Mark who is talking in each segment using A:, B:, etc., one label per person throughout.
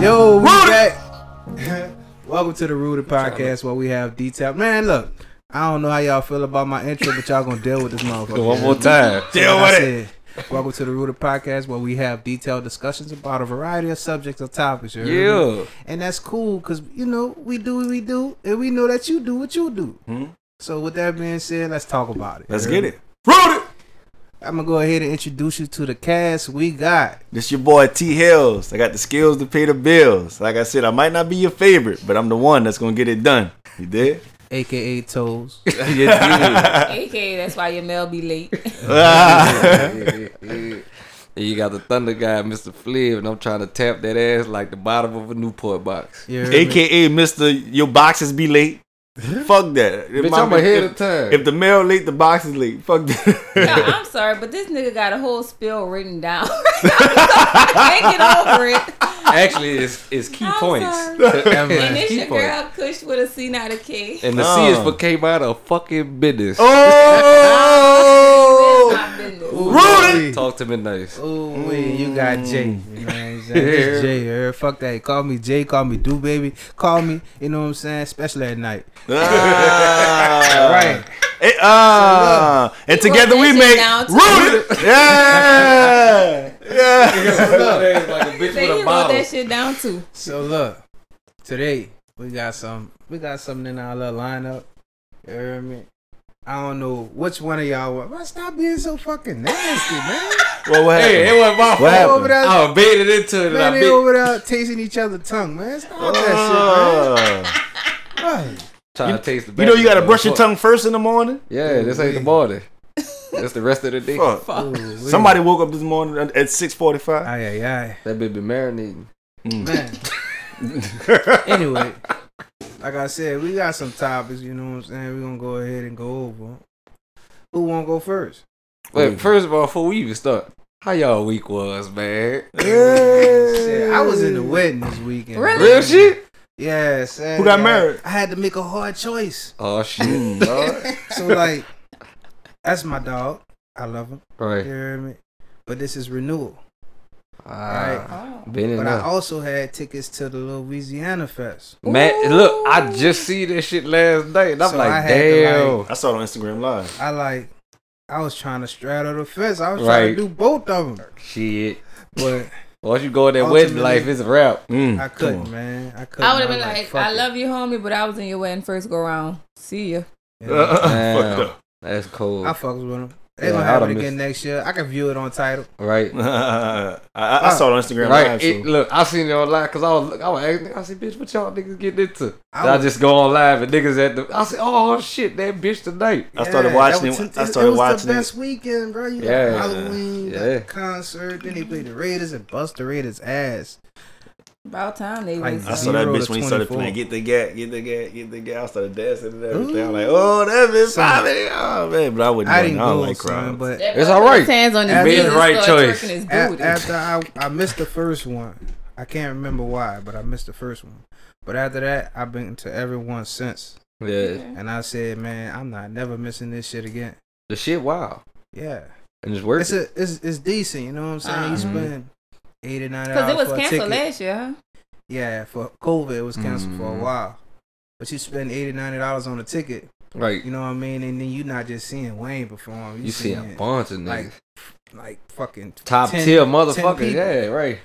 A: Yo, we back. Welcome to the Rooted Podcast, where we have detailed. Man, look, I don't know how y'all feel about my intro, but y'all gonna deal with this motherfucker.
B: One more time.
A: Deal with it. Welcome to the Rooted Podcast, where we have detailed discussions about a variety of subjects or topics. You heard me?
B: Yeah.
A: And that's cool because you know we do what we do, and we know that you do what you do. So with that being said, let's talk about it.
B: Hmm? Let's
A: You
B: get
A: heard
B: it. Root it.
A: me? I'm gonna go ahead and introduce you to the cast we got.
B: This your boy T Hills. I got the skills to pay the bills. Like I said, I might not be your favorite, but I'm the one that's gonna get it done. You did?
A: AKA Toes.
C: AKA, that's why your mail be late.
D: And you got the Thunder guy, Mr. Flair, and I'm trying to tap that ass like the bottom of a Newport box.
A: You heard me?
B: AKA Mr. Your boxes be late. Fuck that. If
D: Bitch,
B: my-
D: I'm ahead
B: if-
D: of time.
B: If the mail late, the box is late. Fuck that.
C: No, I'm sorry, but this nigga got a whole spill written down. I can't get over it.
D: Actually, it's, it's key
C: I'm
D: points.
C: sorry.
D: To
C: And
D: everyone's
C: this
D: key
C: your
D: point.
C: girl Kush with a C, not a K.
D: And the
B: Oh.
D: C is for came out of fucking business.
C: That's
B: oh!
C: my business.
B: Rudy!
D: Talk to me nice.
A: Ooh, wee, you got Jay. You know what I'm saying? It's Jay, you heard? Fuck that. Call me Jay, call me Do Baby, call me, you know what I'm saying? Especially at night.
D: Uh,
B: Ah.
A: Right.
B: Eh, ah. and
C: He
B: together we
C: wrote that
B: make
C: shit down, too.
B: Root it. Yeah. Yeah.
D: like a
C: Say
D: bitch with
C: he
D: a
C: wrote
D: bottle.
C: that shit down too.
A: So look, today we got some we got something in our little lineup. You heard me? I don't know which one of y'all want. Why stop being so fucking nasty, man?
B: Well, what happened?
D: Hey, it wasn't my
B: What
D: fault.
A: Over
B: happened?
A: there,
D: I was baited into it. and I
A: man, they
D: bit-
A: over there tasting each other tongue, man. Stop that
B: Ah.
D: Oh.
A: shit, man. Right.
D: trying to taste the
B: you know you gotta
D: bathroom,
B: brush your
D: fuck.
B: tongue first in the morning.
D: Yeah, this ain't the morning. That's the rest of the day.
B: Fuck.
A: Ooh, wee.
B: Somebody woke up this morning at six forty-five.
A: Aye, aye, aye.
D: That bitch been marinating.
A: Man. anyway, like I said, we got some topics, you know what I'm saying? We're gonna go ahead and go over. Who wanna go first?
D: Wait, first of all, before we even start, how y'all week was, man?
A: Shit, I was in the wedding this weekend.
C: Really?
D: Real shit?
A: Yes.
B: Who got married?
A: I had to make a hard choice.
D: Oh shit. dog.
A: So like that's my dog. I love him. You
D: right.
A: hear me? But this is renewal.
D: Ah,
C: Oh.
D: been in
A: But I
D: there.
A: also had tickets to the Louisiana Fest.
D: Man, look, I just see this shit last night, and I'm
A: So I
D: like,
A: had to,
D: damn.
B: I saw it on Instagram Live.
A: I like I was trying to straddle the fence. I was trying to
D: Right.
A: do both of them.
D: shit.
A: But
D: Once you go in that wedding
A: Ultimately-
D: life, it's a wrap.
B: Mm,
A: I couldn't, man. I couldn't.
C: I would have been
A: was
C: like,
A: fuck
C: I
A: it.
C: love you, homie, but I was in your wedding first go round. See ya.
A: Yeah.
B: come on. Uh,
D: Damn.
B: fucked up.
D: That's cool.
A: I fucks with them. They
D: Yeah,
A: gonna
D: I
A: have it
D: would've
A: again next year. I can view it on title.
D: Right.
B: I, I- I saw it on Instagram Live.
D: Right.
B: So.
D: It, look, I seen it online because I was, I was asking, I said, bitch, what y'all niggas getting into?
A: I
D: I, I
A: was-
D: just go on live and niggas at the. I said, oh shit, that bitch tonight.
B: I started
A: Yeah,
B: watching
A: that was-
B: it. I started
A: it was
B: watching
A: the
B: it.
A: best weekend, bro. You yeah,
D: Yeah.
A: got Halloween, yeah.
D: Yeah.
A: concert. Then they played the Raiders and bust the Raiders ass.
C: About time they
A: Like,
C: was.
B: I
C: uh,
B: saw that
A: Zero
B: bitch
A: to
B: when he started
A: 24.
B: playing. Get the gat, get the gat, get the gat. I started dancing and everything. I'm like, oh, that bitch
A: Son.
B: popping. Oh man, but I wouldn't.
A: I didn't
B: I don't
A: go,
B: like
A: son,
B: crowds.
A: but
D: It's all right.
C: Hands on his
A: Made
C: knees
A: the
C: and
D: right
C: start
D: choice.
C: twerking his
A: a-
C: booty.
A: after I, I missed the first one, I can't remember why, but I missed the first one. But after that, I've been to everyone since,
D: Yeah.
A: and I said, man, I'm not never missing this shit again.
D: The shit, wow.
A: Yeah,
D: And it's worth
A: it's a it's, it's decent. You know what I'm saying? You
C: Uh-huh.
A: spend eighty nine
C: Because
A: dollars
C: it was
A: for a
C: canceled
A: ticket.
C: last year, huh?
D: Yeah, for COVID, it was canceled for a while. But you spend eighty ninety dollars on a ticket,
A: Right.
D: You know what I mean? And then you're not just seeing Wayne perform.
A: You see a
D: seeing,
A: bunch of
D: like,
A: niggas.
D: like fucking
A: Top
D: 10
A: tier
D: 10
A: motherfuckers.
D: people.
A: Yeah, right.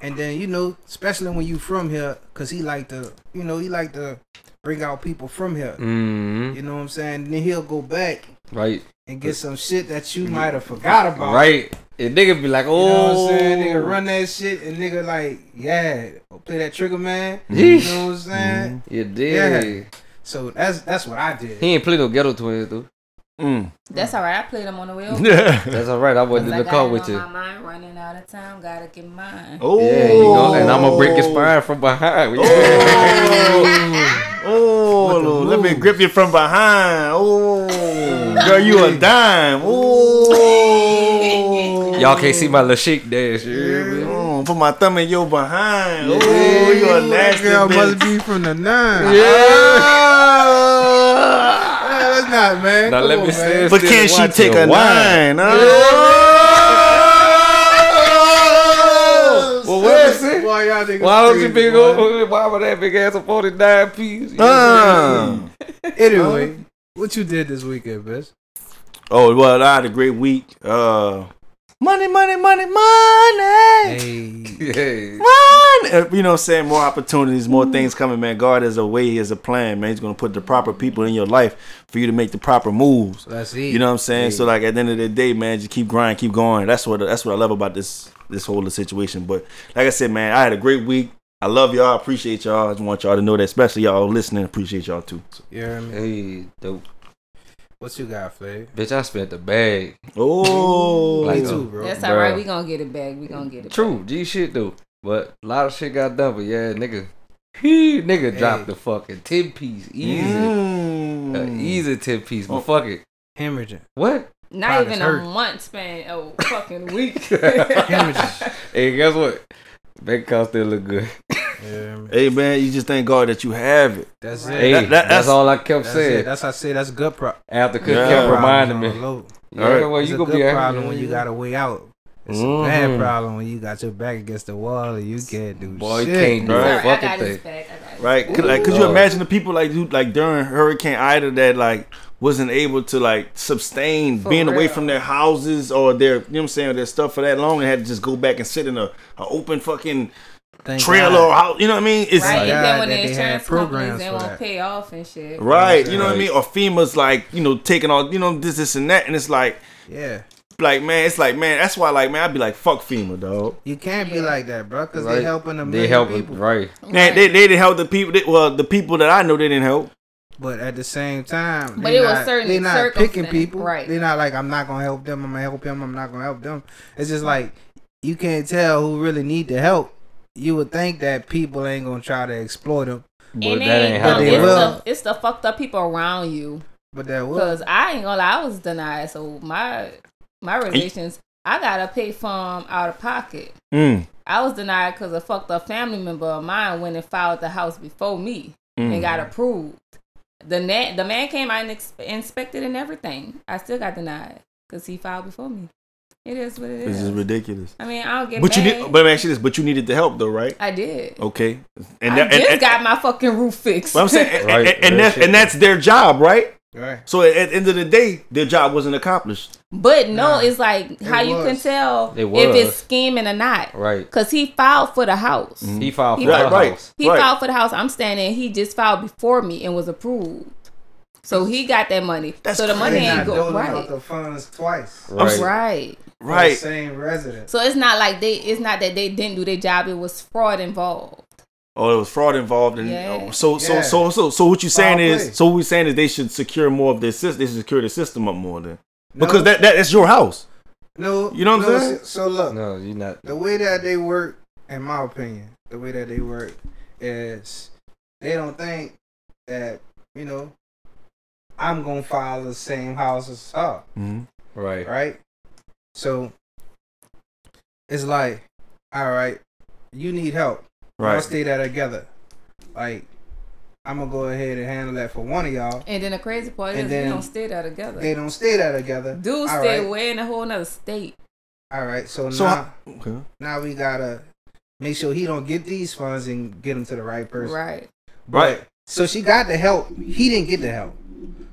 D: And then you know, especially when you from here, cause he like to, you know, he like to bring out people from here.
B: Mm.
A: Mm-hmm.
D: You know what I'm saying? And then he'll go back
A: Right.
D: and get some shit that you might have forgot about.
A: Right. And nigga be like,
D: You know what
A: oh.
D: I'm saying? Nigga run that shit and nigga like, yeah, play that trigger man.
A: Yeesh. Mm-hmm.
D: You know what I'm saying?
A: You did.
D: So that's that's what I did.
A: He ain't play no ghetto twins though.
B: Mm.
E: That's all right. I played him on the wheel.
A: That's all right. I wasn't in
E: Like,
A: the
E: I
A: car
E: am
A: with
E: on
A: you.
E: Oh, My mind running out of time. Gotta get mine.
B: Oh,
A: Yeah, you know, and I'm gonna break
D: Oh.
A: his spine from behind.
B: Oh, oh let me grip you from behind. Oh, girl, you a dime. Oh,
A: Y'all can't see my little shake dash. you hear me?
B: Oh, put my thumb in your behind. Oh, you a
D: That
B: nasty
D: girl must
B: bitch.
D: be from the nine.
B: Ah.
D: Nah, that's not man.
A: Now
D: Come
A: let
D: on,
A: me
D: man.
A: say
B: But can she take a nine? Oh.
A: Well, what was it?
D: Boy, y'all niggas
A: Why don't you
D: crazy,
A: big
D: boy.
A: old? Why would that big ass a forty nine piece? You know what I'm saying?
B: Uh.
D: Anyway, what you did this weekend, bitch?
B: Oh well, I had a great week. Uh, money, money, money, money,
D: Hey,
A: Yeah.
B: money. Uh, You know, what I'm saying more opportunities, more things coming, man. God is a way, He is a plan, man. He's gonna put the proper people in your life for you to make the proper moves.
D: let's see.
B: You know what I'm saying? So like at the end of the day, man, just keep grinding, keep going. That's what that's what I love about this this whole situation. But like I said, man, I had a great week. I love y'all. I appreciate y'all. I just want y'all to know that, especially y'all listening. Appreciate y'all too.
D: You hear me?
A: Hey, dope.
D: What you got, Flay?
A: Bitch, I spent the bag.
B: Oh,
A: Like,
D: Me
A: uh,
D: too, bro.
E: That's all right.
A: Bruh.
E: We gonna get it back. We gonna get it.
A: True, G shit though. But a lot of shit got done. But yeah, nigga, he nigga
D: Hey.
A: dropped the fucking ten piece easy,
B: Mm.
A: A easy ten piece.
D: Oh.
A: But fuck it,
D: Hemorrhaging.
A: what?
E: Back. Not
D: Product
E: even
D: hurt.
E: a month span. A fucking week.
D: Hemorrhaging.
A: Hey, guess what? Bank account still look good.
D: You hear me?
B: Hey man, you just thank God that you have it.
D: That's it.
A: Hey,
B: That- that-
A: that's,
B: that's-
A: all I kept
D: That's it.
A: saying.
D: That's how I say that's good pro-
A: After Cook
B: Yeah.
A: kept
B: Problem
A: reminding
D: on the
A: me,
D: low.
A: you know
B: Alright.
A: what?
D: It's
A: You
D: a
A: gonna
D: good
A: be out
D: problem
A: here.
D: when you got a way out. It's
A: Mhm.
D: a
B: Mm-hmm.
D: bad problem when you got your back against the wall and you can't do
A: Boy, you
D: shit.
A: can't do
E: It's all
A: a
E: right. I
A: fucking
E: got his back.
A: thing.
E: I got his
B: Right? Could, like, could you
A: Lord.
B: imagine the people like who like during Hurricane Ida that like wasn't able to like sustain
E: For
B: being away
E: real.
B: from their houses or their you know what I'm saying their stuff for that long and had to just go back and sit in a, a open fucking
D: Thank
B: trailer
D: God.
B: or house. You know what I mean? It's
E: Right,
B: right.
D: Thank
E: and
D: God
E: then when
D: that
E: the
D: they had
E: insurance
D: programs
E: companies they
D: for
E: won't
D: that.
E: pay off and shit.
B: you know what I mean? Or FEMA's like, you know, taking all, you know, this, this, and that. And it's like,
D: Yeah.
B: like, man, it's like, man, that's why, like, man, I'd be like, fuck FEMA, dog.
D: You can't be like that, bro, because
A: Right.
D: they helping a
A: They
D: million
A: helping,
D: people.
A: right?
B: Man, they, they didn't help the people, that, well, the people that I know, they didn't help.
D: But at the same time,
E: But
D: they
E: it was
D: not,
E: certain
D: They're not picking
E: circumstance,
D: people.
E: right.
D: They're not like I'm not gonna help them. I'm gonna help him. I'm not gonna help them. It's just like you can't tell who really need the help. You would think that people ain't gonna try to exploit them,
A: But
E: And
A: that
E: they
A: ain't
D: how
E: no,
D: it
E: it's,
D: works.
E: the, it's the fucked up people around you.
D: but that
E: Because
D: was
E: I ain't gonna lie, I was denied. So my my relations, I gotta pay for 'em out of pocket.
B: Mm.
E: I was denied because a fucked up family member of mine went and filed the house before me and got
B: Mm.
E: approved. The na- the man came out and ex- inspected and everything. I still got denied because he filed before me. It is what it
B: This
E: is.
B: is ridiculous.
E: I mean, I don't get
B: But you
E: mad.
B: did. But let me ask you this. But you needed the help though, right?
E: I did.
B: Okay.
E: I
B: that-
E: just got my fucking roof fixed.
B: But I'm saying, and-
A: Right,
B: and, and
A: real
B: that's
A: shit.
B: and that's their job, right?
D: right.
B: So at, at the end of the day, their job wasn't accomplished.
E: But no,
D: Nah,
E: it's like how you can
D: was.
E: tell
A: It
E: if
A: was.
E: it's scheming or not.
A: Right.
E: Cause he filed for the house.
A: He filed for
E: Right,
A: the
B: right.
A: house.
E: He
B: Right.
E: filed for the house. I'm standing. He just filed before me and was approved. So he got that money.
B: That's
E: so the money
B: crazy.
D: They not
E: ain't
D: doling
E: go
D: out
E: right.
D: the funds twice.
B: I'm
A: Right.
B: saying-
E: Right.
D: The
B: Right.
D: same resident.
E: So it's not like they. It's not that they didn't do their job. It was fraud involved.
B: Oh, there was fraud involved, and
E: Yeah.
B: oh, so so
D: Yeah.
B: so so so what you saying
D: Foul
B: is
D: play.
B: so what we saying is they should secure more of their system. They should secure the system up more then, because
D: No.
B: that, that that's your house.
D: No,
B: You know what I'm
D: no,
B: saying?
D: So, so look,
A: No, you're not.
D: the way that they work, in my opinion, the way that they work is they don't think that you know I'm gonna file the same house as her,
B: Mm-hmm.
A: Right.
D: right? So it's like, all right, you need help. I'll
B: Right.
D: stay there together. Like I'm gonna go ahead and handle that for one of y'all.
E: And then the crazy part
D: And
E: is
D: then
E: we don't stay there together.
D: They don't stay there together.
E: Dude
D: All
E: stay
D: right,
E: way in a whole nother state.
D: All right. So,
B: So
D: now,
B: how- okay.
D: now we gotta make sure he don't get these funds and get them to the right person.
A: Right.
D: Right. So she got the help. He didn't get the help.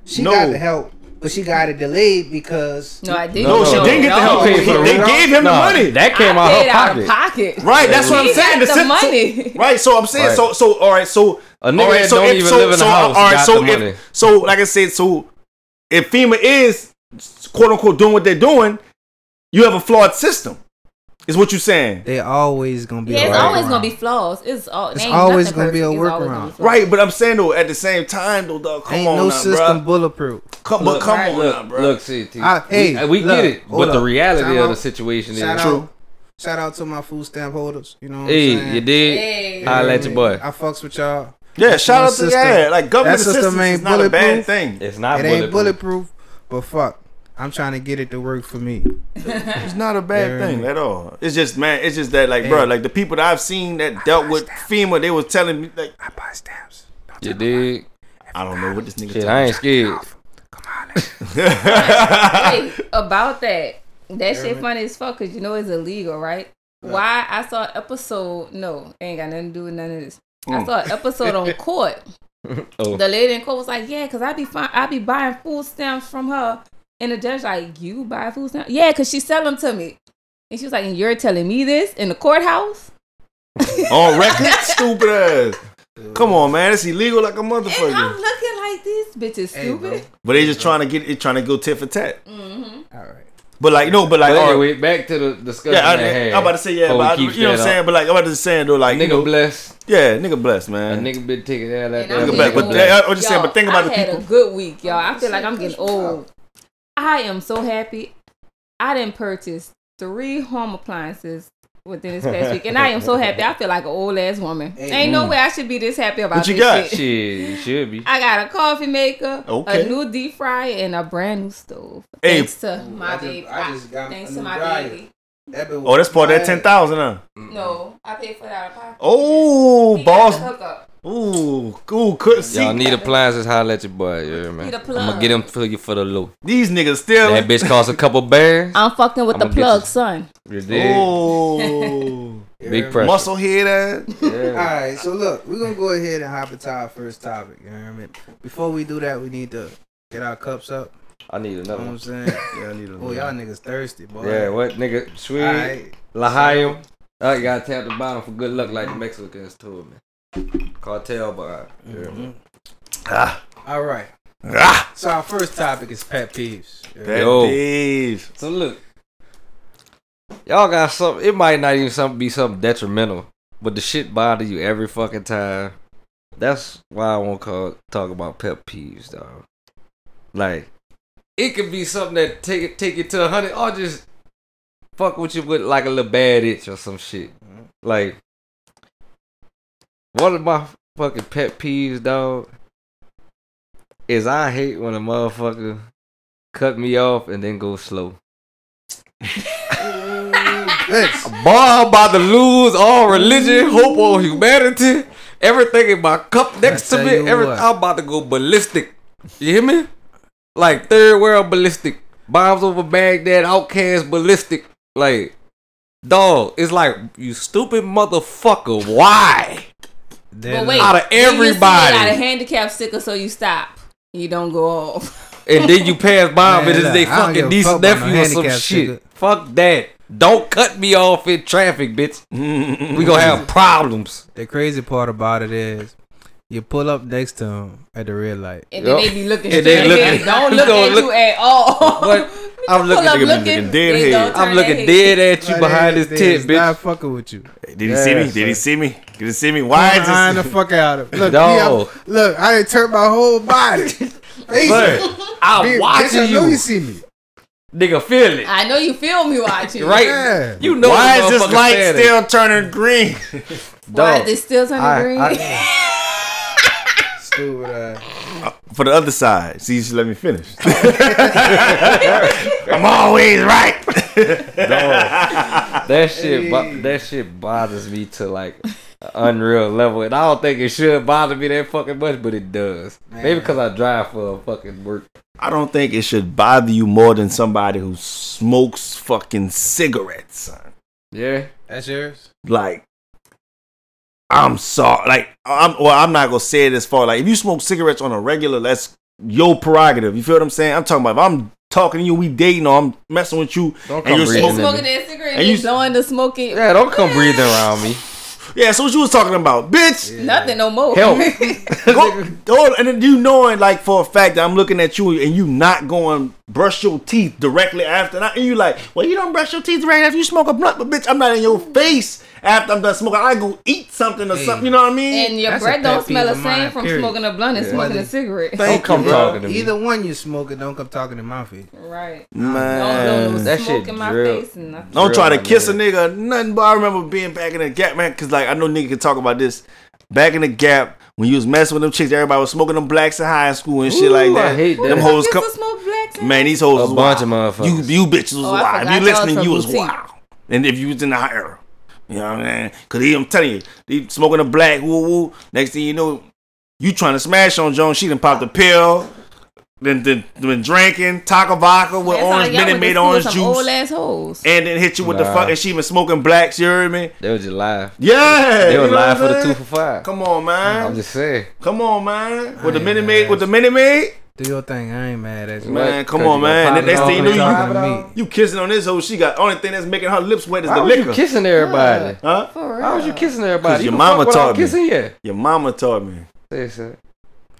D: She
B: No.
D: got the help, but she got it delayed because
A: No, I didn't.
B: No, she didn't get the help.
F: He paid for the
B: Oh, they
F: rent.
B: gave him
F: No,
B: the money.
F: That came
A: I
F: out
A: paid
F: her
A: out of
F: pocket.
A: pocket.
B: Right, that's what I'm
A: He
B: saying.
A: got the
B: si-
A: money.
B: right, so I'm saying,
F: Right.
B: so, so, all right, so
F: A nigga
B: all right,
F: that don't even live in the house got
B: so
F: the
B: if,
F: money.
B: so, like I said, so if FEMA is quote unquote doing what they're doing, you have a flawed system. Is what you're saying,
D: they always gonna be.
A: Yeah,
D: a
A: it's
D: workaround.
A: always gonna be flaws. It's, all,
D: It's
A: ain't
D: always
A: nothing
D: gonna be a
A: perfect. It's always gonna be
D: workaround.
A: flaws.
B: right? But I'm saying though, at the same time though, dog, come
D: Ain't
B: on,
D: no
B: now,
D: system
B: bruh.
D: bulletproof.
B: Come, but come on,
F: look,
B: now, bruh.
F: look, see, T.
D: I-
F: we, uh,
D: hey,
F: we
D: look,
F: get it,
D: hold
F: but the
D: up.
F: reality
D: Time
F: of
D: out.
F: the situation
D: Shout
F: is
D: out,
F: true.
D: Shout out to my food stamp holders. You know what I'm
F: Hey,
D: saying?
F: you did.
A: Hey.
F: I let your boy.
D: I fucks with y'all.
B: yeah,
D: That's
B: shout
D: my
B: out to
D: system.
B: yeah, like government
D: That system
B: assistance is
D: ain't
B: not a bad
D: bulletproof.
B: thing.
F: It's not
D: it
F: bulletproof.
D: ain't bulletproof, but fuck, I'm trying to get it to work for me.
B: It's not a bad
D: Yeah.
B: thing at all. It's just man, it's just that like, bruh, bro, like the people that I've seen that dealt with FEMA, they was telling me like,
D: I buy stamps. Don't
F: You
D: tell
F: dig?
B: I don't know what this nigga.
F: Shit,
B: talking
F: I ain't
B: about.
F: scared.
A: Wait, about that. That shit funny as fuck because you know it's illegal, right? Why I saw an episode. No, it ain't got nothing to do with none of this. I saw an episode on court.
F: Oh.
A: The lady in court was like, "Yeah, cause I be fine. I be buying food stamps from her." And the judge like, "You buy food stamps? Yeah, cause she sell them to me." And she was like, "And you're telling me this in the courthouse?"
B: On record, stupid ass. Come on, man, it's illegal like a
A: And I'm
B: motherfucker.
A: looking like this bitch is
D: Hey, bro.
A: stupid.
B: But they just trying to get it, trying to go tit for tat.
D: you. All right.
B: But like, no, but like,
F: But
B: all right,
F: anyway, back to the discussion.
B: yeah, I,
F: at hand.
B: am about to say yeah,
F: Before we
B: but I, you
F: keep
B: know what I'm
F: that up.
B: saying. But like, I'm about to say though, like,
F: Nigga
B: you know,
F: bless.
B: yeah, nigga bless,
F: A
B: man.
F: nigga been taking that like
A: And
F: that.
A: I'm
B: Nigga bless,
A: getting
B: but
A: old.
B: that- I- I was just saying,
A: Y'all,
B: but think about
A: I
B: the
A: had
B: people.
A: a good week, y'all. I feel like I'm getting old. I am so happy. I didn't purchase three home appliances within this past week, and I am so happy. I feel like an old ass woman. Ain't no way I should be this happy about
B: What you
A: this
B: got?
A: shit.
F: Shit, you should be.
A: I got a coffee maker,
B: Okay.
A: a new deep fryer, and a brand new stove.
B: Hey.
A: Thanks to my
D: I just-
A: baby.
D: I just got
A: thanks
D: a
A: to
D: new
A: my
D: dryer.
A: baby.
D: That been-
B: Oh, that's part of that ten thousand, huh?
A: No, I paid for that. out of pocket.
B: Oh,
A: He got the
B: boss.
A: hookup.
B: Ooh, ooh, could see
F: Y'all need appliances, holla at your boy, yeah, man.
A: Need a plug.
F: I'm gonna get him for you for the low.
B: these niggas still.
F: That bitch cost a couple bears.
A: I'm fucking with
F: I'ma
A: the
F: get you-
A: plug, son.
F: You dig?
B: Oh,
F: Big pressure.
B: muscle head ass.
D: All right, so look, we're gonna go ahead and hop into our first topic. You know what I mean? Before we do that, we need to get our cups up.
F: I need
D: You know
F: another
D: what I'm
F: one.
D: saying?
B: Yeah, I need a
D: oh, y'all niggas thirsty, boy.
F: Yeah, what nigga? Sweet.
D: All right.
F: Lahayim. Oh, you gotta tap the bottom for good luck like the Mexicans too, man. Cartel bar.
B: Mm-hmm.
F: Yeah.
D: All right.
B: Ah,
D: So our first topic is pet peeves.
B: that
F: Yo.
B: bitch.
F: So look. Y'all got something it might not even something be something detrimental, but the shit bother you every fucking time. That's why I won't call talk about pet peeves, dog. Like it could be something that take it take it to a hundred or just fuck with you with like a little bad itch or some shit. Like one of my fucking pet peeves, dog, is I hate when a motherfucker cut me off and then go slow.
D: This.
F: Boy, I'm about to lose all religion, hope, or humanity. Everything in my cup next
D: I
F: to
D: tell
F: me.
D: you
F: Every,
D: what.
F: I'm about to go ballistic. You hear me? Like third world ballistic. Bombs over Baghdad, outcast ballistic. Like, dog, it's like, you stupid motherfucker, why?
A: But wait,
F: Out of
A: then you see me
F: everybody.
A: got a handicap sticker, so you stop. You don't go off.
F: And then you pass by
D: Man,
F: him and it's
D: look,
F: they
D: I don't give
F: fucking
D: a
F: niece
D: fuck
F: and
D: about
F: nephew
D: no
F: or some
D: handicap
F: shit.
D: sticker.
F: Fuck that. Don't cut me off in traffic, bitch. We gonna have problems.
D: The crazy part about it is, you pull up next to him at the red light.
A: And then
F: Yup.
A: they be looking.
F: And they
A: straight
F: looking-
A: ahead. Don't
F: you
A: look
F: gonna
A: at
F: look-
A: you at all.
F: But I'm looking,
A: Pull
F: nigga,
A: up
F: looking,
A: looking
B: dead
A: they
B: head.
A: don't turn
F: I'm looking
A: their
F: dead
A: head.
F: at you
D: Right
F: behind
D: there,
F: this
D: there,
F: tit,
D: Stop
F: bitch.
D: fucking with you.
B: Did he see me?
F: Yes,
B: Did he
F: sir.
B: see me? Did he see me? Why is
D: Behind the
B: this?
D: fuck out of him. Look,
F: No.
D: yeah, look, I didn't turn my whole body. Face
B: Look,
F: I'm watching
D: I know you
F: you,
D: see me.
F: nigga. Feel it,
A: I know you feel me watching.
F: right?
D: Yeah.
F: You know
B: why
F: the
B: is this
F: motherfucker
B: light
F: standing.
B: still turning green?
A: Why
F: Dog.
A: is it still turning
F: I-
A: green?
F: I-
D: Stupid. Uh,
B: For the other side. See, you should let me finish. I'm always right.
F: that shit, bo- that shit bothers me to like an unreal level, and I don't think it should bother me that fucking much, but it does. Maybe because I drive for fucking work.
B: I don't think it should bother you more than somebody who smokes fucking cigarettes, son.
F: Yeah,
D: that's yours.
B: Like, I'm sorry. Like I'm well, I'm not gonna say it as far. Like if you smoke cigarettes on a regular, that's your prerogative. You feel what I'm saying? I'm talking about if I'm talking to you, we dating or I'm messing with you
A: Don't
B: and
A: come
B: you're
A: breathing
B: smoking.
A: in
E: Smoking that cigarette and
B: And you-
E: you blowing the smoke it.
A: Yeah, don't come breathing around me.
B: Yeah, so what you was talking about, bitch.
E: Nothing no more.
A: Help.
B: Go, oh, and then you knowing like for a fact that I'm looking at you and you not going brush your teeth directly after and, I, and you like, well you don't brush your teeth right after you smoke a blunt, but bitch, I'm not in your face after I'm done smoking. I go eat something or something, you know what I mean?
E: and your
D: That's a
E: breath
D: pet
E: don't smell
D: peeve
E: the
D: of
E: same
D: mine,
E: from
D: period.
E: smoking a blunt and
A: Yeah.
E: smoking
D: Well,
E: a cigarette.
D: Thank
A: Don't come
D: you, bro.
A: talking to me.
D: Either one you smoking, don't come talking in my face.
E: right.
B: Man.
E: Don't blow no
A: That
E: smoke
A: shit
E: in my
A: drip.
E: face and nothing.
B: Don't
A: Real
B: try to
A: hot
B: kiss a
A: nigga.
B: nigga, nothing. But I remember being back in the gap, man, because like I know nigga can talk about this. Back in the gap, when you was messing with them chicks, everybody was smoking them blacks in high school and
A: Ooh,
B: shit like
A: I
B: that.
A: hate that.
B: Them
A: Who the
B: hoes
E: Kiss
B: come.
E: the smoke blacks in
B: Man, these hoes
A: A
B: was
A: bunch of
B: wild.
A: motherfuckers.
B: You you bitches was
E: Oh, I
B: wild. If
E: forgot
B: you
E: y'all was
B: listening,
E: from
B: you was
E: Boutique.
B: wild. And if you was in the higher, you know what I'm saying? Cause he, I'm telling you, he smoking a black woo woo. Next thing you know, you trying to smash on Joan. She done popped a pill. Then then been drinking taco vodka with
E: That sound
B: orange
E: like y'all
B: minute
E: went to school with
B: made orange
E: some
B: juice
E: Old assholes.
B: and then hit you with the
A: Nah.
B: fuck, and she even smoking blacks. You heard me?
A: They was just live.
B: Yeah,
A: They
B: you
A: were
B: know
A: live
B: what
A: for
B: I'm
A: the two
B: saying?
A: for five.
B: Come on,
A: I'm
B: man.
A: just saying.
B: Come on, man. With the
D: ain't
B: minute
D: mad
B: maid,
D: at
B: with the
D: you.
B: minute maid.
D: Do your thing. I ain't mad at you.
B: Man,
A: What?
B: come
A: Cause
B: on,
A: you
B: man.
A: gonna
B: And then next
A: pop
B: thing
A: it
B: you know,
A: off and drop it
B: you
A: off?
B: you kissing on this hoe. She got only thing that's making her lips wet is
A: Why
B: the
A: was you
B: liquor.
A: kissing everybody?
B: huh?
E: For real.
A: Why was you kissing everybody?
B: 'Cause your
A: You
B: mama
A: fuck without
B: taught me.
A: Kissing you.
B: Your mama taught me,
A: Say, sir.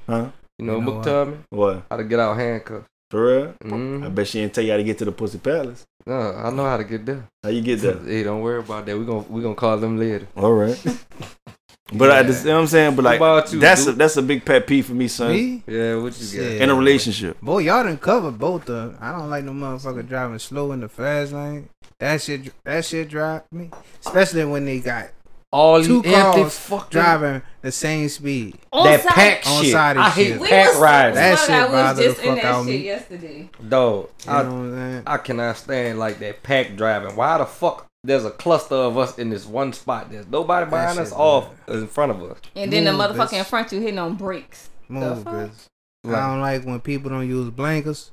B: huh?
A: You know, uh,
D: You know
A: Book
D: what?
A: taught me
B: What?
A: how to get out handcuffs.
B: For real? I
A: Mm-hmm.
B: bet she didn't tell you how to get to the pussy palace.
A: No, I know how to get there.
B: How you get there?
A: Hey, don't worry about that. We gonna we gonna call them later.
B: All right. But I just, you know what I'm saying,
A: What
B: but like
A: about you,
B: that's a,
A: dude?
B: that's a big pet peeve for me, son.
D: Me?
A: Yeah, what you got?
D: Shit.
B: In a relationship,
D: Boy, y'all done covered both of 'em. I don't like no motherfucker driving slow in the fast lane. That shit, that shit drive me. Especially when they got
A: All
D: two
A: you empty
D: cars
A: fucking
D: driving the same speed.
E: On
A: that
E: site.
A: pack
D: On
A: shit.
D: side
A: I
D: shit.
A: hate
E: We
A: pack
E: was-
A: riding.
D: That
E: Smoke,
D: shit
E: I was
D: bothered the
E: just in
D: fuck out
E: that
D: of
E: shit
D: me.
E: yesterday.
A: Dog,
D: You know
A: I,
D: what I'm saying?
A: I cannot stand like that pack driving. Why the fuck there's a cluster of us in this one spot? There's nobody behind us
D: shit,
A: off in front of us.
E: And then the
D: Move,
E: motherfucker in
D: bitch.
E: front you hitting on brakes. The
D: Move,
E: fuck?
D: bitch.
A: Like,
D: I don't like when people don't use blinkers.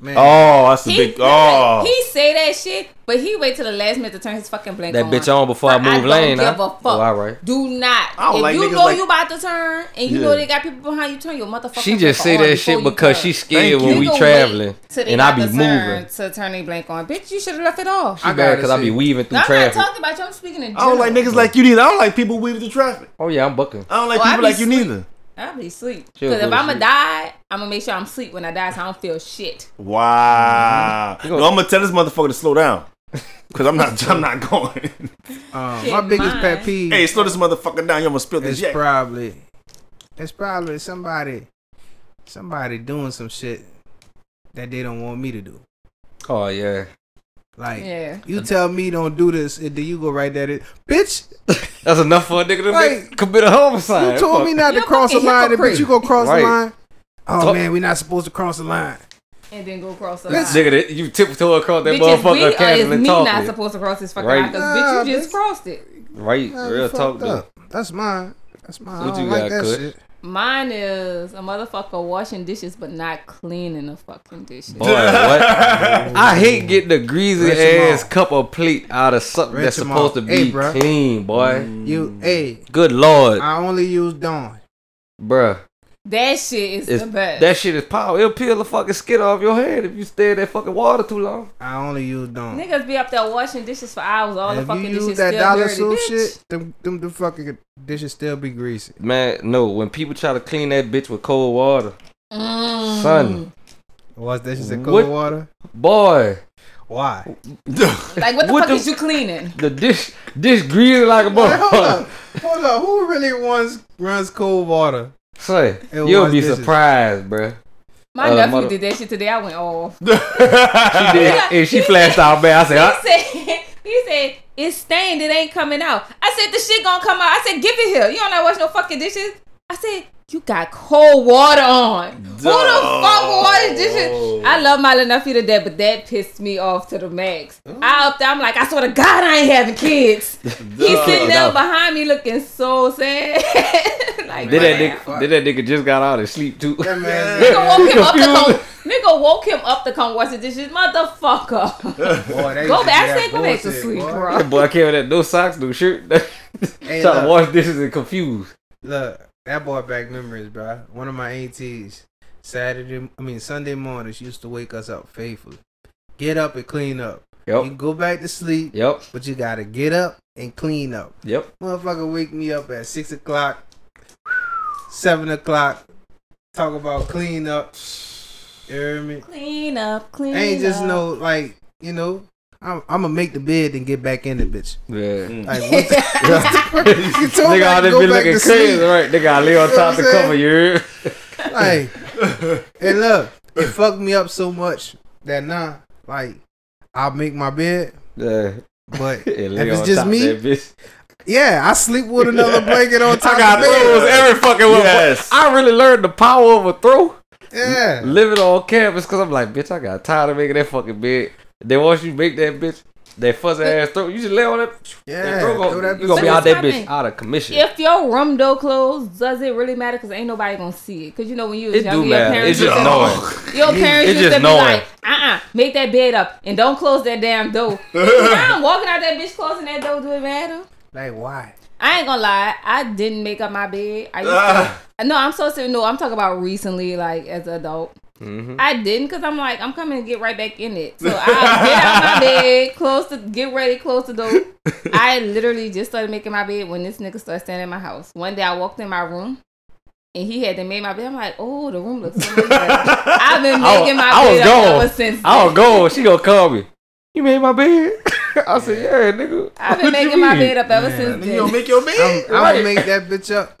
D: Man, Uh,
B: oh, that's the
E: He,
B: big oh.
E: he say that shit, but he wait till the last minute to turn his fucking blank
A: that
E: on.
A: bitch on before I move
E: don't
A: lane.
E: Give
A: huh?
E: a fuck.
A: Oh, all right.
E: Do not.
B: I don't
E: if
B: like
E: you
B: niggas
E: know
B: like-
E: you about to turn and you
B: Yeah.
E: know they got people behind you, turn your motherfucking.
A: She
E: blinker
A: just say
E: on
A: that shit
E: before you
A: because
E: turn.
A: she scared
B: Thank
A: when
B: you.
A: we
E: Nigga wait
A: traveling
E: till they
A: and
E: got
A: I be
E: the turn
A: moving.
E: to turn they blank on. Bitch, you should have left it off.
A: She
D: I
A: bad
D: gotta
A: because I be
D: see.
A: weaving through
E: I'm not
A: traffic.
E: talking about you. I'm speaking in
B: I don't
E: general.
B: like niggas like you neither. I don't like people weaving through traffic.
A: Oh yeah, I'm booking.
B: I don't like
E: Oh, I
B: people
E: be
B: like you
E: sweet.
B: neither.
E: I be sleep.
A: She'll
E: Because
A: go
E: if
A: to
E: I'm gonna
A: sleep.
E: die, I'm gonna make sure I'm sleep when I die, so I don't feel shit.
B: Wow.
A: You
B: No, I'm gonna tell this motherfucker to slow down. Cause I'm not I'm not going.
D: Uh,
E: shit,
D: my biggest
E: mine.
D: pet peeve
B: hey, slow this motherfucker down. You almost spilled this
D: is
B: yak.
D: probably it's probably somebody somebody doing some shit that they don't want me to do.
A: Oh yeah,
D: Like
E: Yeah.
D: you tell me don't do this, and then you go right at it, bitch.
A: that's enough for a nigga to
D: Like,
A: make, commit a homicide.
D: You told me not to
E: You're
D: cross the
E: fucking
D: line, and
E: hypocrite.
D: bitch, you go cross
A: Right.
D: the line. Oh
A: Talk-
D: man, we not supposed to cross the line.
E: And then go across the line.
A: This nigga, that you tiptoe across that
E: Bitch, is
A: motherfucker
E: we or is
A: casually
E: me not
A: talking.
E: supposed to cross this fucking
A: Right.
E: line? Because
D: Nah,
E: bitch, you just
D: bitch.
E: crossed it.
A: right,
D: Nah, you
A: real talk
D: fucked
A: though.
D: up. That's mine. That's mine.
A: What
D: I don't
A: you
D: like
A: got,
D: that
A: Cut?
D: shit.
E: Mine is a motherfucker washing dishes but not cleaning the fucking dishes.
A: Boy, what? I hate getting the greasy
D: Rinse 'em
A: ass
D: off.
A: cup or plate out of something
D: Rinse
A: that's
D: 'em
A: supposed to
D: off.
A: be
D: Hey, bruh.
A: clean, boy.
D: You, hey,
A: Good lord,
D: I only use Dawn.
A: bruh.
E: That shit is
A: It's,
E: the best.
A: that shit is power. It'll peel the fucking skin off your head if you stay in that fucking water too long.
D: I only use Dawn.
E: Niggas be up there washing dishes for hours. All the
D: if
E: fucking
D: you use
E: dishes
D: that
E: still
D: dollar
E: dirty,
D: soup
E: bitch.
D: shit, them, them, them fucking dishes still be greasy.
A: Man, no. When people try to clean that bitch with cold water,
E: Mm.
A: son,
D: Wash dishes in
A: What-
D: cold water.
A: boy,
D: Why?
E: Like what the
A: What
E: fuck
A: the-
E: is you cleaning?
A: the dish, dish greasy like a
D: Like, hold up,
A: motherfucker.
D: hold up. Who really wants runs cold water?
A: Son,
D: And
A: you'll
D: wash
A: be
D: dishes.
A: surprised, bruh.
E: My
A: Uh,
E: nephew
A: mother-
E: did that shit today. I went off.
A: She did, and she flashed out, man. I said,
E: He
A: "Huh?"
E: said, he said, it's stained. It ain't coming out. I said, the shit gonna come out. I said, give it here. You don't know wash no fucking dishes. I said, you got cold water on. Who the fuck washes dishes? I love my little nephew to death, but that pissed me off to the max.
D: Mm.
E: I up there, I'm like, I swear to God, I ain't having kids. He's sitting there
A: Dog.
E: behind me looking so sad. like, damn.
A: Then that, nigga, then that nigga just got out of sleep too.
D: That man,
E: Nigga woke him up to come.
A: Confused.
E: Nigga woke him up to come wash the dishes, motherfucker.
D: boy, they used
E: go back, I
D: to do that
E: said, go back to
D: bullshit,
E: sleep,
D: boy.
E: bro.
A: Boy, I came with that no socks, no shirt.
D: Hey,
A: trying to
D: look.
A: wash dishes and confused.
D: Look, that brought back memories, bro. One of my aunties, Saturday, I mean Sunday mornings, used to wake us up faithfully. Get up and clean up.
A: Yep.
D: You can go back to sleep,
A: Yep.
D: but you gotta get up and clean up.
A: Yep.
D: Motherfucker, wake me up at six o'clock, seven o'clock. Talk about clean up. You hear me?
E: Clean up, clean
D: Ain't just
E: up.
D: no like you know. I'm, I'm gonna make the bed and get back in the bitch.
A: Yeah.
D: Like what the, what the fuck? You told me
A: Nigga,
D: I
A: I
D: could
A: done
D: go
A: be
D: back
A: looking
D: to
A: crazy,
D: sleep.
A: right? Nigga, I lay on
D: You know
A: top
D: what
A: the
D: I'm saying?
A: cover, you heard?
D: Like, and look, it fucked me up so much that now, like, I'll make my bed,
A: Yeah. And
D: but if
A: lay on
D: it's just
A: top
D: me,
A: that bitch.
D: yeah, I sleep with another blanket on top
A: I got
D: of the bed.
A: throws every fucking one.
B: Yes.
A: I really learned the power of a throw
D: Yeah,
A: living on campus because I'm like, bitch, I got tired of making that fucking bed. Then once you make that bitch, that fuzz ass throw, you just lay on that.
D: yeah.
A: throw
D: throw that
A: gonna, you
D: bitch
A: gonna be
E: But
A: out
E: this
A: that
E: my
A: bitch
E: thing.
A: out of commission.
E: If your room door closed, does it really matter? Because ain't nobody gonna see it. Because you know when you was
A: it
E: younger,
A: do
E: your
A: matter. It's
E: parents
A: just
E: used to-
A: knowing.
E: Your parents
A: It's
E: used
A: just
E: to be
A: knowing.
E: like, uh uh make that bed up and don't close that damn door. now I'm walking out that bitch closing that door, do it matter?
D: Like, why?
E: I ain't gonna lie, I didn't make up my bed. I
A: Ah.
E: used to, no, I'm so serious. No, I'm talking about recently, like as an adult.
A: Mm-hmm.
E: I didn't because I'm like, I'm coming to get right back in it. So I get out my bed, close to get ready, close the door. I literally just started making my bed when this nigga started standing in my house. One day I walked in my room. And he had to make my bed. I'm like, oh, the room looks so much better. I've been
A: I,
E: making
A: was-
E: my
A: Oh, I was
E: bed up ever
A: gone.
E: since.
A: I
E: then.
A: was gone. She gonna call me. You made my bed. I said, yeah, nigga.
E: I've
A: What you
E: been making my
A: mean?
E: bed up ever
D: Man,
E: since.
B: You
E: Then.
B: don't make your
D: I'm,
B: bed.
D: I'm gonna make that bitch up.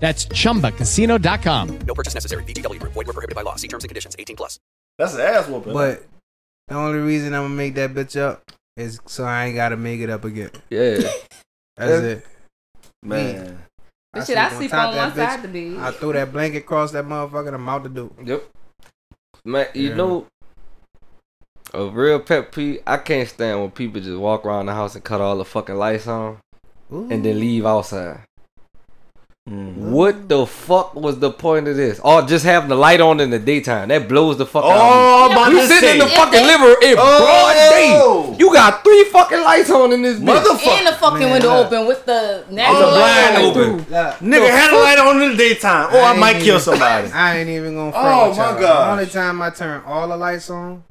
G: That's chumbacasino.com.
F: No purchase necessary. VGW Group. Void were prohibited by law. See terms and conditions. 18 plus.
B: That's an ass whooping.
D: But the only reason I'm gonna make that bitch up is so I ain't gotta make it up again.
A: Yeah,
D: That's
B: Yeah.
D: it.
B: man.
E: But shit, I sleep
D: top
E: on
D: that
E: one
D: bitch.
E: side of the bed.
D: I throw that blanket across that motherfucker and I'm out the door.
A: Yep. Man, you
D: Yeah.
A: know, a real pet peeve. I can't stand when people just walk around the house and cut all the fucking lights on and then leave outside. What the fuck was the point of this? Or just having the light on in the daytime. That blows the fuck
B: Oh,
A: out.
B: I'm about
A: you
B: to
A: sitting in
B: say.
A: the fucking living room in
B: Oh.
A: broad day. You got three fucking lights on in this bitch.
E: and the fucking
D: Man,
E: window
D: look.
E: open with the
A: With
E: natural
A: the
E: light
A: blind
E: going
A: open.
E: through.
D: Look,
B: Nigga had a light on in the daytime. Oh, I,
D: ain't
B: might kill
D: even-
B: somebody.
D: I ain't even gonna. Front
B: Oh,
D: with
B: my
D: y'all.
B: gosh.
D: The only time I turn all the lights on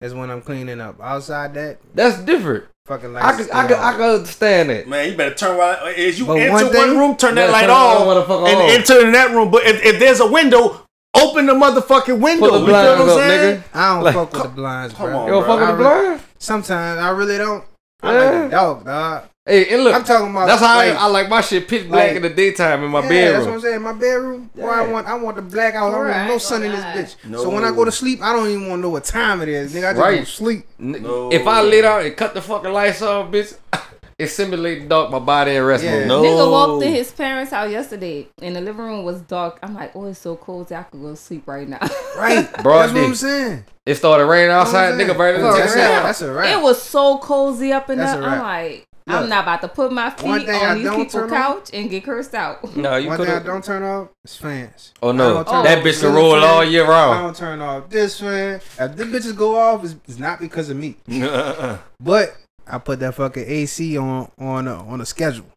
D: is when I'm cleaning up. Outside that,
A: That's different.
D: fucking lights.
A: I could, I could, I could understand it.
B: Man, you better turn right. As you
D: But
B: enter
D: one
B: one,
D: thing-
B: room, turn that
A: Yeah,
B: light
A: turn that
B: off
A: motherfucker
B: and
A: off.
B: enter in that room. But if, if there's a window, open the motherfucking window.
A: Put the
B: you feel what
A: blinds
B: I'm
A: up,
B: saying?
A: nigga.
D: I don't
A: Like,
D: fuck with the blinds,
B: come
D: bro.
B: on,
A: You don't
B: bro.
A: fuck with
D: I
A: the
D: really-
A: blind?
D: Sometimes I really don't. I like
A: Yeah.
D: the dog, dog.
A: Hey, and look,
D: I'm talking about.
A: That's how I,
D: like-
A: I like my shit pitch black in the daytime in my
D: yeah, That's what I'm
A: bedroom.
D: saying. My bedroom. Boy, I
A: Yeah.
D: want I want the black out. I don't want
E: Right.
D: no sun in this bitch.
B: No.
D: So when I go to sleep, I don't even want to know what time it is, nigga. I just
A: Right.
D: want to sleep.
A: N-
B: No.
A: If I lit out and cut the fucking lights off, bitch, it simulating dark my body and rest mode.
D: Yeah.
B: No.
E: Nigga walked
D: Oh.
E: to his parents' house yesterday, and the living room was dark. I'm like, oh, it's so cold. I could go to sleep right now.
D: Right.
A: Broad
D: that's what
A: day.
D: I'm saying.
A: It started raining outside,
D: That's
A: nigga.
D: what I'm
A: Burning
D: saying.
A: the
D: That's,
A: lights
D: a,
A: out.
D: that's a wrap.
E: It was so cozy up in there.
D: That's a
E: I'm
D: wrap.
E: like,
D: Look,
E: I'm not about to put my feet
D: one
E: on
D: thing I
E: these
D: don't turn
E: people's
D: on-
E: couch and get cursed out.
A: No, you
D: One thing I
A: could.
D: don't turn off is fans.
A: Oh
D: I
A: no,
D: don't turn
A: that bitch
D: off this
A: can roll
D: fan.
A: all year
D: I
A: round.
D: don't turn off this fan. If the bitches go off, it's, it's not because of me.
B: Uh-uh.
D: But I put that fucking AC on on a, on a schedule.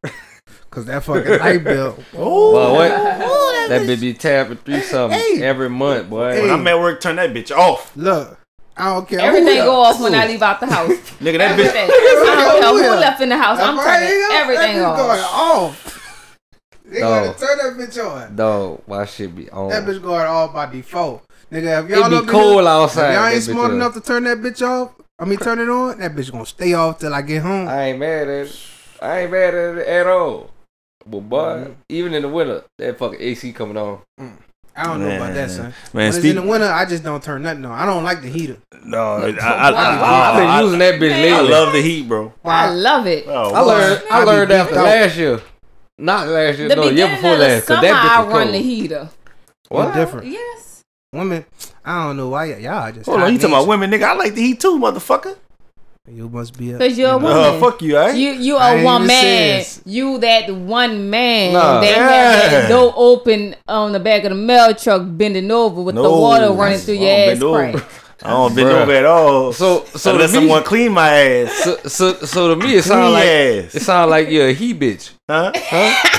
D: Cause that fucking light bill. Oh,
A: But what? That bitch be tapping three something
D: Hey.
A: every month, boy.
B: When I'm at work, turn that bitch off.
D: look, I don't care. who
E: Everything
D: the-
E: go off when I leave out the house.
B: Nigga, that bitch.
E: Everything. I don't care
D: Who
E: who
D: the-
E: left in the house. I'm
D: Everything
E: turning
D: else,
E: everything
D: that
E: off.
D: bitch Going off. They gotta turn that bitch on.
A: Dog, my shit be on.
D: That bitch guard all by default. Nigga, if
A: It
D: y'all
A: be
D: up in
A: cold
D: here-
A: outside,
D: if y'all
A: that
D: ain't
A: bitch
D: smart
A: up.
D: enough to turn that bitch off, I mean turn it on, that bitch gonna stay off till I get home.
A: I ain't mad at it. I ain't mad at it at all. But boy, even in the winter, that fucking AC coming on.
D: I don't know about that, son.
B: Man,
D: when
B: speak-
D: it's in the winter, I just don't turn nothing on. I don't like the heater.
B: No, I, I, I,
A: I've been using that bitch
B: I
A: lately.
B: love the heat, bro. Oh,
E: I love it.
A: I learned. I,
D: I be
A: learned that
D: geeked
A: from
D: out.
A: last year. Not last year.
E: The
A: no, year
E: beginning
A: before
E: of the
A: last. 'cause
E: summer,
A: that bitch
E: I
A: was
E: run
A: cold.
E: the heater.
D: What different?
E: Yes.
D: Women, I don't know why y- y'all just.
B: Hold on, you talking about
D: women?
B: women, nigga? I like the heat too, motherfucker.
D: You must be a.
E: Cause you're a woman.
B: Uh, fuck you, eh?
E: You you
B: I ain't
E: a one
B: even
E: man.
B: says.
E: You that one man
B: Nah.
E: that had
B: Yeah.
E: that door open on the back of the mail truck, bending over with the
B: No. Oh,
E: water running through your
B: I don't
E: ass
B: bend over.
E: crack.
B: I don't bend
A: Bruh.
B: over at all.
A: So, so
B: unless
A: to me-
B: someone clean my ass.
A: So, so, so to me, it sound
B: Clean
A: like
B: ass.
A: it sound like you're a he bitch,
B: huh?
A: Huh?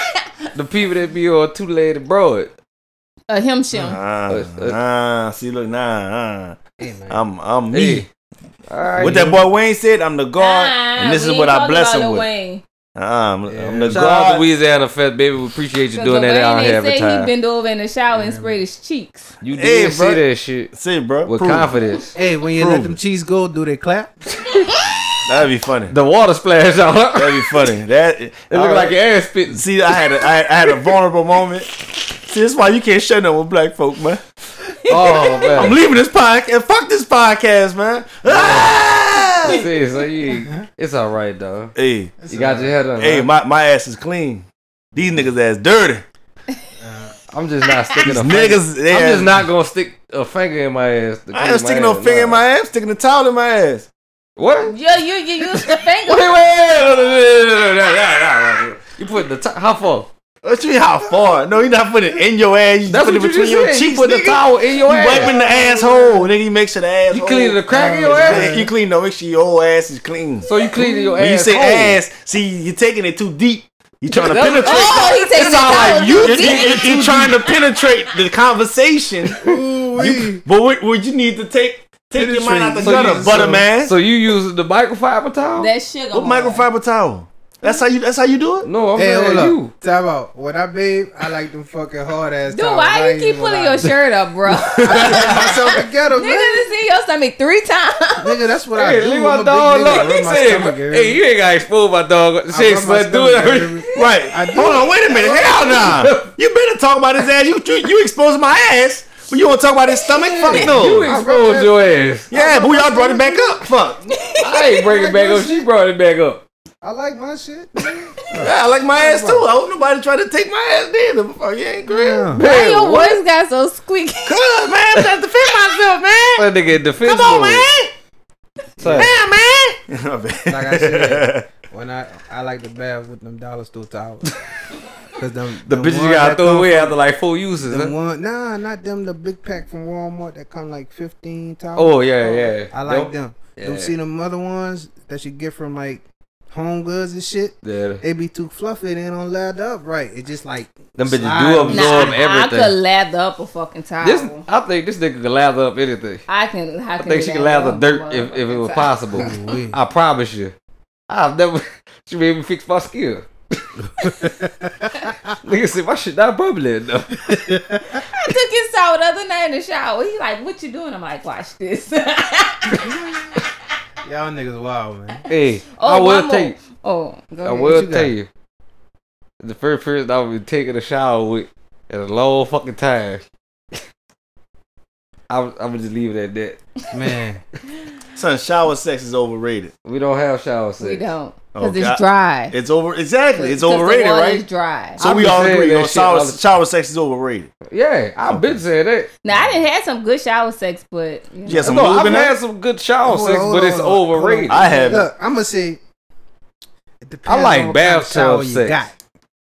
A: the people that be on two legged broad.
E: A him shim.
B: Ah, ah, see, look, nah, ah. I'm, I'm me.
A: Hey. All right,
B: what that boy Wayne said, I'm the guard, and this
E: we
B: is
E: ain't
B: what I
E: talking
B: bless
E: about
B: him
E: Lil
B: with.
E: Wayne.
B: Uh, I'm, I'm the
A: Shout out to
B: guard.
A: Louisiana Fest, baby. We appreciate you
E: Cause
A: doing that
E: Lil
A: out
E: Wayne,
A: here
E: they
A: every
E: say
A: time.
E: he bend over in the shower and sprayed his cheeks.
A: you did
B: Hey,
A: see
B: bruh.
A: that shit
B: See, bro,
A: with
B: prove it.
A: confidence.
D: Hey, when you
B: Prove
D: let them cheese go, do they clap?
B: That'd be funny.
A: The water splash out.
B: That'd be funny. That it
A: look like your ass spitting.
B: See, I had a, I, I had a vulnerable moment. See, that's why you can't shut up with black folk, man.
A: Oh man,
B: I'm leaving this podcast. Fuck this podcast, man. Ah!
A: See, so you, it's all right, dog.
B: Hey,
A: You got your head on.
B: hey,
A: huh?
B: my, my ass is clean. These niggas ass dirty.
A: I'm just not sticking
B: These
A: a
B: niggas,
A: Finger.
B: they
A: I'm
B: ass-
A: just not gonna stick a finger in my ass. to
B: I
A: clean
B: ain't sticking
A: my
B: no
A: ass,
B: finger in
A: nah.
B: my ass. Sticking a towel in my ass.
A: What?
E: Yeah, you you use the finger.
A: Wait, wait, wait, wait, wait, wait, wait, wait. You put the to- how far?
B: What you mean? How far? No, you're not putting it in your ass. You
A: That's
B: put it
A: what you
B: between
A: just
B: your
A: said. You
B: cheeks.
A: put the
B: nigga.
A: towel in your
B: you
A: ass.
B: wiping the asshole, nigga. You make sure the asshole.
A: You clean the crack in your ass?
B: You clean. No, make sure your whole ass is clean.
A: So you cleaning your
B: when
A: ass.
B: you say
A: hole.
B: ass, see, you're taking it too deep. You trying to
A: That's-
B: penetrate.
E: Oh, he taking
B: It's
E: it
B: all
E: down
B: like you.
E: too
B: you- you- you trying to penetrate the conversation. You- but what, what you need to take take your mind out the
A: So
B: gutter,
A: you-
B: butter
A: so-
B: man.
A: So you use the microfiber towel?
E: That sugar.
B: What microfiber towel? That's how you. That's how you do it.
A: no, I'm
D: Hey,
A: saying
D: hold up.
A: you.
D: Time out. When I babe, I like them fucking hard ass.
E: Dude, why you keep pulling your shirt up, bro? Nigga,
D: myself together, man?
E: to see your stomach three times.
D: Nigga, that's what I
A: Hey,
D: do.
A: leave
D: I'm
A: my
D: a big
A: dog
D: nigga. I
A: alone.
D: rub
A: He
D: my
A: said,
D: stomach, you hear
A: "Hey,
D: me?
A: you ain't gotta expose my dog."
D: I
A: Shit,
D: rub my
A: son, do
D: stomach, you hear
A: it.
D: me?
B: Right.
D: I do.
B: Hold on. Wait a minute. Hell nah. You better talk about his ass. You you, you exposing my ass, but you want to talk about his stomach? Fuck
A: You
B: no.
A: exposed your ass.
B: Yeah, but y'all brought it back up. Fuck.
A: I ain't bring it back up. She brought it back up.
D: I like my shit.
B: Yeah, I like my ass too. I hope nobody try to take my ass neither. Fuck, you ain't great.
E: Why
A: Man,
E: your
A: what?
E: voice got so squeaky?
B: Cause man, I'm trying to defend myself, man.
A: That nigga in defense
B: Come on,
A: mode.
B: man.
A: Son,
B: Yeah, man.
D: Like I said, when I I like to bath with them dollar store towels. Cause them
A: the
D: them
A: bitches you
D: ones
A: gotta
D: that
A: throw
D: come
A: away
D: from-
A: after like four uses.
D: them
A: Huh?
D: one, nah, not them. The big pack from Walmart that come like fifteen towels.
A: Oh yeah, yeah.
D: I like
A: Them-
D: them.
A: Yeah.
D: Them see them other ones that you get from like Home Goods and shit.
A: Yeah.
D: They be too fluffy. They don't lather up right. It just like
A: Them bitches
D: slide
A: do
D: on
A: absorb-
D: you.
A: Absorb everything.
E: I could lather up a fucking towel.
A: This, I think this nigga can lather up anything.
E: I can. I,
A: I
E: can
A: think she can
E: lather
A: lather
E: up
A: dirt
E: a
A: if, if it was
E: motherfucking
A: possible.
D: Ooh-wee.
A: I promise you. I've never. She made me fix my skill. Nigga said my shit not bubbling enough.
E: I took his towel the other night in the shower. He like, what you doing? I'm like, watch this.
D: Y'all niggas wild man.
A: Hey,
E: Oh,
A: I will
E: one
A: tell
E: more.
A: you.
E: Oh, go
A: I
E: ahead.
A: will
D: you got?
A: tell you. The first person I was taking a shower with in a long fucking time. I'm, I'm gonna just leave it at that.
D: Man,
B: Son, shower sex is overrated.
A: We don't have shower sex.
E: We don't
A: Oh,
E: because
B: Okay.
E: it's dry.
B: It's over. Exactly. It's
E: 'Cause the
B: overrated,
E: water
B: right?
E: Is dry.
B: So
A: I've
B: we
A: been
B: all
A: saying
B: agree
A: that
B: on
A: shit
B: shower,
A: all the-
B: shower sex is overrated.
A: Yeah, I've been saying that.
E: Now I didn't have some good shower sex, but you know.
B: You had some
A: no, I've
B: lube in
A: had
B: there?
A: some good shower
D: Hold on,
A: sex,
D: hold
A: but
D: on,
A: it's
D: hold on, hold on.
A: overrated.
B: I have.
D: look, I'm gonna say. It depends
A: I like
D: on what kind of
A: bathtub
D: shower you
A: sex.
D: got.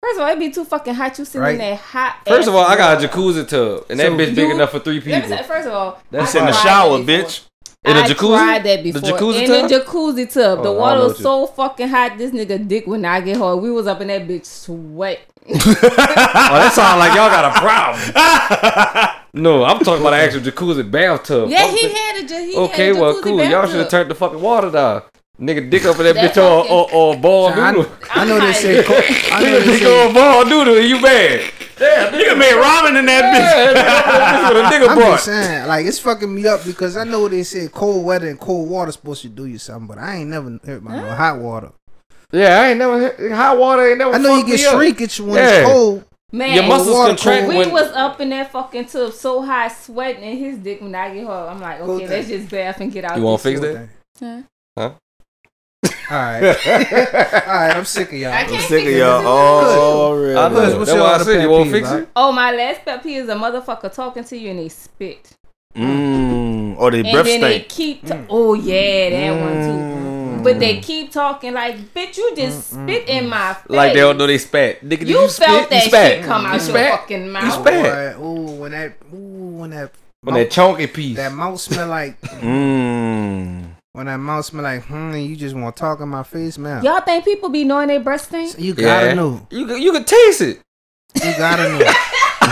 E: first of all, it'd be too fucking hot. You sitting
D: Right.
E: in that hot.
A: First of all, I got a
E: jacuzzi.
A: jacuzzi tub, and
D: So
A: that bitch big
E: you-
A: enough for three
E: Let me
A: people.
E: say, first of all,
A: That's
E: I
B: in the
E: tried
B: shower,
E: that before.
B: bitch.
A: In a
E: I
A: jacuzzi?
E: tried that
A: The
E: before.
A: jacuzzi
E: in
A: tub?
E: the jacuzzi tub.
A: Oh, I
E: the
A: don't
E: water
A: know
E: was
A: what you-
E: so fucking hot. This nigga dick would not get hard. We was up in that bitch sweat.
A: Oh, that sound like y'all got a problem. no, I'm talking about an actual jacuzzi bathtub.
E: Yeah,
A: I'm
E: he
A: saying-
E: had a ju- he had a jacuzzi.
A: Okay, Oh, well, cool. Y'all should have
E: bathtub.
A: turned the fucking water down. Nigga, dick up in that
D: That
A: bitch on, on, on ball
D: I-
A: noodle.
D: I know they say- I know
A: Nigga,
D: they
A: dick
D: say-
A: on ball noodle, and you mad. Damn, nigga made ramen in that bitch. That's what a nigga
D: I'm
A: brought.
D: just saying, like it's fucking me up because I know they said cold weather and cold water supposed to do you something, but I ain't never hurt by no hot water.
A: Yeah, I ain't never hot water ain't never.
D: I know you
A: fucked
D: get
A: me up.
D: shrinkage when
A: Yeah.
D: it's cold.
E: Man,
A: Your muscles
D: Water
A: contract
D: cold.
E: We
A: when-
E: was up in that fucking tub so hot, sweating in his dick when I get home. I'm like, okay,
D: thing.
E: let's just bath and get out.
A: You want
E: this
A: to fix
E: shit.
A: that?
E: Huh?
A: Huh?
D: All right, all right. I'm sick of y'all.
E: I
B: I'm
E: can't
B: sick of
E: fix
B: y'all
E: it.
A: Oh.
B: already.
A: I know. That's why I said you won't fix it.
E: Oh, my last pet peeve is a motherfucker talking to you and they spit.
A: Mm,
B: Mmm. Or they
E: and
B: breath
E: then they
B: stink.
E: keep. ta- oh yeah, that one
A: Mm.
E: too. But they keep talking like, bitch, you just spit in my face.
A: Like they don't know they spat. Nigga, did
E: You
A: you, spit?
E: felt
A: you
E: that
A: spat.
E: shit come
A: You
E: out your
A: spat.
E: fucking
A: You
E: mouth.
A: spat.
D: Boy, Ooh, when that, ooh, when that,
A: On that chunky piece.
D: that mouth smell like,
A: Mm.
B: Mmm.
D: when that mouth smell like, hmm, and you just want to talk in my face, man.
E: Y'all think people be knowing they breath stink?
D: You gotta
A: Yeah.
D: know.
A: You could- you could taste it.
D: You gotta know.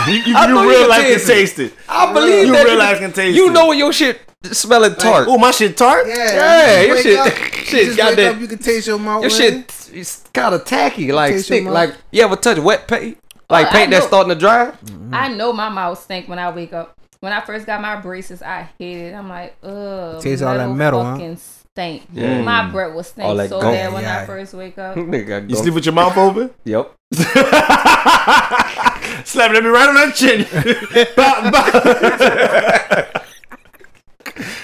B: You, you,
A: I know
B: you
A: you
B: real
A: can
B: life can
A: taste it.
B: taste it.
A: I believe
B: you
A: that
B: real
A: you-
B: life can taste it.
A: You know when your shit smelling tart.
B: Oh, my shit tart.
A: Yeah,
D: you
A: your
D: wake
A: shit,
D: up, you
A: shit,
D: just
A: got
D: wake
A: that.
D: up, you can taste your mouth.
A: your
D: running.
A: shit, it's kind of tacky, like
D: Taste your
A: stick.
D: mouth.
A: Like you ever touch wet paint,
B: Uh,
A: like
E: Oh, I
A: paint that's
E: know.
A: starting to dry.
E: I know my mouth stink when I wake up. When I first got my braces, I hated it. I'm like, ugh.
D: Tastes all that metal, huh?
E: fucking Stink.
B: Mm.
A: Yeah.
E: My breath was stink
A: All that
E: so
A: gunk.
E: bad when
D: Yeah.
E: I first wake up.
A: Nigga,
B: You sleep with your mouth open?
A: Yep.
B: Slapping at me right on that chin. Bop, bop.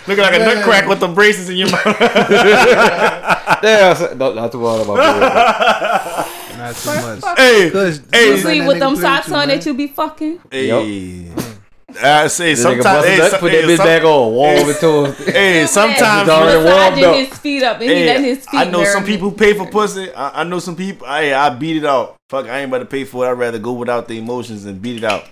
B: Looking like a
D: Man.
B: nutcrack with the braces in your mouth.
A: Yeah, so- no, not too worried about
D: Not too much.
B: hey,
D: Cause
B: hey,
E: You sleep with them socks on that you be fucking.
B: hey. I say
A: that. Nigga
B: sometimes.
A: bust a
B: Hey,
A: nut,
B: so-
A: put
B: hey,
A: that bitch
B: some-
A: back on, warm it to
B: Hey, sometimes.
A: It's already warmed
E: Massaging
A: up.
E: his feet up and he
B: Hey,
E: letting his feet
B: I know
E: nerve
B: some
E: me.
B: people pay for pussy. I, I know some people. I I beat it out. Fuck, I ain't about to pay for it. I'd rather go without the emotions and beat it out.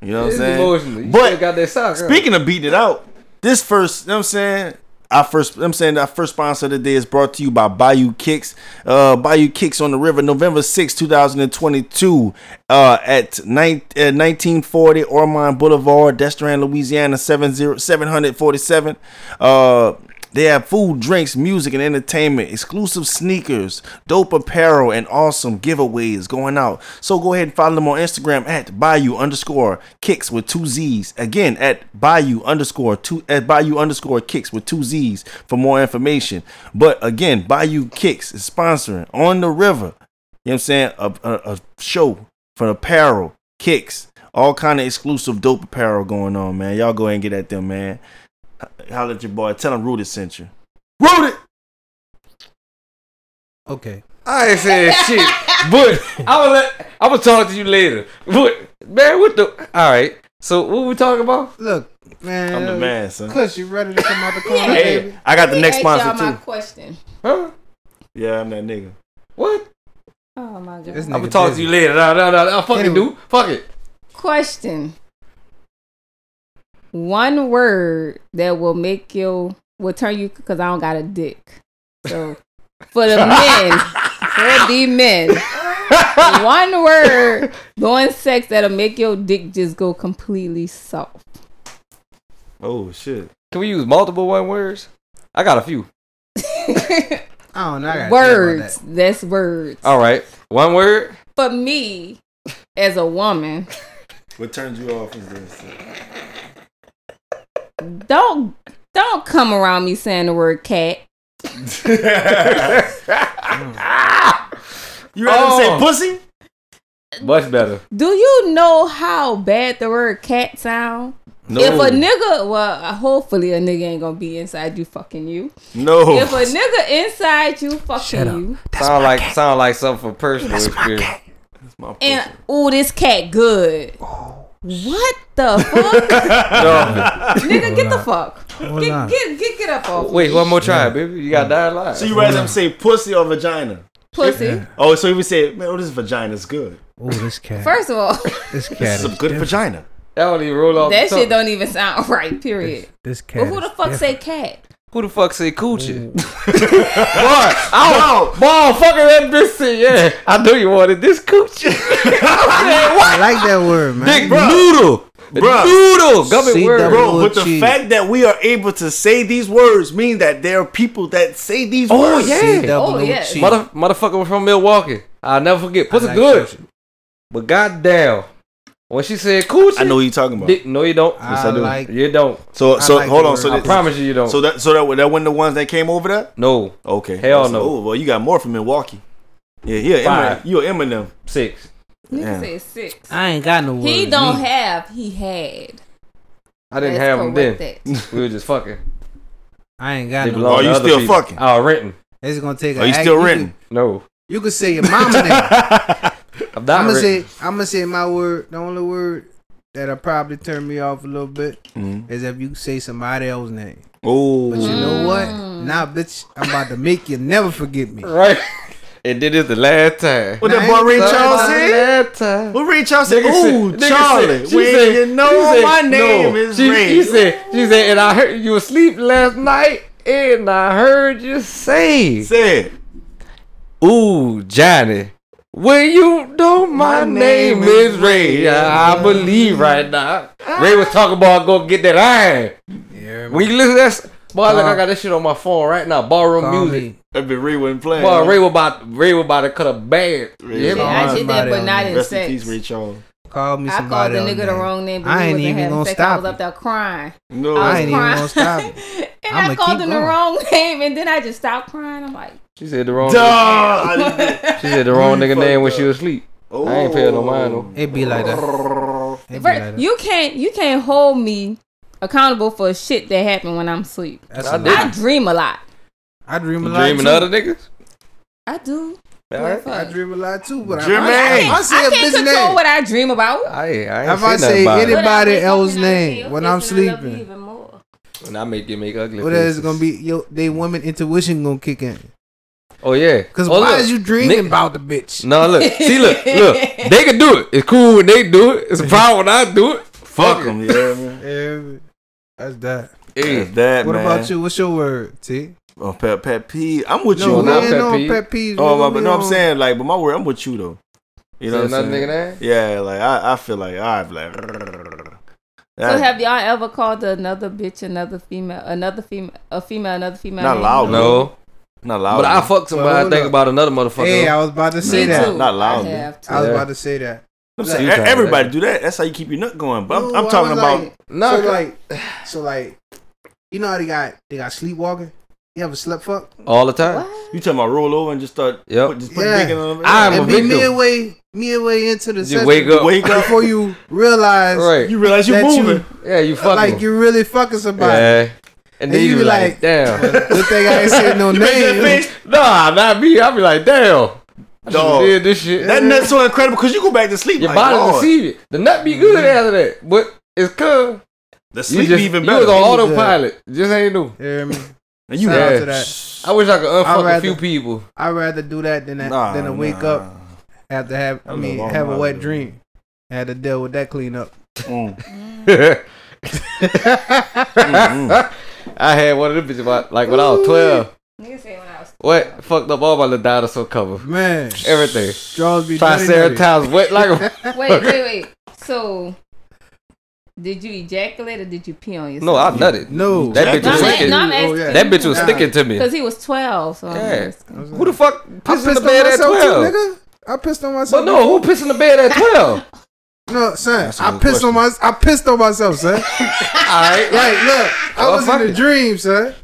B: You know what I'm
A: It's
B: saying?
A: emotional. You
B: But
A: still got that sock. huh?
B: Speaking of beating it out, this first, you know what I'm saying? Our first, I'm saying our first sponsor of the day is brought to you by Bayou Kicks. Uh, Bayou Kicks on the River, November 6, 2022, uh, at nine uh, 1940 Ormond Boulevard, Destran, Louisiana, 70, 747. Uh, they have food, drinks, music, and entertainment, exclusive sneakers, dope apparel, and awesome giveaways going out. So go ahead and follow them on Instagram at Bayou underscore kicks with two Z's. Again, at Bayou underscore two at Bayou underscore kicks with two Z's for more information. But again, Bayou Kicks is sponsoring on the river. You know what I'm saying? A, a, a show for apparel, kicks, all kind of exclusive dope apparel going on, man. Y'all go ahead and get at them, man. Ho- Holler at your boy. Tell him Rooted sent you. Rooted!
D: Okay.
A: I ain't saying shit, but I'm gonna let, I'm gonna talk to you later. But man, what the? All right. So what we talking about?
D: Look, man.
B: I'm the man, son.
D: Cuz you ready to come out the corner,
B: Hey,
D: baby?
B: I got
E: Let
B: the
E: me
B: next
E: ask
B: sponsor
E: y'all my
B: too.
E: question.
A: Huh?
B: Yeah, I'm that nigga.
A: What?
E: Oh my god.
D: This
A: I'm gonna
D: nigga
A: talk to
D: busy.
A: you later. Nah, nah, nah. nah. Fuck it,
D: Anyway.
A: dude. Fuck it.
E: Question. One word that will make you will turn you because I don't got a dick. So for the men, for the men, one word during sex that'll make your dick just go completely soft.
B: Oh shit.
A: Can we use multiple one words? I got a few.
D: I don't know. I gotta
E: words.
D: think
E: That's words.
D: Uh,
A: All right. One word.
E: For me, as a woman,
B: What turns you off is this?
E: don't don't come around me saying the word cat.
B: You rather
A: Oh.
B: say pussy?
A: Much better.
E: Do you know how bad the word cat sound?
B: No.
E: If a nigga, well, hopefully a nigga ain't gonna be inside you fucking you.
B: no.
E: If a nigga inside you fucking you,
A: sound like sound like something for personal experience.
E: and ooh, this cat good. What the fuck,
A: No.
E: nigga? Get the fuck.
D: about that. Hold
E: Get
D: on.
E: get get, get up off
A: Wait, one more try, baby. You gotta die alive.
B: so you rather him say pussy or vagina?
E: pussy.
B: Oh, so he would say, man, oh, this vagina's good.
D: Oh, this cat.
E: First of all,
D: this
B: This
D: cat. Is
B: is a good
D: different.
B: vagina.
A: that don't even roll off.
E: that
A: the
E: shit
A: tongue.
E: don't even sound right. Period.
D: This cat.
E: But who the
D: is
E: fuck say
D: different.
E: cat?
A: Who the fuck say coochie? Boy,
E: Oh.
A: I don't, ball, that bitch said, yeah, I knew you wanted this coochie. I said,
D: I
A: what?
D: like that word, man.
A: Big noodle.
B: Bruh.
A: Doodle, government word.
B: Bro, but the fact that we are able to say these words mean that there are people that say these
A: Oh
B: words.
A: yeah, Mother, motherfucker was from Milwaukee. I'll never forget. Pussy
B: like
A: good, but goddamn, when she said coochie,
B: I know what you're talking about.
A: Dick- no, you don't.
B: Yes, I I do. like-
A: you don't.
B: So, so hold on. So
A: I
B: that-
A: promise you, you don't.
B: So that, so that, that one of the ones that came over there.
A: No.
B: Okay.
A: Hell
B: That's-
A: no.
B: Oh well, you got more from Milwaukee. Yeah, yeah.
A: Five.
B: Eminem. You're Eminem.
A: Six.
E: Nigga said six.
D: I ain't got no words.
E: He don't
D: neither.
E: have. He had.
A: I didn't
E: Let's
A: have them
E: correct
A: then. we were just fucking.
D: I ain't got
A: They
D: no.
A: belong
B: Oh,
A: to
B: you
A: other
B: still
A: people.
B: fucking?
A: I was renting.
D: It's gonna take.
A: Oh,
B: Are
D: a
B: Oh, you
D: act-
B: still
D: could-
B: renting?
A: No,
D: You could say your mama name.
A: I'm not
D: I'm gonna say.
A: renting.
D: I'm gonna say my word. The only word that'll probably turn me off a little bit
A: Mm-hmm.
B: Mhm.
D: is if you say somebody else's name.
B: Oh,
D: But you
E: Mm.
D: know what? Now, bitch, I'm about to make you never forget me.
A: right. And did it the last time.
B: What
D: Nah,
B: that
D: ain't
B: boy Ray
D: nothing
B: Charles
D: about
B: said?
A: Last time.
B: What Ray Charles said?
A: Nigga said-
B: Oh,
A: nigga
B: Charlie,
A: said- she
B: when
A: said-
B: you know
A: she said-
B: my name
A: no.
B: is
A: she,
B: Ray.
A: She said, she said, and I heard you were asleep last night, and I heard you say,
B: said,
A: "Ooh, Johnny, when you know my, name, is Ray, I, I believe right now." Ray was talking about go get that iron. when you listen to that, s- boy, look, I got that shit on my phone right now. Ballroom
D: Call
A: music.
D: me.
B: That been Ray wasn't playing.
A: Boy, Ray was about Ray was about to cut a band.
B: Ray
A: Yeah,
B: was
E: I
B: lying.
E: did that, but not in
B: Rest
E: sex.
B: in peace, Ray Charles.
D: Call me
E: I called
D: somebody
E: the
D: else's
E: nigga the
D: name.
E: wrong name. But
D: I
E: he
D: ain't
E: wasn't
D: even
E: having
D: gonna
E: sex. I
D: stop
E: was up
D: it.
E: there crying.
B: No,
E: I was
D: I ain't even
E: crying.
D: gonna stop it.
E: And
D: I'ma
E: i called
D: keep
E: him the
D: going.
E: wrong name, and then I just stopped crying. I'm like,
A: she said the wrong.
B: Duh, I didn't-
A: She said the wrong
B: You
A: nigga name
B: fucked
A: when
B: up.
A: she was asleep. I ain't paying no mind though.
D: It be like that. It be
E: Bert,
D: like that.
E: you can't, you can't hold me accountable for shit that happened when I'm asleep.
D: That's
A: I
D: a
A: did.
D: lie.
E: I dream a lot.
D: I dream a
A: You
D: lot.
A: dreaming
D: too.
A: other niggas?
E: I do.
A: All
E: Boy,
A: right.
E: fuck.
D: I dream a lot too, but I, I,
B: Jermaine.
D: I,
E: I
D: say a
E: can't
D: bitch
E: control
D: name.
E: what I dream about.
A: I ain't, I ain't
D: If I
A: say nothing
D: say
A: about it.
D: anything- Everybody
E: But I
D: else's
E: wake up and I
D: name
E: feel
D: when I'm
E: this and I love you
D: sleeping.
E: even more.
A: When I make you make ugly
D: What
A: faces.
D: else is gonna be? Yo, they women intuition gonna kick in.
A: Oh yeah.
D: Cause
A: oh,
D: why
A: look,
D: is you dreaming
A: nigga-
D: about the bitch?
A: No, look. See, look, look. They can do it. It's cool when they do it. It's a problem when I do it.
B: Fuck him, yeah,
A: Mm.
B: man.
D: Yeah, that's that.
A: Hey,
B: That's that,
D: What
B: man.
D: about you? What's your word, T?
B: Oh, pet, pet peeve. I'm with
D: No,
B: you.
D: we
A: not
D: ain't
A: pet
D: on
A: peeve.
D: pet peeves.
B: Oh, my,
D: nigga. We
B: but no, I'm
D: on-
B: saying like, but my word, I'm with you though. You know
A: Say
B: what I'm
A: another nigga
B: saying? Yeah, like I, I feel like I like.
E: So
B: that-
E: have y'all ever called another bitch another female, another female, a female, another female?
B: Not
E: name?
B: loud,
A: No.
B: not loud.
A: But I fuck somebody,
D: Well,
A: I think
D: look.
A: about another motherfucker.
D: Hey, I was about to
E: Me
D: say
E: too.
D: that.
B: Not loud,
E: I
B: man.
E: have to.
D: I was
A: Yeah.
D: about to say that.
B: I'm
D: Like-
B: saying, e-
A: You talking
B: everybody
A: about-
B: do that. That's how you keep your nut going. But I'm,
D: No,
B: I'm
D: I
B: talking
D: was
B: about
D: like-
A: Nah,
D: so
A: c-
D: like, so like, you know how they got they got sleepwalking. You ever slept fuck?
A: all the time.
B: you talking about roll over and just start.
A: Yep.
B: Put, just put
D: Yeah.
B: dick in on
A: I'm
D: and
A: a
D: be
A: victim.
D: midway midway into the
A: You
D: session
A: wake up.
B: Wake up.
D: before you realize
A: Right.
B: You realize you're
D: That you-
B: moving.
A: yeah, you fuck
D: like
A: them.
D: you're really fucking somebody.
A: Yeah. And then
D: you
A: you
D: be
A: be
D: like-
A: like, damn.
D: Good thing I ain't said no
B: You make that
D: name.
B: face.
A: nah, not me. I be like, damn. I
B: Dog.
A: Dog. did this shit.
B: That nut's so incredible because you go back to sleep.
A: Your
B: like,
A: body
B: Lord,
A: receive it. The nut be good after that, but it's cuz
B: The
A: you
B: sleep
A: just
B: even
A: You
B: better.
A: was on autopilot. Just ain't new.
D: You hear me?
B: and you
D: Shout out to
B: Yeah.
D: that.
A: I wish I could
D: I'd
A: unfuck
D: rather-
A: a few people.
D: I'd rather do that than that,
B: Nah,
D: than to wake
B: nah.
D: up after have I
B: I'm
D: mean
B: the wrong
D: have a
B: mind,
D: wet
B: though.
D: dream. I had to deal with that cleanup.
B: Mm.
A: I had one of them bitches about, like when I was twelve.
E: Nigga said when I was.
A: What fucked up all my little dinosaur cover.
D: Man,
A: Everything.
D: straws be dirty, dirty.
A: Triceratops wet like a
E: Wait, wait, wait. So, did you ejaculate or did you pee on yourself?
A: No, I nutted.
D: No,
A: That bitch
E: No,
A: was
E: I'm
A: sticking.
E: asking- no, I'm asking.
D: Oh, yeah.
A: That bitch was
D: Nah.
A: sticking to me.
E: Because he was 12, so I'm
A: Yeah.
E: asking.
A: Who the fuck
D: I
A: pissed in the
D: pissed on
A: bed at
D: myself
A: twelve?
D: too, nigga. I pissed on myself.
A: But no, who pissed in the bed at twelve?
D: no, son.
B: That's a
D: I
B: good
D: pissed on my. I pissed on myself, son.
A: Alright,
D: Like, look, I
A: Well,
D: was
A: fuck
D: in a
A: it.
D: dream, son.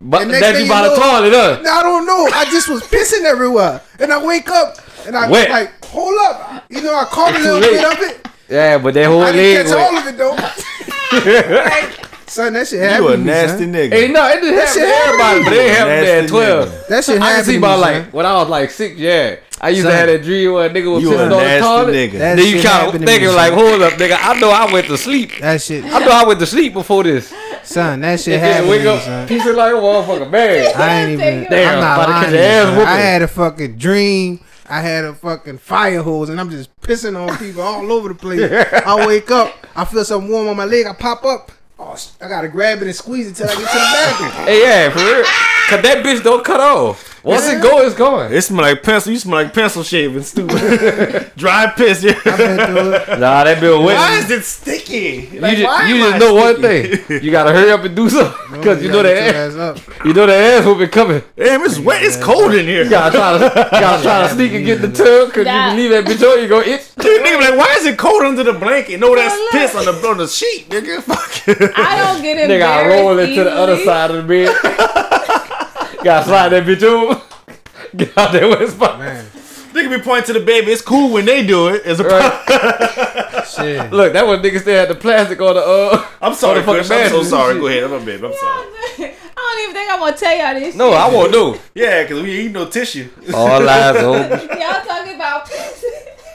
A: But
D: And next
A: that
D: thing
A: you
D: you
A: by the
D: know-
A: toilet, huh?
D: I don't know. I just was pissing everywhere, and I wake up and I
A: Wet.
D: like, hold up. You know, I caught a
A: It's
D: little
A: too
D: bit
A: late.
D: of it.
A: Yeah, but that whole
D: I
A: leg
D: didn't
A: went.
D: catch all of it though. son, that shit happened.
B: You a
D: to me,
B: nasty
D: son.
B: nigga.
A: Hey, no, it didn't
D: That
A: happen
D: shit
A: to everybody,
D: happened.
A: but it happened
B: Nasty
A: at twelve.
B: nigga.
D: That shit
A: I can
D: happened.
A: see
D: to
A: about
D: me,
A: like
D: son.
A: when I was like six, yeah. I used
D: Son.
A: to have that dream where a nigga was
B: You a
A: sitting on the
B: nasty
A: toilet.
B: nigga.
D: That
A: Then you
D: shit
A: kind
D: happened
A: of
D: to
A: thinking
D: me,
A: like,
D: son.
A: hold up, nigga. I know I went to sleep.
D: That shit,
A: I know I went to sleep before this.
D: son. That shit
A: And then
D: happened.
A: wake
D: to me,
A: up,
D: son.
A: pissing like a motherfucker, man.
D: I ain't even.
A: Damn,
D: I'm not
A: about to
D: lying.
A: catch
D: to you,
A: your ass
D: son.
A: whooping.
D: I had a fucking dream. I had a fucking fire hose, and I'm just pissing on people all over the place. I wake up. I feel something warm on my leg. I pop up. Oh, sh- I gotta grab it and squeeze it till I get to the bathroom.
A: Hey, yeah, for real. Cause that bitch don't cut off. Once it go, it's going.
B: It smell like pencil. You smell like pencil shavings too. Dry piss. Yeah.
A: Nah, that been wet.
B: Why is it sticky?
A: You just, you just know one thing. You gotta hurry up and do something because you know
B: gotta
A: that
B: get your
A: ass. You know that ass will be coming.
B: Damn, it's wet. It's cold in here.
A: You gotta try to, you gotta try to sneak and get in the tub because you
B: Nah.
A: can leave that bitch on. You go itch.
B: Nigga, be like, why is it cold under the blanket? No, that's piss on the on the sheet, nigga.
E: I don't get
A: Nigga, I
E: embarrassed
A: roll it to the other
E: easily.
A: side of the bed. gotta slide that bitch over. Get out there with his spot.
B: Nigga be pointing to the baby. It's cool when they do it. It's a
A: Look, that one nigga still had the plastic on the uh.
B: I'm sorry,
A: on the fucking
B: Chris. I'm so
A: mattress and
B: sorry.
A: shit.
B: Go ahead. I'm a baby. I'm sorry.
E: I don't even think I want to tell y'all this.
A: No,
E: shit.
A: Oh, I won't do.
B: Yeah, because we ain't no tissue.
A: All lies open.
E: Y'all talking about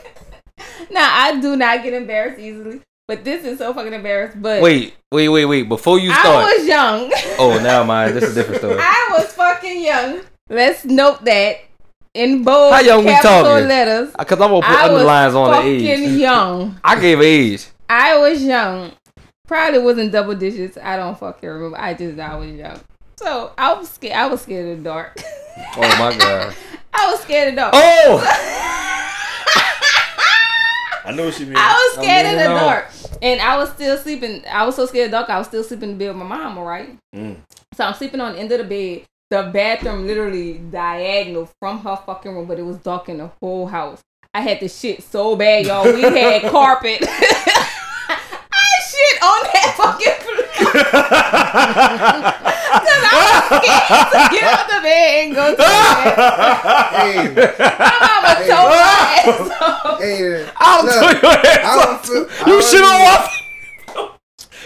E: Nah, I do not get embarrassed easily. But this is so fucking embarrassed. But
A: Wait, wait, wait, wait. Before you start.
E: I was young.
A: Oh, now mind. This is a different story.
E: I was fucking young. Let's note that in bold
A: How young we
E: capital
A: talking?
E: letters.
A: Because I'm gonna put
E: I was
A: underlines on the
E: fucking
A: age.
E: young.
A: I gave age.
E: I was young. Probably wasn't double digits. I don't fucking remember. I just I was young. So I was scared. I was scared of the dark.
A: Oh my god.
E: I was scared of the dark.
A: Oh.
B: I know what she means.
E: I was scared
B: in
E: in the dark, and I was still sleeping. I was so scared of dark. I was still sleeping in the bed with my mom. All right, so I'm sleeping on the end of the bed. The bathroom literally diagonal from her fucking room, but it was dark in the whole house. I had to shit so bad, y'all. We had carpet. I shit on that fucking floor. 'Cause I was scared to get out the bed and go to the bathroom. My mama told my ass off.
A: I'll
D: Look,
A: your ass
D: I don't
A: off.
D: feel- I
A: You
D: don't
A: shit on
D: even-
A: my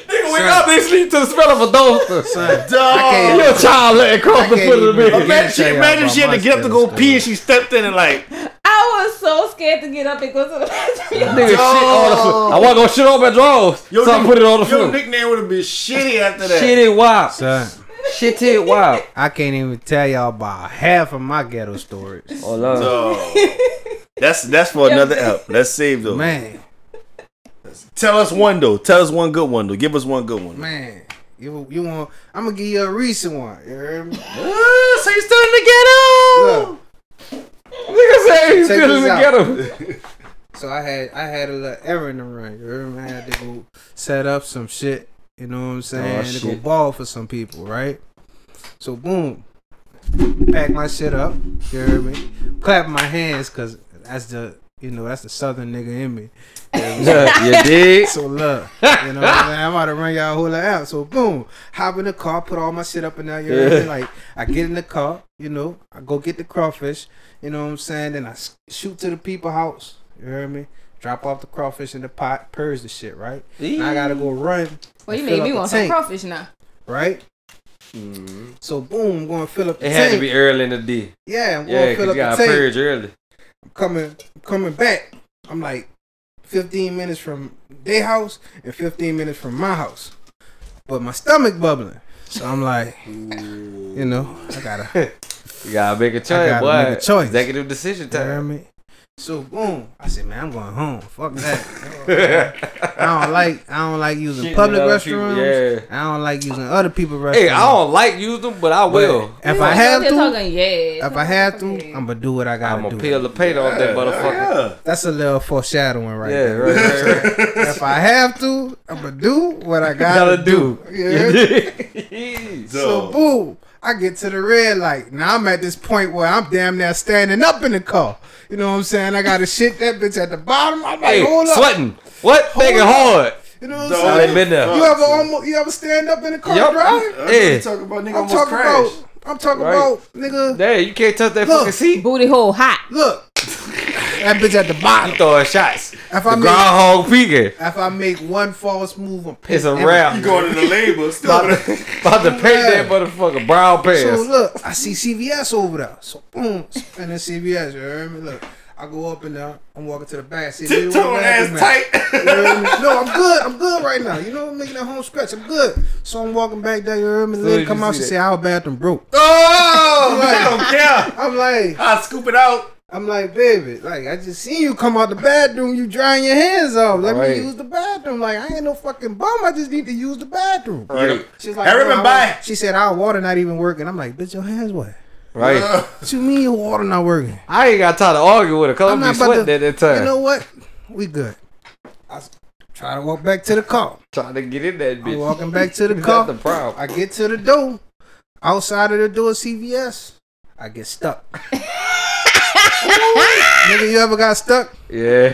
A: Nigga, wake up. They sleep to the smell of a dumpster.
B: can't-
A: You're a child letting cross
B: I
A: the
B: can't
A: foot of the
B: even
A: bed.
B: begin to tell y'all Imagine she had to get up to go pee and she stepped in and like.
E: I was so scared to get up and go to the bathroom.
A: Nigga, shit on the floor. I want to go shit on my drawers. so I
B: nick-
A: put it on the
B: your
A: floor.
B: nickname would have been shitty after that.
A: Shit it wop.
D: Son.
A: Shit it wop.
D: I can't even tell y'all about half of my ghetto stories.
A: Oh, Lord.
B: That's that's for another app. Let's save those.
D: Man.
B: Tell us one though. Tell us one good one though. Give us one good one.
D: Man, you you want? I'm gonna give you a recent one. You heard me?
B: so you still in the ghetto?
D: Look,
A: Nigga said he's
D: Check
A: still in
D: this
A: the ghetto.
D: out. so I had I had a little errand to run. You heard me? I had to go set up some shit. You know what I'm saying? I had to go
A: shit.
D: ball for some people, right? So boom, pack my shit up. You heard me? Clap my hands, cause that's the you know that's the southern nigga in me.
A: Yeah, you dig?
D: So look, you know what I'm saying? I'm about to run y'all whole lot out. So boom, hop in the car, put all my shit up in there. You know what I mean?
A: Yeah.
D: Like I get in the car, you know, I go get the crawfish. You know what I'm saying? Then I s- shoot to the people house. You hear me? Drop off the crawfish in the pot, purge the shit, right? Now I gotta go run.
E: Well, you
D: and fill
E: made me
D: up the
E: want some
D: tank,
E: crawfish now.
D: right? So boom, I'm going to fill up the
A: Mm-hmm. It had to
D: tank.
A: be early in the day.
D: Yeah, I'm gonna
A: yeah,
D: fill
A: 'cause you
D: up the
A: gotta
D: tank.
A: purge early.
D: I'm coming, I'm coming back. I'm like 15 minutes from their house and 15 minutes from my house, but my stomach bubbling. So I'm like, you know, I gotta.
A: You gotta make a choice,
D: gotta
A: boy.
D: make a choice.
A: Executive decision
D: You hear
A: time.
D: me? So boom, I said, man, I'm going home. Fuck that. I don't like, I don't like using
A: Shitting
D: public
A: in other people,
D: restaurants.
A: yeah.
D: I don't like using other people's restaurants.
A: Hey, I don't like use them, but I will.
D: Mm. But if I have
E: They're
D: to,
E: talking, yeah.
D: if I have to, I'm gonna do what I gotta
A: I'ma
D: do.
A: peel the paint off that motherfucker.
D: That's a little foreshadowing right
A: Yeah,
D: there.
A: right, right, right.
D: if I have to, I'm gonna do what I gotta,
A: Gotta
D: do.
A: do.
D: Yeah. so, boom, I get to the red light. Now I'm at this point where I'm damn near standing up in the car. You know what I'm saying? I gotta shit that bitch at the bottom. I'm like,
A: Hey,
D: hold up.
A: sweating. What?
D: Hold
A: Thinking
D: up.
A: hard.
D: You know what I'm
A: Dog,
D: saying?
A: I been there.
D: You ever almost, you ever stand up in the car
A: Yup.
D: drive?
A: Yeah. You talking
B: about nigga
D: I'm talking about. I'm talking
A: Right.
D: about nigga.
A: Hey, you can't touch that fucking seat.
E: Booty hole hot.
D: Look, that bitch at the bottom.
A: You throwing shots.
D: If
A: the
D: I make-
A: groundhog peeking.
D: If I make one false move, I'm
A: It's a
D: pissed.
A: wrap.
D: You
B: going to the label. Still
A: about, to, about to paint that motherfucker brown
D: So
A: pants.
D: look, I see CVS over there. So boom, spinning CVS. You heard me? Look, I go up and down. I'm walking to the back. See, they
B: Tiptoeing
D: want
B: ass
D: bathroom at. You heard me? No, I'm good. I'm good right now. You know, I'm making that home stretch. I'm good. So I'm walking back there. You heard me?
B: did
D: Lady
B: you
D: come out.
B: see
D: She
B: that?
D: say our bathroom broke.
B: Oh,
D: Right.
B: I don't care.
D: I'm like,
B: I scoop it out.
D: I'm like, baby, like I just seen you come out the bathroom. You drying your hands off. Let
B: Right.
D: me use the bathroom. Like I ain't no fucking bum. I just need to use the bathroom.
B: Right.
D: She's like,
B: Hurry up
D: "No,
B: and
D: our-
B: buy."
D: She said, our water not even working. I'm like, bitch, your hands wet.
A: Right.
D: What you mean your water not working?
A: I ain't got time to argue with her because I'm, be sweating
D: to,
A: at that time.
D: You know what? We good. I s- try to walk back to the car.
A: Trying to get in that bitch.
D: I'm walking back to the
A: That's
D: car.
A: the problem.
D: I get to the door. Outside of the door, CVS. I get stuck. Nigga, you ever got stuck?
A: Yeah.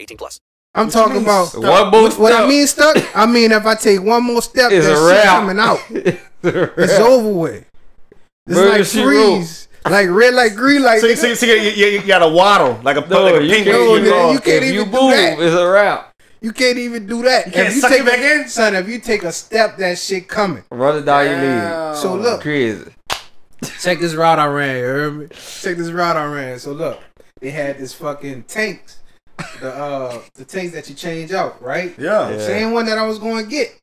F: 18 plus. What
D: I'm
F: you
D: talking
F: mean
D: about
F: stuck? One more
D: What I
F: step.
D: mean stuck? I mean if I take one more step,
A: It's
D: that
A: a
D: shit
A: wrap.
D: coming out.
A: it's
D: It's over with. It's
B: Murder,
D: like
B: she wrote.
D: freeze, like red, like green, like
B: So, you- so, you- so you, you, you gotta waddle like a, like a
A: you
B: penguin.
A: can't-
B: You
A: no,
B: know,
D: you can't
B: if
D: even
B: you
D: do
B: move,
D: that.
A: It's a wrap.
D: You can't even do that.
B: You can't
D: if you
B: suck
D: take
B: it back in?
D: son. If you take a step, that shit coming.
A: Run it down your leg.
D: So look.
A: Crazy.
D: Check this route I ran. You heard me? Check this route I ran. So look, they had this fucking tanks, the uh, the tanks that you change out, right?
B: Yeah. Yeah.
D: Same one that I was going to get,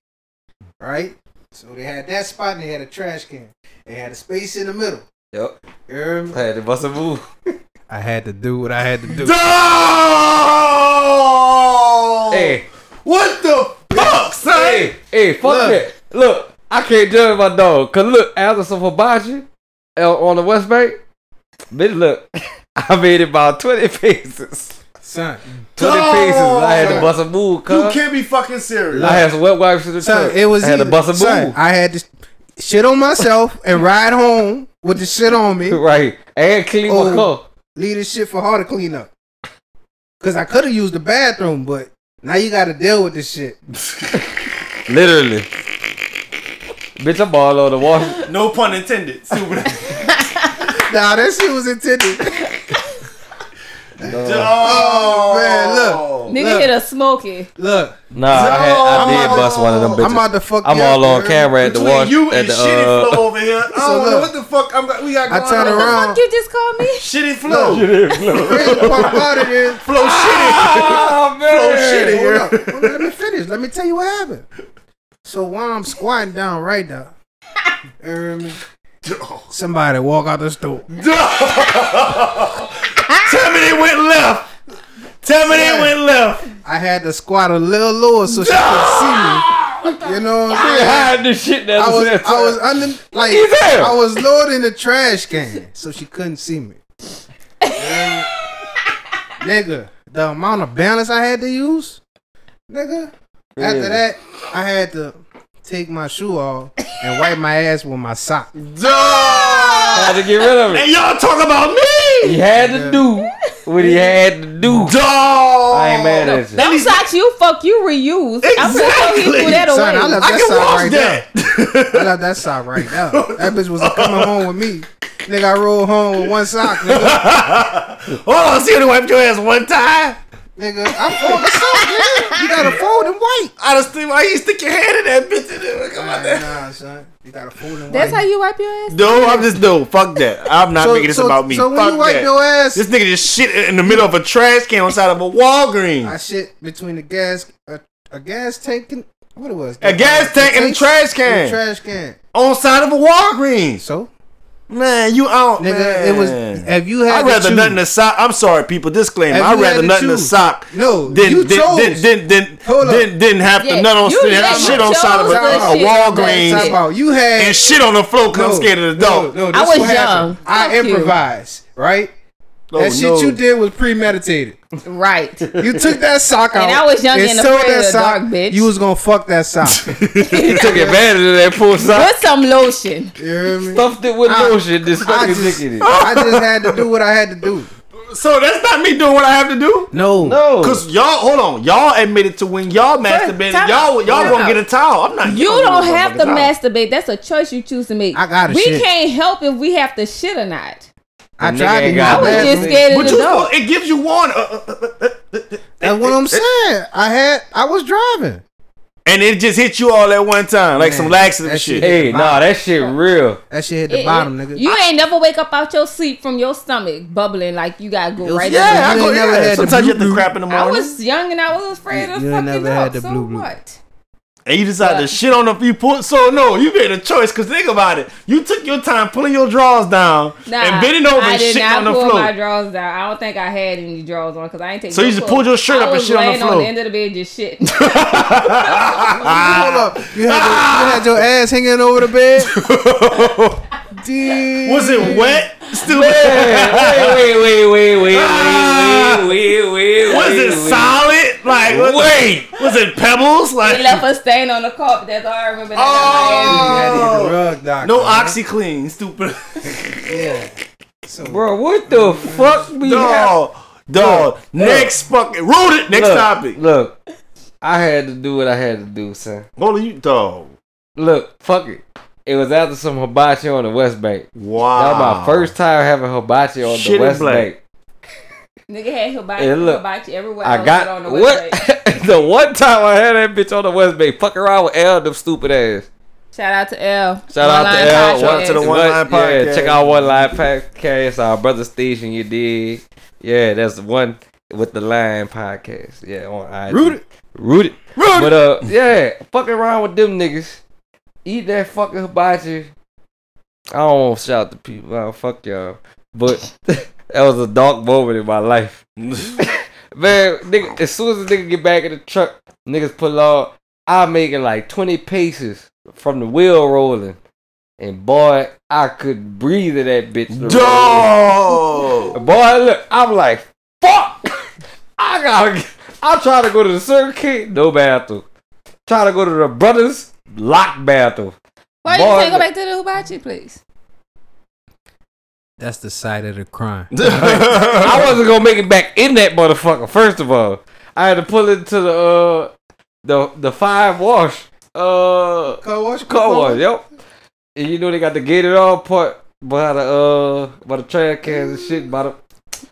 D: right? So they had that spot and they had a trash can. They had a space in the middle.
A: Yep.
D: You heard me?
A: I had to bust a move.
D: I had to do what I had to do. Oh!
B: Dog!
A: Hey,
B: What the fuck, son?
A: hey, hey, fuck
B: Look.
A: that. Look, I can't judge my dog. Cause look, after some hibachi uh, on the West Bank, bitch, look, I made about 20 paces.
D: Son,
A: 20 paces. I had to bust a move,
B: You
A: cuz.
B: can't be fucking serious.
A: I had some wet wipes in the
D: son,
A: truck.
D: it was
A: I had to
D: either-
A: bust a move.
D: son, I had to shit on myself and ride home with the shit on me.
A: Right. And clean my car.
D: Leave this shit for her to clean up. Cause I could have used the bathroom, but now you gotta deal with this shit.
A: Literally. Bitch, I'm all on the wash.
B: No pun intended. Stupid.
D: nah, that shit was intended.
B: Oh,
D: man, look.
E: Nigga
D: look,
E: hit a smoky.
D: Look.
A: Nah, I, had, I did bust one of them bitches.
D: I'm about to fuck
A: I'm
D: you
A: all
D: up,
A: on
D: girl.
A: camera at the
B: Between
A: wash.
B: you
A: at
B: and
A: the,
B: shitty
A: uh,
B: flow over here. I
D: So
B: don't know
D: look.
B: what the fuck I'm got, we got
D: I
B: going
D: turn
B: on.
D: around.
E: Fuck you just called me.
B: Shitty flow.
D: Crazy part about it is,
B: Flow shitty.
A: Oh,
B: Flow
A: man.
B: shitty.
D: hold
B: yeah.
D: up, hold up, let me finish. Let me tell you what happened. So while I'm squatting down right now, you hear me? somebody walk out the store.
B: Tell me they went left. Tell me they went left.
D: I had to squat a little lower so she could see me. You know what I'm
A: They
D: saying?
A: hiding this shit that
D: I was
A: that
D: I was under like
A: He's there.
D: I was lowered in the trash can, so she couldn't see me. And, nigga, the amount of balance I had to use, nigga. After
A: Yeah.
D: that, I had to take my shoe off and wipe my ass with my sock.
A: had to get rid of it.
B: And y'all talk about me.
A: He had to do what he had to do.
B: Dog.
A: I ain't mad at you.
E: Them socks you fuck you reuse. I'm pretty sure he
B: Exactly.
E: threw that away.
D: Son, I left
B: I
D: that
B: can
D: sock
B: watch
D: right
B: that.
D: there. I left that sock right there. That bitch was coming home with me. Nigga, I rolled home with one sock. Nigga,
B: Hold on, see you wiped your ass one time.
D: nigga I fold the sock. Nigga. You gotta fold and wipe.
B: I just think why you stick your hand in that bitch and then come out
D: Nah,
B: there.
D: nah, son. You gotta fold and wipe.
E: That's how you wipe your ass.
B: No, I'm just no. Fuck that. I'm not
D: So-
B: making this
D: so-
B: about me.
D: so when
B: fuck
D: you wipe
B: that.
D: your ass-
B: this nigga just shit in the middle of a trash can outside of a
D: I
B: Walgreens,
D: shit between the gas a, a gas tank and what it was
B: A gas tank and a trash can.
D: The trash can.
B: on side of a Walgreens.
D: So
B: Man, you out,
D: nigga,
B: man.
D: it was if you had
B: I'd rather
D: to
B: nothing a sock. I'm sorry, people. Disclaimer.
D: If
B: I'd
D: you had
B: rather
D: to
B: nothing a
D: choose-
B: sock.
D: No,
B: than
D: you
B: than-
D: chose.
B: than than
D: Hold up.
B: than than, than have
E: Yeah,
B: to nut on
E: you
B: shit,
E: let
B: shit
E: me
B: on side of a,
E: chose the
B: a
E: shit.
D: choose. Talk
B: Walgreens
E: That's-
D: about you had
B: and shit on the floor. Cause
D: no,
B: I'm scared of the
D: no,
B: dog.
D: No,
E: I
D: this
E: was
D: what
E: young.
D: happened. I
E: Fuck you.
D: improvised, right?
B: Oh,
D: that shit
B: no.
D: you did was premeditated.
E: Right.
D: You took that sock out.
E: And I was young
D: and
E: and
D: sold
E: afraid of the
D: sock.
E: dark, bitch.
D: You was gonna fuck that sock.
A: He took advantage of that poor sock.
E: Put some lotion.
D: you hear me?
A: Stuffed it with
D: I-
A: lotion. Just stuck
D: I
A: his
D: just,
A: dick in it.
D: I just had to do what I had to do.
B: So that's not me doing what I have to do.
D: No,
A: No.
B: Cause y'all, hold on, y'all admitted to when y'all masturbated,
E: time
B: y'all
E: out,
B: y'all
E: time
B: gonna
E: out.
B: get a towel. I'm not.
E: You
B: gonna
E: don't
B: get a
E: have to
B: motherfucking towel.
E: masturbate. That's a choice you choose to make.
D: I gotta
E: We
D: shit.
E: can't help if we have to shit or not.
D: I
A: Nigga
D: tried to.
A: ain't
D: use
A: got
D: the
E: I was
A: nothing.
E: just
D: bathroom.
E: scared of
B: But
E: the
B: you,
E: dog.
B: it gives you one. Uh, uh, uh, uh, uh,
D: That's what I'm saying. I had I was driving.
B: and it just hit you all at one time, like
D: Man,
B: some laxative
D: that
B: shit.
D: shit Hey, hit the nah, bottom.
B: that shit real.
D: That shit hit the
E: It-
D: bottom,
E: it-
D: nigga.
E: You ain't never wake up out your sleep from your stomach bubbling like you gotta go right.
B: yeah,
E: up.
B: I
D: You
B: go,
D: ain't never
B: yeah.
D: had the
B: Sometimes you have to
D: blue-blue.
B: crap in the
E: I
B: morning,
E: was young and I was afraid of
D: You
E: fucking
D: ain't never
E: up.
D: had the
E: so
D: blue blue.
E: what?
B: and you decide to shit on the you pull. So no, you made a choice. Cause think about it, you took your time pulling your drawers down
E: Nah,
B: and bending over
E: I
B: and
E: did
B: shitting
E: not
B: on the
E: pull
B: floor.
E: my drawers down. I don't think I had any drawers on because I ain't taking.
B: So you
E: no
B: just
E: pull.
B: pulled your shirt
E: I
B: up and
E: was
B: shit on the
E: laying
B: floor.
E: the end of the bed, just shit.
D: Hold up. Ah! You had, your, you had your ass hanging over the bed. Dude.
B: Was it wet? Still
A: wait, wait, wait, wait, wait, wait, wait, wait,
B: Was Ah. it
A: wait.
B: solid? Like was-
A: Wait.
B: was it pebbles? Like
E: They left a stain on the carpet. That's all I remember. That
B: Oh.
E: I got my ass beat.
D: Rug doctor.
B: no OxyClean, stupid.
D: Yeah.
A: Bro, what the fuck we have?
B: dog, dog. Next fucking root it. Next
A: look,
B: topic.
A: Look, I had to do what I had to do, son.
B: What are you, dog?
A: Look, fuck it. It was after some hibachi on the West Bank.
B: Wow.
A: That was my first time having hibachi on
B: Ah. Shit
A: the
B: and
A: West
B: black.
A: Bank.
E: Nigga had hibachi,
A: And look,
E: hibachi everywhere.
A: I
E: else but on
A: got
E: the
A: what
E: website.
A: the one time I had that bitch on the West Bank. Fuck around with L them stupid ass.
E: Shout out to L.
A: Shout out to L.
B: Shout out to the
A: What-
B: One Line
A: Yeah,
B: Podcast.
A: check out One Line Podcast. Our brother station, you did. Yeah, that's the one with the line podcast. Yeah, on IG.
B: Rooted.
A: Rooted.
B: Rooted.
A: But uh, yeah, fucking around with them niggas. Eat that fucking hibachi. I don't want to shout to people. out. fuck y'all. But that was a dark moment in my life. Man, nigga, as soon as the nigga get back in the truck, niggas pull off. I'm making like 20 paces from the wheel rolling. And boy, I could breathe in that bitch.
B: Dog.
A: Boy, look, I'm like, fuck! I gotta get- I try to go to the Circle K, no bathroom. Try to go to the Brothers, locked bathroom.
E: Why you can't
A: Boy,
E: go back to the hibachi place?
D: That's the side of the crime.
A: I wasn't gonna make it back in that motherfucker. First of all, I had to pull into the uh the the five wash uh
D: Car wash.
A: car wash. Yep. And you know they got the gated off part by the uh by the trash cans and shit. By the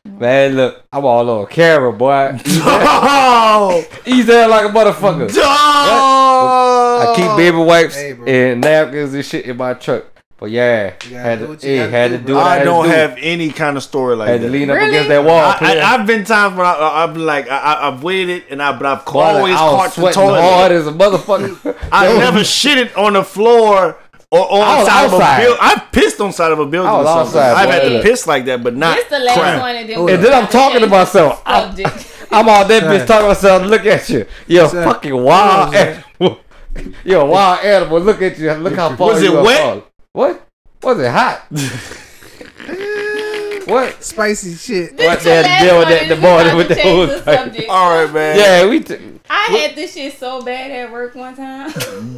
A: man, look, I'm all on camera, boy.
B: Dog.
A: He's there like a motherfucker. I
B: Dog.
A: keep baby wipes
D: Uh, Hey, bro.
A: and napkins and shit in my truck. But yeah, had
D: do
A: to,
D: what you
A: yeah,
D: gotta
A: had
D: do,
A: to
D: bro.
A: do. What I,
B: I
A: had
B: don't
A: to do.
B: have any kind of story like
A: Had to
B: that.
A: lean up
E: Really?
A: against that wall.
B: I,
A: play-
B: I, I've been times when I, I, I've been like I, I, I've waited and I but I've
A: Boy,
B: always
A: I was
B: caught the
A: sweating
B: toilet.
A: hard as a motherfucker.
B: I never shitted on the floor or on
A: I
B: the
A: was
B: side
A: outside.
B: of a building. I've pissed on side of a building.
A: I was
B: or something.
A: outside,
B: I've had
A: boy.
B: to piss like that, but not
E: This the last
B: crap.
E: one, and then,
A: And then I'm talking to myself. I'm,
E: Subject.
A: I'm all that bitch
D: Son.
A: talking to myself. Look at you. You're a
D: Son.
A: fucking wild
D: Son.
A: animal. You're a wild animal. Look at you. Look how far
B: Was it
A: you are
B: wet?
A: falling. What? Was it hot? what?
D: Spicy shit.
A: What they had to deal with that in the morning with the whole thing.
B: All right, man.
A: Yeah, we. T-
E: I had this shit so bad at work one time.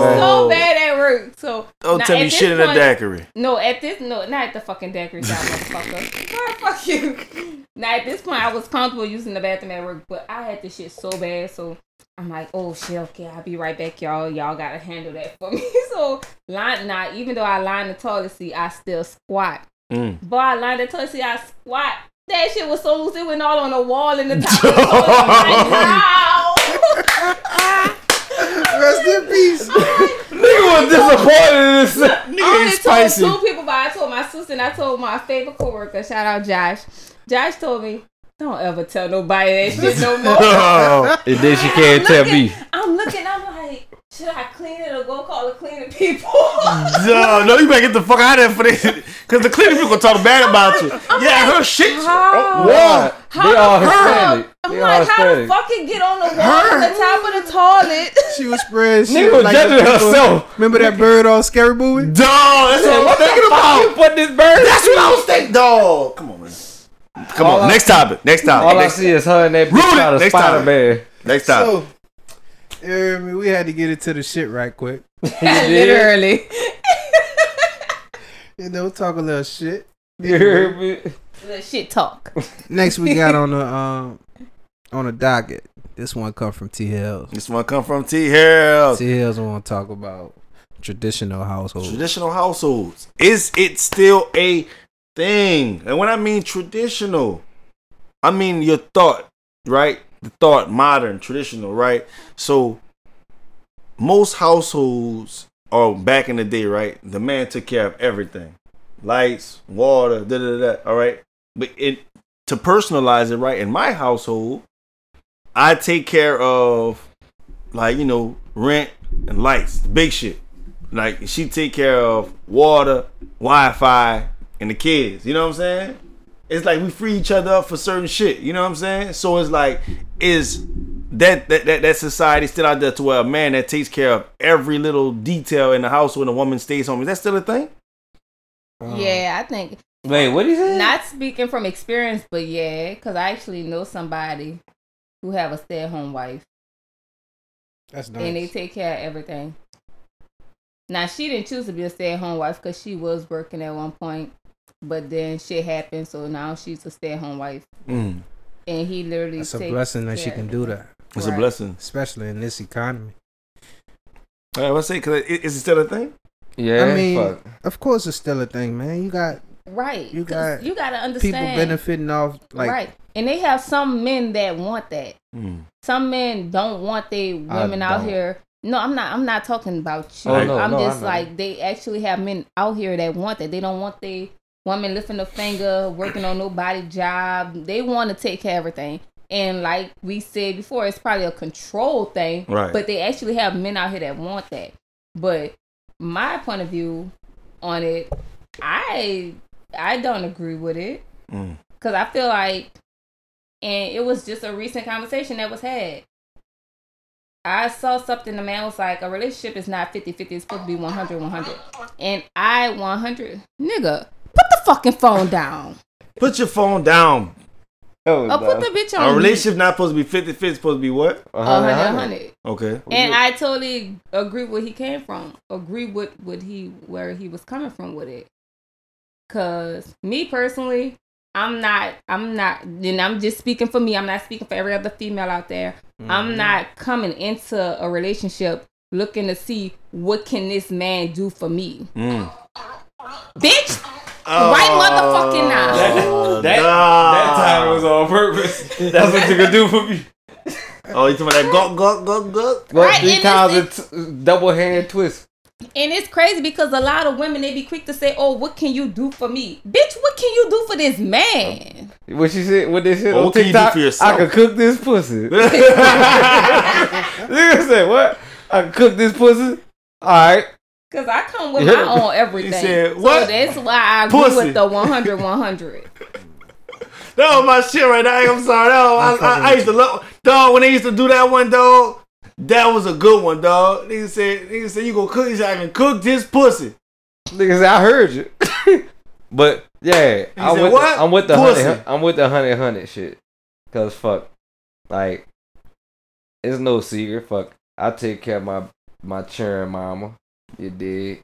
A: Oh, man.
E: so bad at work. So
B: Don't
E: now,
B: tell me
E: at this
B: shit in a
E: point-
B: daiquiri.
E: No, at this no, not at the fucking daiquiri shop, motherfucker. Girl, fuck you. Now at this point, I was comfortable using the bathroom at work, but I had this shit so bad, so I'm like, oh shit, okay, I'll be right back, y'all. Y'all gotta handle that for me. so line now, even though I line the toilet seat, I still squat.
B: Mm.
E: Boy, I lined the toilet seat, I squat. That shit was so loose, it went all on the wall in the top. Of the toilet. I'm like, "Ow."
D: Rest in peace.
A: nigga was disappointed in this.
E: I
A: Nigga
E: only
A: ain't spicy.
E: told two people, but I told my sister and I told my favorite coworker. Shout out Josh. Josh told me, "Don't ever tell nobody that shit no more."
A: and then she can't tell me.
E: I'm looking. I'm like, should I clean it or go call the cleaning people? Oh,
B: Dog. No, you better get the fuck out of there for this. Because the cleaning people talk bad about you. yeah, her shit.
E: how?
A: Why?
E: How
A: They all
E: the fuck?
A: Oh, Hispanic.
E: I'm
A: They all
E: like, how the
A: Hispanic.
E: fuck it get on the wall at the top of the toilet?
D: She was spread. She
A: Nigga was judging
D: the people-
A: herself.
D: Remember that bird on Scary Movie?
B: Dog. That's what I'm
A: What the
B: thinking
A: fuck
B: about.
A: you put this bird?
B: That's what I was thinking. Dog. Come on, man. Come
A: All
B: on.
A: I-
B: Next topic. Next topic.
A: All I
B: Next,
A: see is her and that
B: Rudy,
A: bitch out of
B: next time.
A: Spider Man.
B: next topic.
D: So, you hear me? we had to get into the shit right quick.
E: Literally.
D: You know, talk a little shit.
A: You heard me?
E: The shit talk.
D: Next we got on the um on the docket. This one come from T Hills.
B: This one come from T Hell.
D: T Hills want to talk about traditional households.
B: Traditional households. Is it still a thing? And when I mean traditional, I mean your thought, right? the thought modern, traditional, right? So most households are back in the day, right? The man took care of everything. Lights, water, da da da. All right. But it to personalize it, right, in my household, I take care of like, you know, rent and lights, the big shit. Like she take care of water, Wi Fi, and the kids. You know what I'm saying? It's like we free each other up for certain shit. You know what I'm saying? So it's like, is that that that, that society still out there to where a man that takes care of every little detail in the house when a woman stays home? Is that still a thing?
E: yeah, I think.
A: Um, Wait, what is it?
E: Not speaking from experience, but yeah, because I actually know somebody who have a stay at home wife,
D: That's
E: and they take care of everything. Now she didn't choose to be a stay at home wife because she was working at one point, but then shit happened, so now she's a stay at home wife,
B: Mm.
E: and he literally.
D: It's a
E: takes
D: blessing that she
E: care-
D: can do that.
B: It's a Right. blessing.
D: especially in this economy.
B: I was saying, cause it, is it still a thing?
A: Yeah,
D: I mean,
A: fuck.
D: of course, it's still a thing, man. You got
E: Right,
D: You
E: 'cause
D: got
E: you gotta understand
D: people benefiting off like
E: right, and they have some men that want that.
B: Mm.
E: Some men don't want they
D: I
E: women out
D: don't.
E: here. No, I'm not. I'm not talking about you.
D: Oh, no,
E: I'm
D: no, I
E: just
D: know.
E: like they actually have men out here that want that. They don't want they woman lifting a finger, working on nobody job. They want to take care of everything. And like we said before, it's probably a control thing.
H: Right.
E: But they actually have men out here that want that. But my point of view on it, I I don't agree with it.
B: Mm.
E: Cause I feel like, and it was just a recent conversation that was had. I saw something, the man was like, a relationship is not 50 50, it's supposed to be 100 100. And I 100, nigga, put the fucking phone down.
B: Put your phone down.
A: Oh,
E: Oh, put the bitch
B: A
E: on
B: relationship not supposed to be 50 50, supposed to be what?
E: 100, 100.
B: Okay.
E: And I totally agree where he came from, agree with what he, where he was coming from with it. Cause me personally, I'm not, I'm not, and I'm just speaking for me. I'm not speaking for every other female out there. I'm
H: Mhm.
E: not coming into a relationship looking to see what can this man do for me,
B: Mm.
E: bitch. right, motherfucking now.
A: Oh.
B: Oh,
A: That, that, that time was on purpose. That's what you could do for me.
B: Oh, you talking about that gulp, gulp, gulp, gulp?
A: Well,
E: Right,
A: three
E: and
A: times a t- double hand twist.
E: And it's crazy because a lot of women they be quick to say, "Oh, what can you do for me, bitch? What can you do for this man?"
A: What she said? What they said
B: Well,
A: on
B: what can you do
A: TikTok?
B: for yourself?
A: I could cook this pussy. Nigga said what? I could cook this pussy. All right.
E: Cause I come with my
A: Yeah.
E: own everything.
A: He said, "What?
E: So that's why I agree
A: Pussy."
E: with the 100 100.
B: That was my shit right now. I'm sorry. That was, I, I, I used to love dog when they used to do that one dog. That was a good one, dog. Nigga said, nigga said you gonna cook. He said I can cook this pussy.
A: Nigga said I heard you. But yeah, I'm
B: said,
A: with,
B: "What?
A: The, I'm with the
B: Pussy."
A: honey, I'm with the honey honey shit. Cause fuck, like it's no secret. Fuck, I take care of my my churn mama. You dig?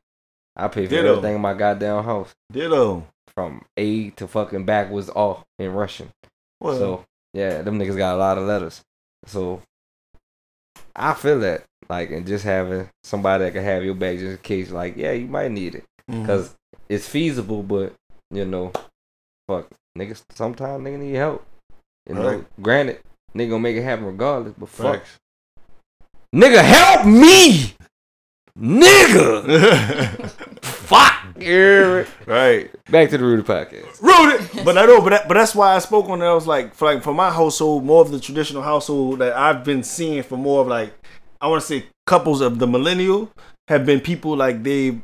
A: I pay for
B: Ditto.
A: everything in my goddamn house.
B: Ditto.
A: From A to fucking back was all in Russian.
B: Well.
A: So yeah, them niggas got a lot of letters. So I feel that like and just having somebody that can have your back just in case like yeah you might need it
B: Mhm.
A: because it's feasible but you know fuck niggas sometimes nigga need help you know
B: Right.
A: granted nigga gonna make it happen regardless but fuck
B: Facts.
A: nigga help me nigga fuck Eric.
B: right
A: back to the Rudy podcast
B: Rooted. But I know, but that, but that's why I spoke on it. I was like, for like for my household, more of the traditional household that I've been seeing for more of like, I want to say couples of the millennial have been people like they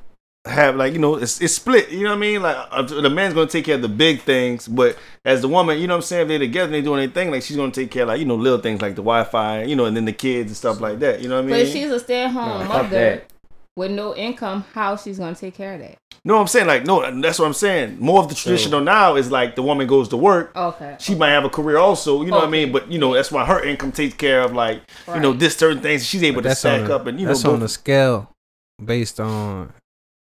B: have like you know it's, it's split. You know what I mean? Like uh, the man's gonna take care of the big things, but as the woman, you know what I'm saying? If they're together, and they doing their thing. Like she's gonna take care of like you know little things like the Wi-Fi, you know, and then the kids and stuff like that. You know what I mean?
E: But if she's a stay at home
B: No, fuck
E: mother with no income, how she's gonna take care of that?
B: No, I'm saying like no. That's what I'm saying. More of the traditional now is like the woman goes to work.
E: Okay.
B: She might have a career also. You know what I mean? But you know that's why her income takes care of like you know
E: Right.
B: this certain things. She's able
D: But
B: to
D: that's
B: stack
D: on a,
B: up and you know
D: that's
B: go
D: on a scale based on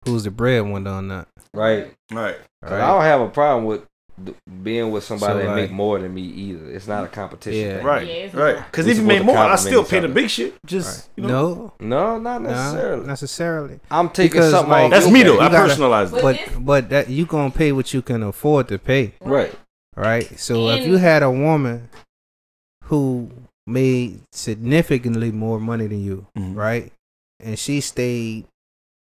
D: who's the breadwinner or not.
A: Right.
B: Right.
A: 'Cause I don't have a problem with th- being with somebody
D: So,
A: that
D: like-
A: make more than me either. It's not a competition.
D: Yeah.
A: thing.
B: Right, Yeah, it's right. not. 'Cause
A: We
B: if you
A: supposed
B: make
A: to
B: more, I
A: compliment
B: still
A: each
B: pay the
A: other.
B: big shit. Just, you know-
A: no, not
D: Nah,
A: necessarily.
D: necessarily.
A: I'm taking
D: Because,
A: something
D: like,
A: off your
B: me, though.
A: back.
B: I
D: you gotta-
B: personalize it.
D: But but that you gonna pay what you can afford to pay.
A: Right.
D: Right. So if
E: And-
D: you had a woman who made significantly more money than you,
B: Mm-hmm.
D: right? And she stayed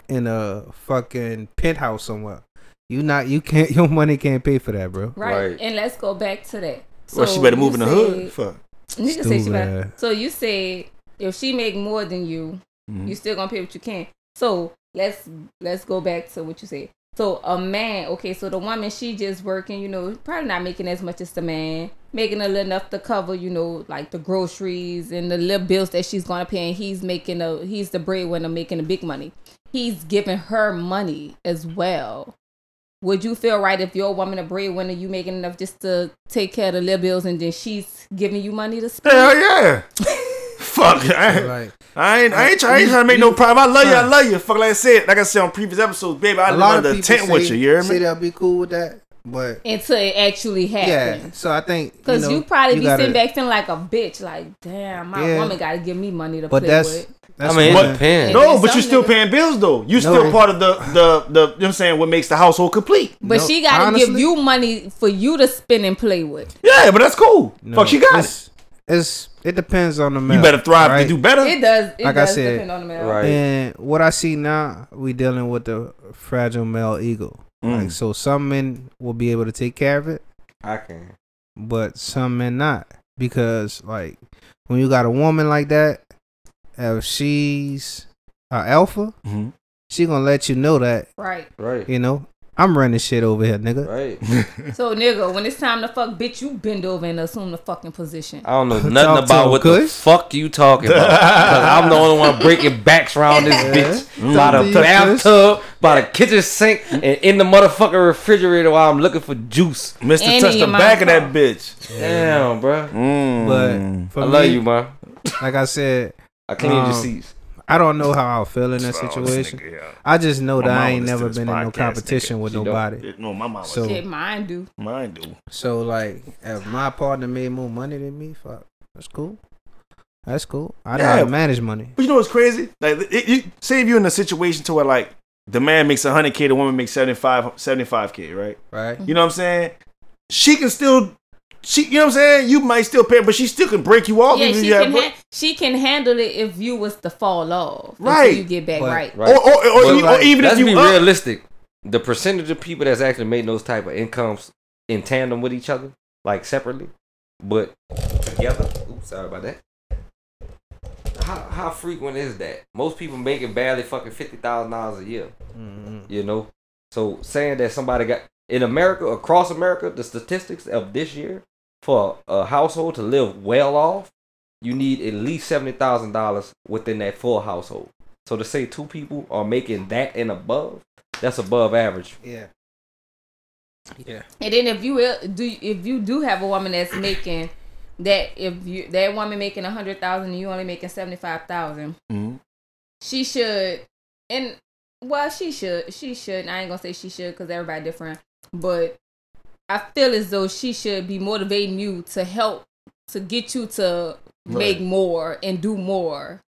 D: in a fucking penthouse somewhere. You not you can't your money can't pay for that, bro.
E: Right. And let's go back to that.
B: well, she better move in the hood.
E: said-
B: Fuck.
E: Nigga say she
D: Stupid
E: better.
D: ass.
E: So you said if she make more than you,
B: Mhm.
E: you still gonna pay what you can. So let's let's go back to what you said. So a man, okay, so the woman she just working, you know, probably not making as much as the man, making a little enough to cover, you know, like the groceries and the little bills that she's gonna pay, and he's making a he's the breadwinner making the big money. He's giving her money as well. Would you feel right if your woman a breadwinner, you making enough just to take care of the little bills, and then she's giving you money to spend?
B: Hell yeah. Fuck. I, I ain't. I ain't, try, I ain't trying to make no problem. I love you. I love you. Fuck. Like I said. Like I said on previous episodes, baby. I
D: A
B: live
D: lot of
B: under a
D: people
B: tent with
D: say-
B: you. You hear
D: say
B: me?
D: they'll be cool with that, but
E: Until it actually
D: yeah.
E: happens.
D: So I think
E: Because
D: know,
E: you, probably be
D: gotta-
E: sitting back feeling like a bitch. Like, damn, my
D: Yeah.
E: woman got to give me money to
D: But
E: play
D: that's-
E: with.
D: that's
B: I mean,
D: one-
B: but-
D: depends.
B: No,
D: Some
B: but you're still paying bills though. You're
D: No.
B: still part of the the the. You know what I'm saying? What makes the household complete?
E: But she got to give you money for you to spend and play with.
B: Yeah, but that's cool.
D: No,
B: Fuck, she got it.
D: it's, It's it depends on the man.
B: better thrive to do better.
E: It does. It
D: like
E: does
D: I said,
E: depend on the man.
A: Right.
D: And what I see now, we dealing with the fragile male ego.
A: Mm.
D: Like so, some men will be able to take care of it,
A: I can.
D: but some men not because like when you got a woman like that, if she's a alpha,
B: Mm-hmm.
D: she gonna let you know that.
E: Right.
A: Right.
D: You know, I'm running shit over here, nigga.
A: Right.
E: So, nigga, when it's time to fuck, bitch, you bend over and assume the fucking position.
A: I don't know
D: Talk
A: nothing
D: to
A: about
D: him,
A: what the
D: cuz.
A: fuck you talking about. Cause I'm the only one breaking backs around this bitch
D: Talk
A: by
D: to
A: the
D: you,
A: bathtub, by the kitchen sink, and in the motherfucking refrigerator while I'm looking for juice.
B: Mister touched the back of that bitch.
A: Damn, bro.
D: But
B: Mm.
D: for
A: I love
D: me-
A: you, man.
D: Like I said,
A: I cleaned your seats.
D: I don't know how I feel in that
B: Oh, this
D: situation.
B: nigga, yeah.
D: I just know
B: My
D: that I
B: mama
D: ain't
B: listen to
D: never
B: this
D: been in no
B: podcast,
D: competition
B: nigga.
D: with
B: She don't.
D: nobody.
B: No, my mama.
D: So-
E: Shit, mine do.
B: Mine do.
D: So like, if my partner made more money than me, fuck, that's cool. That's cool. I know how
B: Yeah.
D: to manage money.
B: But you know what's crazy? Like, it, you, say if you're in a situation to where like the man makes 100k, the woman makes 75 75k, right?
D: Right.
B: You know what I'm saying? She can still, she, you know what I'm saying? You might still pay, but she still can break you off.
E: Yeah,
B: if
E: she
B: you have-
E: can, ha- she can handle it if you was to fall off. until
B: Right.
E: you get back
B: But-
E: right.
B: Or- or- or you- or even if
A: let's
B: you
A: be
B: up-
A: realistic. The percentage of people that's actually making those type of incomes in tandem with each other, like separately, but together. Oops, sorry about that. How, how frequent is that? Most people making barely fucking fifty thousand dollars a year. You know, so saying that somebody got in America across America, the statistics of this year for a household to live well off, you need at least seventy thousand dollars within that full household. So to say two people are making that and above, that's above average.
D: Yeah. Yeah.
E: And then if you will- do, if you do have a woman that's making that, if you that woman making a hundred thousand, and you only making seventy five thousand, she should and well she should she should and i ain't gonna say she should because everybody different but i feel as though she should be motivating you to help to get you to make
B: Right.
E: more and do more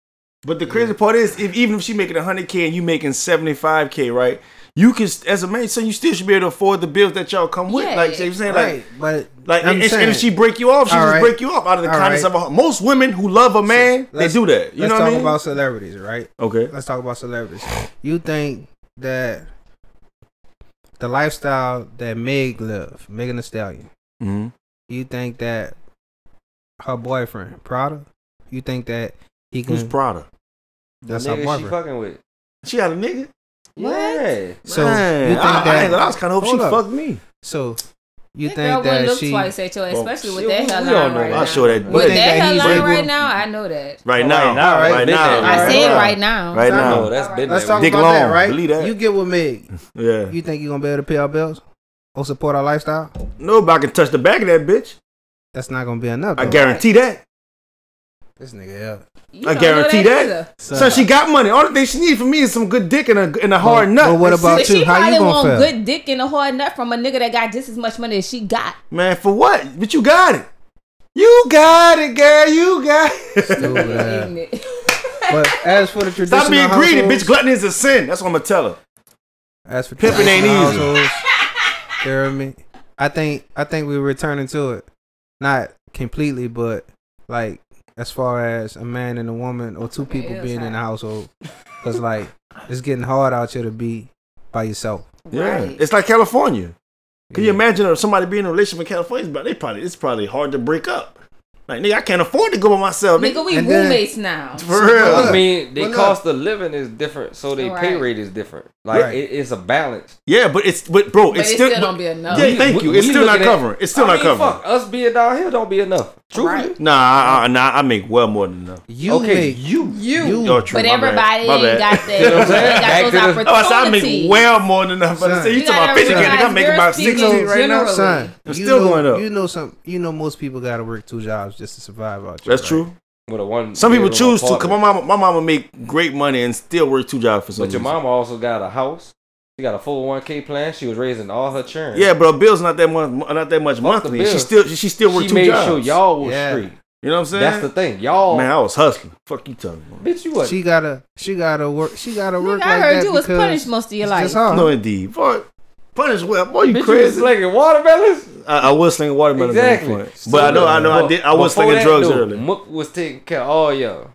B: But the crazy part is, if even if she making 100k and you making 75k, right? You can, as a man, so you still should be able to afford the bills that y'all come with.
E: Yeah,
B: like, see what I'm saying,
D: Right.
B: like,
D: But
B: like,
D: I'm
B: and, and
D: saying-
B: if she break you off, she
D: All
B: just
D: right.
B: break you off out of the
D: All
B: kindness
D: right.
B: of her. Most women who love a man, they
D: Let's-
B: do that. You
D: let's
B: know what
D: talk
B: I mean?
D: about celebrities, right?
B: Okay.
D: Let's talk about celebrities. You think that the lifestyle that Meg lived, Megan Thee Stallion,
B: Mhm.
D: you think that her boyfriend Prada, you think that he can?
B: Who's Prada?
D: That's
A: the
D: her
A: nigga she
D: boyfriend.
A: fucking with.
B: She had a nigga.
A: Yeah.
D: So
B: Man,
D: you think
B: I- I
D: that
B: ain't gonna- I was kinda hope she
D: Hold up.
B: fucked me.
D: So you
E: That girl
D: think
E: wouldn't
D: that
E: look
D: she
E: twice at your ass, especially with
A: she-
E: that
A: we-
E: hairline
A: we don't know
E: right
A: that.
E: now
B: I show that.
E: with
D: think
E: that
D: that he's
E: hairline right
D: breaking-
E: now i know that
B: Right
A: now.
B: now,
A: Right
B: right
A: now.
B: now,
E: I
B: right
E: said
B: now.
E: right now.
B: right now.
A: No, that's been
D: Let's
A: that
D: talk
A: way.
B: Dick
D: about
B: Long,
D: that, right?
B: believe that.
D: You get with Meg.
B: Yeah.
D: You think you're gonna be able to pay our bills or support our lifestyle?
B: Nobody can touch the back of that bitch.
D: That's not gonna be enough.
B: I
D: though.
B: guarantee that.
D: This nigga, yeah.
B: I guarantee that. So,
D: So-
B: she got money. All the thing she needs from me is some good dick and a and a hard
D: Well,
B: nut.
D: well, what
B: That's
D: about
B: it.
D: you?
E: she
D: How
E: probably
D: gonna
E: want
D: feel?
E: good dick and a hard nut from a nigga that got just as much money as she got
B: man? For what? But you got it. You got it, girl. You got. it.
D: Stupid. but as for the traditional
B: Stop being greedy,
D: households-
B: bitch. Gluttony is a sin. That's what I'm gonna tell her.
D: As for
B: Pimping ain't
D: traditional
B: easy.
D: households, you hear me? I think I think we're returning to it, not completely, but like as far as a man and a woman or two people
E: is
D: being in the
E: hot.
D: household. Because, like, it's getting hard out here to be by yourself.
B: Yeah, it's like California. Can you imagine if somebody being in a relationship in California? But they probably it's probably hard to break up. Like nigga, I can't afford to go by myself.
E: Nigga, we
B: And then-
E: roommates now.
B: For real.
A: I mean, they
B: But look.
A: cost of living is different, so they pay
E: Right.
A: rate is different. Like
B: Right.
A: it, it's a balance.
B: Yeah, but it's but bro,
E: But
B: it's
E: it
B: still,
E: still
B: but-
E: don't be enough.
B: Yeah, thank
A: We-
B: you.
A: we
B: It's still not
A: looking at-
B: covering. It's still
A: I
B: not
A: mean,
B: covering.
A: Fuck, us being down here don't be enough. Truthfully,
B: Nah, I, I, nah, I make well more than enough.
A: You
B: okay,
A: make-
B: you,
E: You.
B: Oh, true,
E: But
B: my bad.
E: everybody
B: My
E: ain't
B: bad.
E: got that- You know what I'm saying? ain't got those Back to the-
B: Oh, I said I make
E: opportunities.
B: well more than enough. But I said you
E: You
B: talking about
E: gotta
B: fifty grand?
E: realize
B: nigga, I make
E: we're
B: about sixty
E: speaking
B: right now.
E: generally.
D: Son,
B: I'm
D: you
B: still
D: know,
B: going up.
D: You know some. You know most people gotta work two jobs just to survive out here.
B: That's
D: right?
B: true.
A: With a one,
B: Some people
A: bedroom
B: choose to. Cause my
A: apartment.
B: mama, my mama make great money and still work two jobs for some
A: But your
B: reason.
A: mama also got a house. She got a full one k plan. She was raising all her children.
B: Yeah, but her bill's not that much, not that much monthly. She
A: bills.
B: still, she, she still worked
A: She
B: two
A: made
B: jobs.
A: sure y'all was
B: Yeah.
A: straight.
B: You know what I'm saying?
A: That's the thing, y'all.
B: Man, I was hustling. Fuck you talking about.
A: bitch, you what?
D: She gotta. She gotta work. She gotta work.
E: I
D: like
E: heard
D: that
E: you was
D: because
E: punished most of your
D: it's
E: life.
D: just hard.
B: No, indeed. Boy, punish well.
A: bitch,
B: Boy, you
A: you was
B: crazy.
A: slinging watermelons.
B: I, I was slinging watermelon
A: Exactly.
B: at one point. But I know, I know, I did. I was
A: Before
B: slinging
A: that,
B: drugs
A: though,
B: earlier.
A: Mook was taking care of all y'all.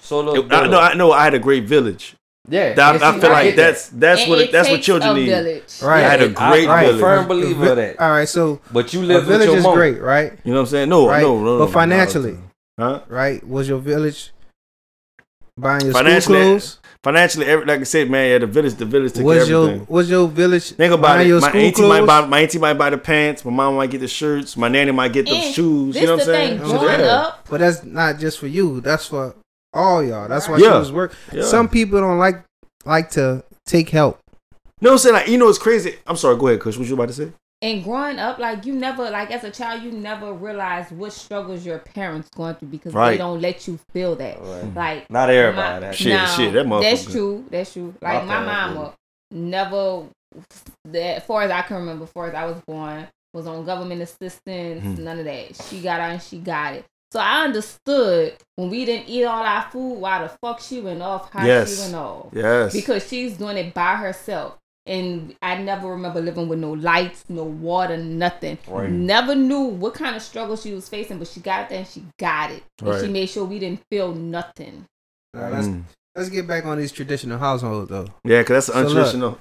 A: Solo.
B: It- I know, I know. I had a great village.
A: Yeah,
B: That-
A: and
B: I,
A: see,
B: feel
A: I
B: like
A: get that.
B: that's that's
A: And
B: what
A: it
B: that's what
A: takes
B: children
A: a
B: need.
A: village.
B: I had a great
A: I- I'm a
B: village.
A: firm believer of that.
D: All right, so
A: But you
D: a
A: live with
D: village
A: your
D: is
A: mom.
D: great, right?
B: You know what I'm saying? No,
D: right?
B: no, no, no.
D: But financially,
B: huh?
D: Right? Was your village buying your school
B: Financially,
D: clothes?
B: financially, every, like I said, man, yeah, the village, the village took
D: Was
B: care of
D: your
B: everything.
D: was your village
B: Think about
D: buying
B: it.
D: your
B: My
D: school
B: auntie
D: clothes?
B: might buy my auntie might buy the pants. My mom might get the shirts. My nanny might get the
E: And
B: shoes.
E: this
B: You know what I'm
E: the
B: saying?
E: thing, growing
B: Yeah.
E: up,
D: But that's not just for you. That's for all y'all. That's why
B: Right.
D: she
B: Yeah.
D: was work.
B: Yeah.
D: Some people don't like like to take help.
B: No, I'm saying like you know it's crazy. I'm sorry. Go ahead, Kush. What you about to say?
E: and growing up, like you never, like as a child, you never realize what struggles your parents going through because
B: Right.
E: they don't let you feel that.
A: Right.
E: Like
A: Not everybody,
E: my-
A: that-
B: Shit,
E: nah,
B: shit, that
E: That's
B: motherfucker.
E: true. That's true.
A: My
E: Like my,
A: parents
E: mama never, that far as I can remember, far as I was born, was on government assistance.
A: Hmm.
E: None of that. She got out and she got it. So I understood when we didn't eat all our food, why the fuck she went off, how she
B: Yes.
E: went off.
B: Yes.
E: Because she's doing it by herself. And I never remember living with no lights, no water, nothing.
B: Right.
E: Never knew what kind of struggle she was facing, but she got there and she got it. And she
B: Right.
E: made sure we didn't feel nothing.
D: All right, let's,
B: Mm.
D: let's get back on these traditional households though.
B: Yeah, because that's
D: So
B: untraditional.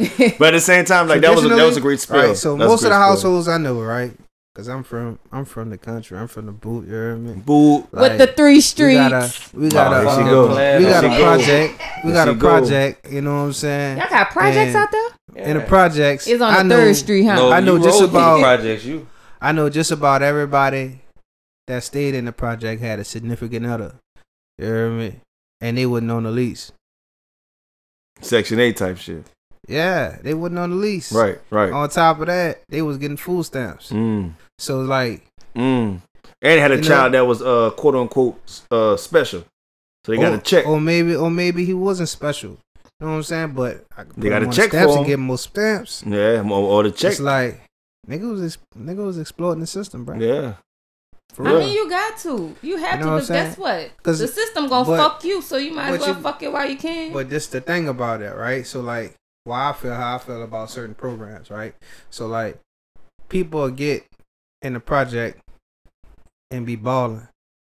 D: look, look.
B: but at the same time, like that was a, that was a great spell.
D: Traditionally- Right, so
B: That was
D: most
B: a
D: of
B: great
D: the
B: spell.
D: households I know, right? Cause I'm from I'm from the country. I'm from the boot. You hear me?
B: Boot.
E: With the three
D: We got a
E: streets.
D: we got
B: Oh,
D: a
B: there she
D: uh,
B: go.
D: we got a
B: There she go.
D: project. We
B: There
D: got
B: she
D: a
B: go.
D: project. You know what I'm saying?
E: Y'all got projects
D: And-
E: out there?
D: And the projects
E: It's on
D: I
E: the
D: know-
E: third street, huh?
A: No,
D: I know
A: you
D: just
A: rolled with the
D: about
A: projects, you.
D: I know just about everybody that stayed in the project had a significant other. You hear me? And they wasn't on the lease.
B: Section eight type shit.
D: Yeah, they wasn't on the lease.
B: Right, right.
D: On top of that, they was getting food stamps.
B: Mm.
D: So like,
B: Mm. And had a
D: You know-
B: child that was uh quote unquote uh special, so they got
D: or,
B: a check.
D: or oh, maybe, or maybe he wasn't special. You know what I'm saying? But I could
B: They
D: put
B: got
D: him
B: a
D: on
B: check
D: stamps
B: for
D: and
B: him.
D: get more stamps.
B: Yeah, or, or the check.
D: It's like nigga was ex- nigga was exploiting the system, bro.
B: yeah. For
E: I
B: real.
E: mean, you got to. You have
D: You know
E: to, because
D: what I'm
E: guess
D: saying?
E: what?
D: 'Cause-
E: The system going to
D: but-
E: fuck you, so you might as
D: but
E: well
D: you-
E: fuck it while you can.
D: But this the thing about it, right? So like, why I feel how I feel about certain programs, right? So like, people get in the project and be balling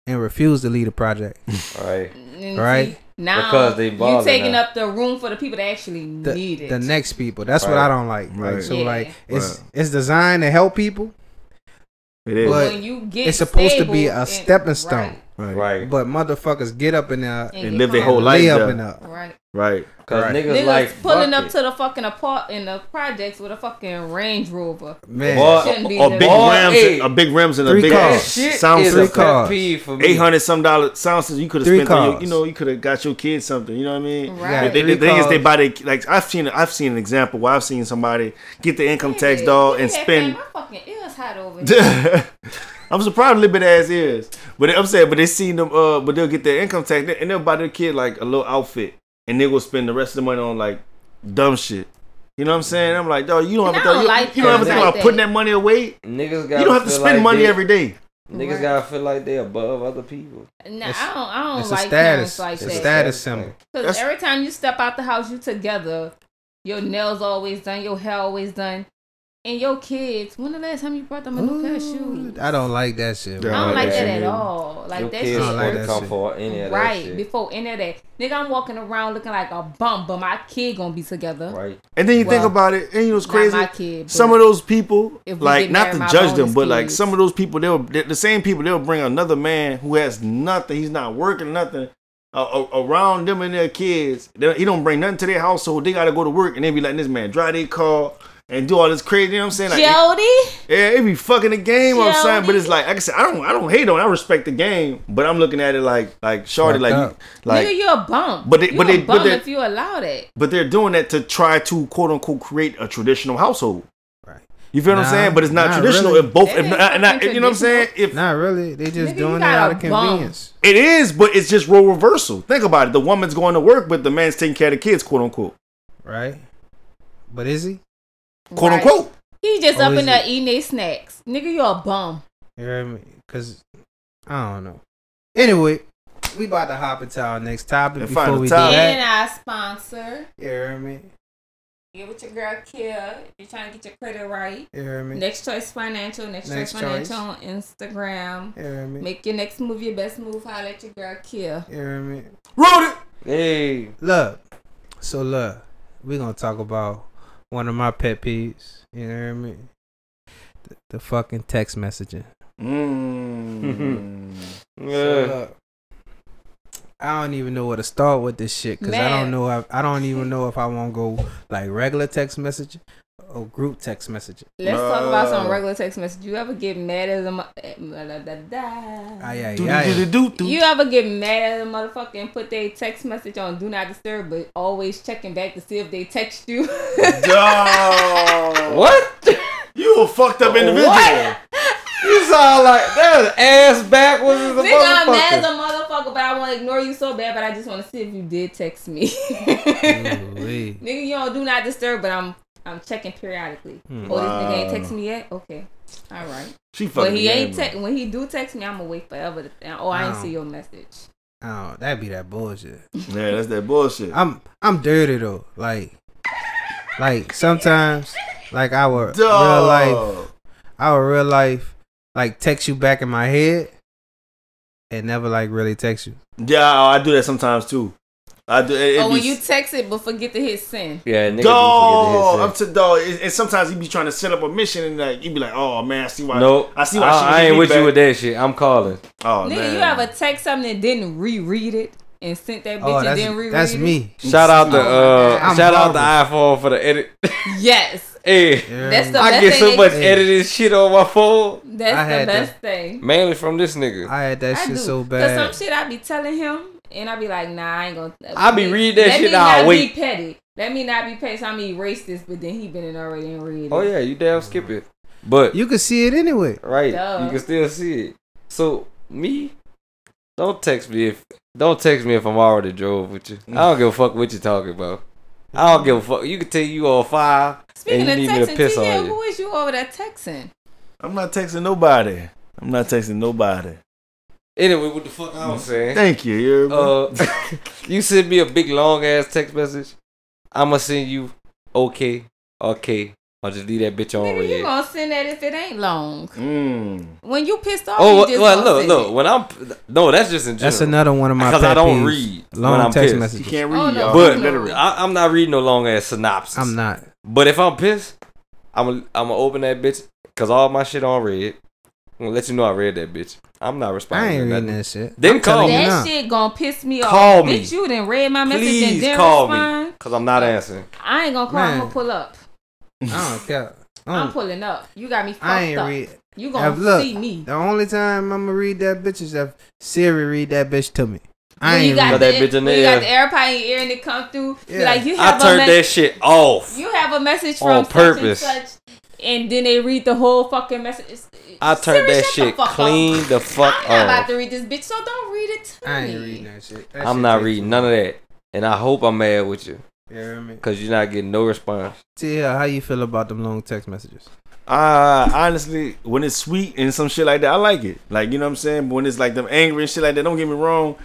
D: and refuse to leave the project.
A: All right.
E: And
D: Right.
E: see, Now,
A: Because they
E: you
A: balling
E: taking
A: now.
E: up the room for the people that actually
D: The,
E: need it.
D: the next people. That's what
A: Right.
D: I don't like. Like,
B: Right.
D: so
E: Yeah.
D: like, it's
B: Right.
D: it's designed to help people,
B: It is.
D: but
E: When you get
D: it's supposed to be
E: stable
D: a
E: and-
D: stepping stone.
B: right. Oh,
A: Right.
D: But motherfuckers get up in there
E: And
B: They
E: get
B: live their
E: caught.
B: whole life
D: lay up
B: there.
D: and up.
E: Right.
B: Right.
A: Cause
D: Right.
A: niggas,
E: Niggas
A: like
E: pulling up
A: fuck it.
E: to the fucking apart in the projects with a fucking Range Rover.
D: Man.
B: Or,
E: Shouldn't be
B: or
E: the-
B: big
A: Or
B: rims,
A: eight.
B: a big rims and a
D: Three
B: big
D: cars.
B: ass
A: That shit
B: sound
A: is
D: Oh, Three
A: a
B: system.
D: cars.
A: pet peeve for me.
B: Eight hundred some dollar sound system. You could have
D: Three
B: spent on your,
D: cars.
B: you know, you could have got your kids something. You know what I mean?
E: Right.
B: They,
D: Three
B: the thing is, they
D: cars.
B: buy they, like I've seen I've seen an example where I've seen somebody get the income tax dog and
E: Yeah,
B: spend.
E: fam, My fucking ears hot over here.
B: I'm surprised little bit ass is, but I'm saying, but they seen them. Uh, but they'll get their income tax and they'll buy their kid like a little outfit, and they will spend the rest of the money on like dumb shit. You know what I'm saying? I'm like, dog, you don't
E: And
B: have
E: I
B: to.
E: don't
B: you,
E: like
B: you don't have to
E: things
B: think
E: like
B: about putting
E: that.
B: that money away.
A: Niggas got.
B: You don't have to spend money every day.
A: Niggas
E: Right.
A: gotta feel like they above other people.
E: Nah,
D: It's-
E: I don't. I don't
D: it's a
E: like
D: status.
E: parents like
D: it's a
E: that.
D: status symbol.
E: Because
B: That's-
E: every time you step out the house, you together. Your nails always done. Your hair always done. and your kids. When the last time you brought them a new pair of shoes?
D: I don't like that shit.
E: I don't like that at all. Like
D: Your
E: that
D: kids
E: shit.
D: don't like that
A: Come for any of that
E: right
A: shit.
E: before any of that, nigga, I'm walking around looking like a bum, but my kid gonna be together.
A: Right.
B: And then you
E: Well,
B: think about it, and you know it's
E: not
B: crazy.
E: my kid, but
B: some of those people,
E: if we
B: like
E: get
B: not
E: married,
B: to
E: my
B: judge them,
E: bonus
B: but like
E: kids.
B: some of those people, they'll they're the same people. They'll bring another man who has nothing. He's not working nothing uh, a- around them and their kids. They, he don't bring nothing to their household. They got to go to work, and they be letting this man drive their car and do all this crazy. You know what I'm saying? Like,
E: Jody,
B: yeah, it be fucking the game up, son. But it's like, like I said, I don't, I don't hate on. it. I respect the game, but I'm looking at it like, like, shorty,
D: Fucked
B: like,
D: up.
B: like,
E: nigga, you're a bum.
B: But they-
E: you
B: but
E: a
B: they- but
E: bum
B: they-
E: if you allow that.
B: but they're doing that to try to quote unquote create a traditional household. You feel what I'm saying? But it's not, traditional. If both, if not, not- you know what I'm saying? If
D: not really, they just
E: Nigga, you
D: doing it
E: got
D: out
E: a
D: of
E: bum.
D: convenience.
B: It is, but it's just role reversal. Think about it. The woman's going to work, but the man's taking care of the kids, quote unquote.
D: right? But is he?
B: Quote unquote.
E: He's just
D: Or
E: up
D: is
E: in there
D: it-
E: eating their snacks. Nigga, you're a bum.
D: You hear me? Because I don't know. Anyway, we about to hop into our next topic
B: And find
D: before
B: a
D: we do
B: topic.
D: that.
E: And our sponsor.
D: You hear me?
E: Get with your girl Kia. You're trying to get your credit right.
D: You hear me?
E: Next Choice Financial, Next,
D: Next
E: Choice Financial
D: Choice.
E: on Instagram.
D: You hear me?
E: Make your next move your best move. Holla at your girl Kia.
D: You hear me?
B: Roll it.
A: Hey.
D: Look, so look, we're gonna talk about one of my pet peeves. You know what I mean? The, the fucking text messaging.
B: Mm.
D: So, uh, look, I don't even know where to start with this shit because I
E: Man.
D: don't know. If, I don't even know if I want to go like regular text message or group text messaging.
E: Let's talk about some regular text message. You ever get mad at a mo- eh, blah, blah, blah, blah.
D: Aye, aye,
B: Do,
D: aye.
B: do, do, do, do.
E: You ever get mad at a motherfucker and put their text message on do not disturb, but always checking back to see if they text you?
B: Dog.
A: What?
B: You a fucked up individual.
A: What? You sound like that ass backwards as a
E: Nigga, I'm mad as a
A: motherfucker.
E: motherfucker, but I want to ignore you so bad, but I just want to see if you did text me.
D: Ooh-wee.
E: Nigga, you don't do not disturb, but I'm I'm checking periodically.
D: Hmm.
E: Oh, this nigga ain't
B: Wow.
E: text me yet. Okay, all right.
B: She fucking
E: But he
B: mad,
E: ain't
B: bro.
E: te- when he do text me, I'ma wait forever. To- oh, I ain't
D: Wow.
E: see your message.
D: Oh, that'd be that bullshit.
B: Yeah, that's that bullshit.
D: I'm I'm dirty though. Like like sometimes like our real
B: Dog.
D: life our real life like text you back in my head and never like really text you.
B: Yeah, I do that sometimes too. I do. It, it
E: oh,
B: be
E: when you text it, but forget to hit send.
A: Yeah, nigga.
B: Dog, I'm to dog, and and sometimes he be trying to set up a mission, and like you be like, "Oh man, I see why."
A: Nope.
B: I see why. she
A: I,
B: didn't
A: ain't
B: get
A: with you
B: back.
A: with that shit. I'm calling.
B: Oh
E: Nigga,
B: man,
E: you ever text something and didn't reread it and sent that bitch
D: Oh,
E: and
D: that's
E: then reread
D: that's
E: it?
D: me.
A: Shout out to
E: Oh my
A: uh,
D: God.
A: shout
D: I'm
A: out to iPhone for the edit.
E: Yes,
A: hey,
E: That's the
A: I
E: best
A: get
E: thing
A: so
E: they-
A: much edited shit on my phone,
E: that's
D: I
E: the
D: had
E: best thing.
A: mainly from this nigga.
D: I had that
E: I
D: shit
E: do.
D: so
E: Cause
D: bad.
E: some shit I be telling him, and I be like, nah, I ain't gonna.
A: I be reading that
E: Let
A: shit,
E: me
A: nah,
E: not
A: wait.
E: be petty. Let me not be petty. So I'm gonna erase this, but then he been in already and read it.
A: Oh yeah, you damn skip it, but
D: You could see it anyway.
A: right,
E: Duh.
A: you can still see it. So me, don't text me if don't text me if I'm already drove with you. I don't give a fuck what you talking about. I don't give a fuck. You can tell you all five,
E: Speaking
A: and you
E: of
A: need me to
E: texting,
A: piss
E: T, yeah,
A: on you.
E: who is you over there texting?
B: I'm not texting nobody. I'm not texting nobody.
A: Anyway, what the fuck I was saying?
B: Thank you. you hear me?
A: Uh, you send me a big long ass text message. I'ma send you okay, okay. I'll just leave that bitch on
E: Nigga, you
A: red.
E: gonna send that if it ain't long.
B: mm.
E: When you pissed off,
A: Oh
E: you
A: well,
E: just
A: well,
E: gonna
A: look,
E: send
A: look.
E: it.
A: When I'm no, that's just in general.
D: That's another one of my
A: because I
D: pet
A: don't
D: peeves.
A: read
D: long
A: when I'm
D: text
A: pissed.
B: You
D: messages.
B: can't read,
E: Oh, no.
B: y'all.
A: But
B: Better read.
A: I, I'm not reading no long ass synopsis.
D: I'm not.
A: But if I'm pissed, I'm i I'm gonna open that bitch because all my shit on red. I'm gonna let you know I read that bitch. I'm not
D: I
A: responding.
D: ain't
A: to
D: reading
A: nothing.
D: that shit.
A: Then
D: I'm
A: call
D: telling you
A: me.
E: that
D: now.
E: shit gonna piss me
A: Call
E: off.
A: me.
E: Bitch, you didn't read my message and
A: Please
E: didn't
A: call
E: respond.
A: me because I'm not answering.
E: I ain't gonna call. I'm
D: Man.
E: gonna pull up.
D: I don't care. I
E: I'm
D: don't-
E: pulling up. You got me fucked
D: I ain't
E: up.
D: read.
E: You
D: If-
E: gonna
D: look,
E: see me?
D: The only time I'm gonna read that bitch is if Siri read that bitch to me. I
E: when you
D: ain't
E: got
A: Got
E: the,
A: that bitch in
E: when
A: the
E: you got
A: ear.
E: the AirPod in your ear and it come through. be
D: Yeah.
E: Like you
A: I
E: have a
A: turned
E: mes-
A: that shit off.
E: You have a message from
A: on
E: such
A: purpose.
E: and such, and then they read the whole fucking message. It's-
A: I
E: it's-
A: turned
E: Siri,
A: that
E: shut
A: shit
E: the fuck
A: clean
E: Up.
A: the fuck
E: I'm not about
A: off.
E: to read this bitch, so don't read it to
D: I
E: me.
D: ain't reading that shit. That
A: I'm
D: shit
A: not
D: takes
A: reading
D: too
A: none of
D: long.
A: that, and I hope I'm mad with you
D: You hear me?
A: because you're not getting no response.
D: Tia, how you feel about them long text messages?
B: Uh, honestly, when it's sweet and some shit like that, I like it. Like, you know what I'm saying? But when it's like them angry and shit like that, don't get me wrong,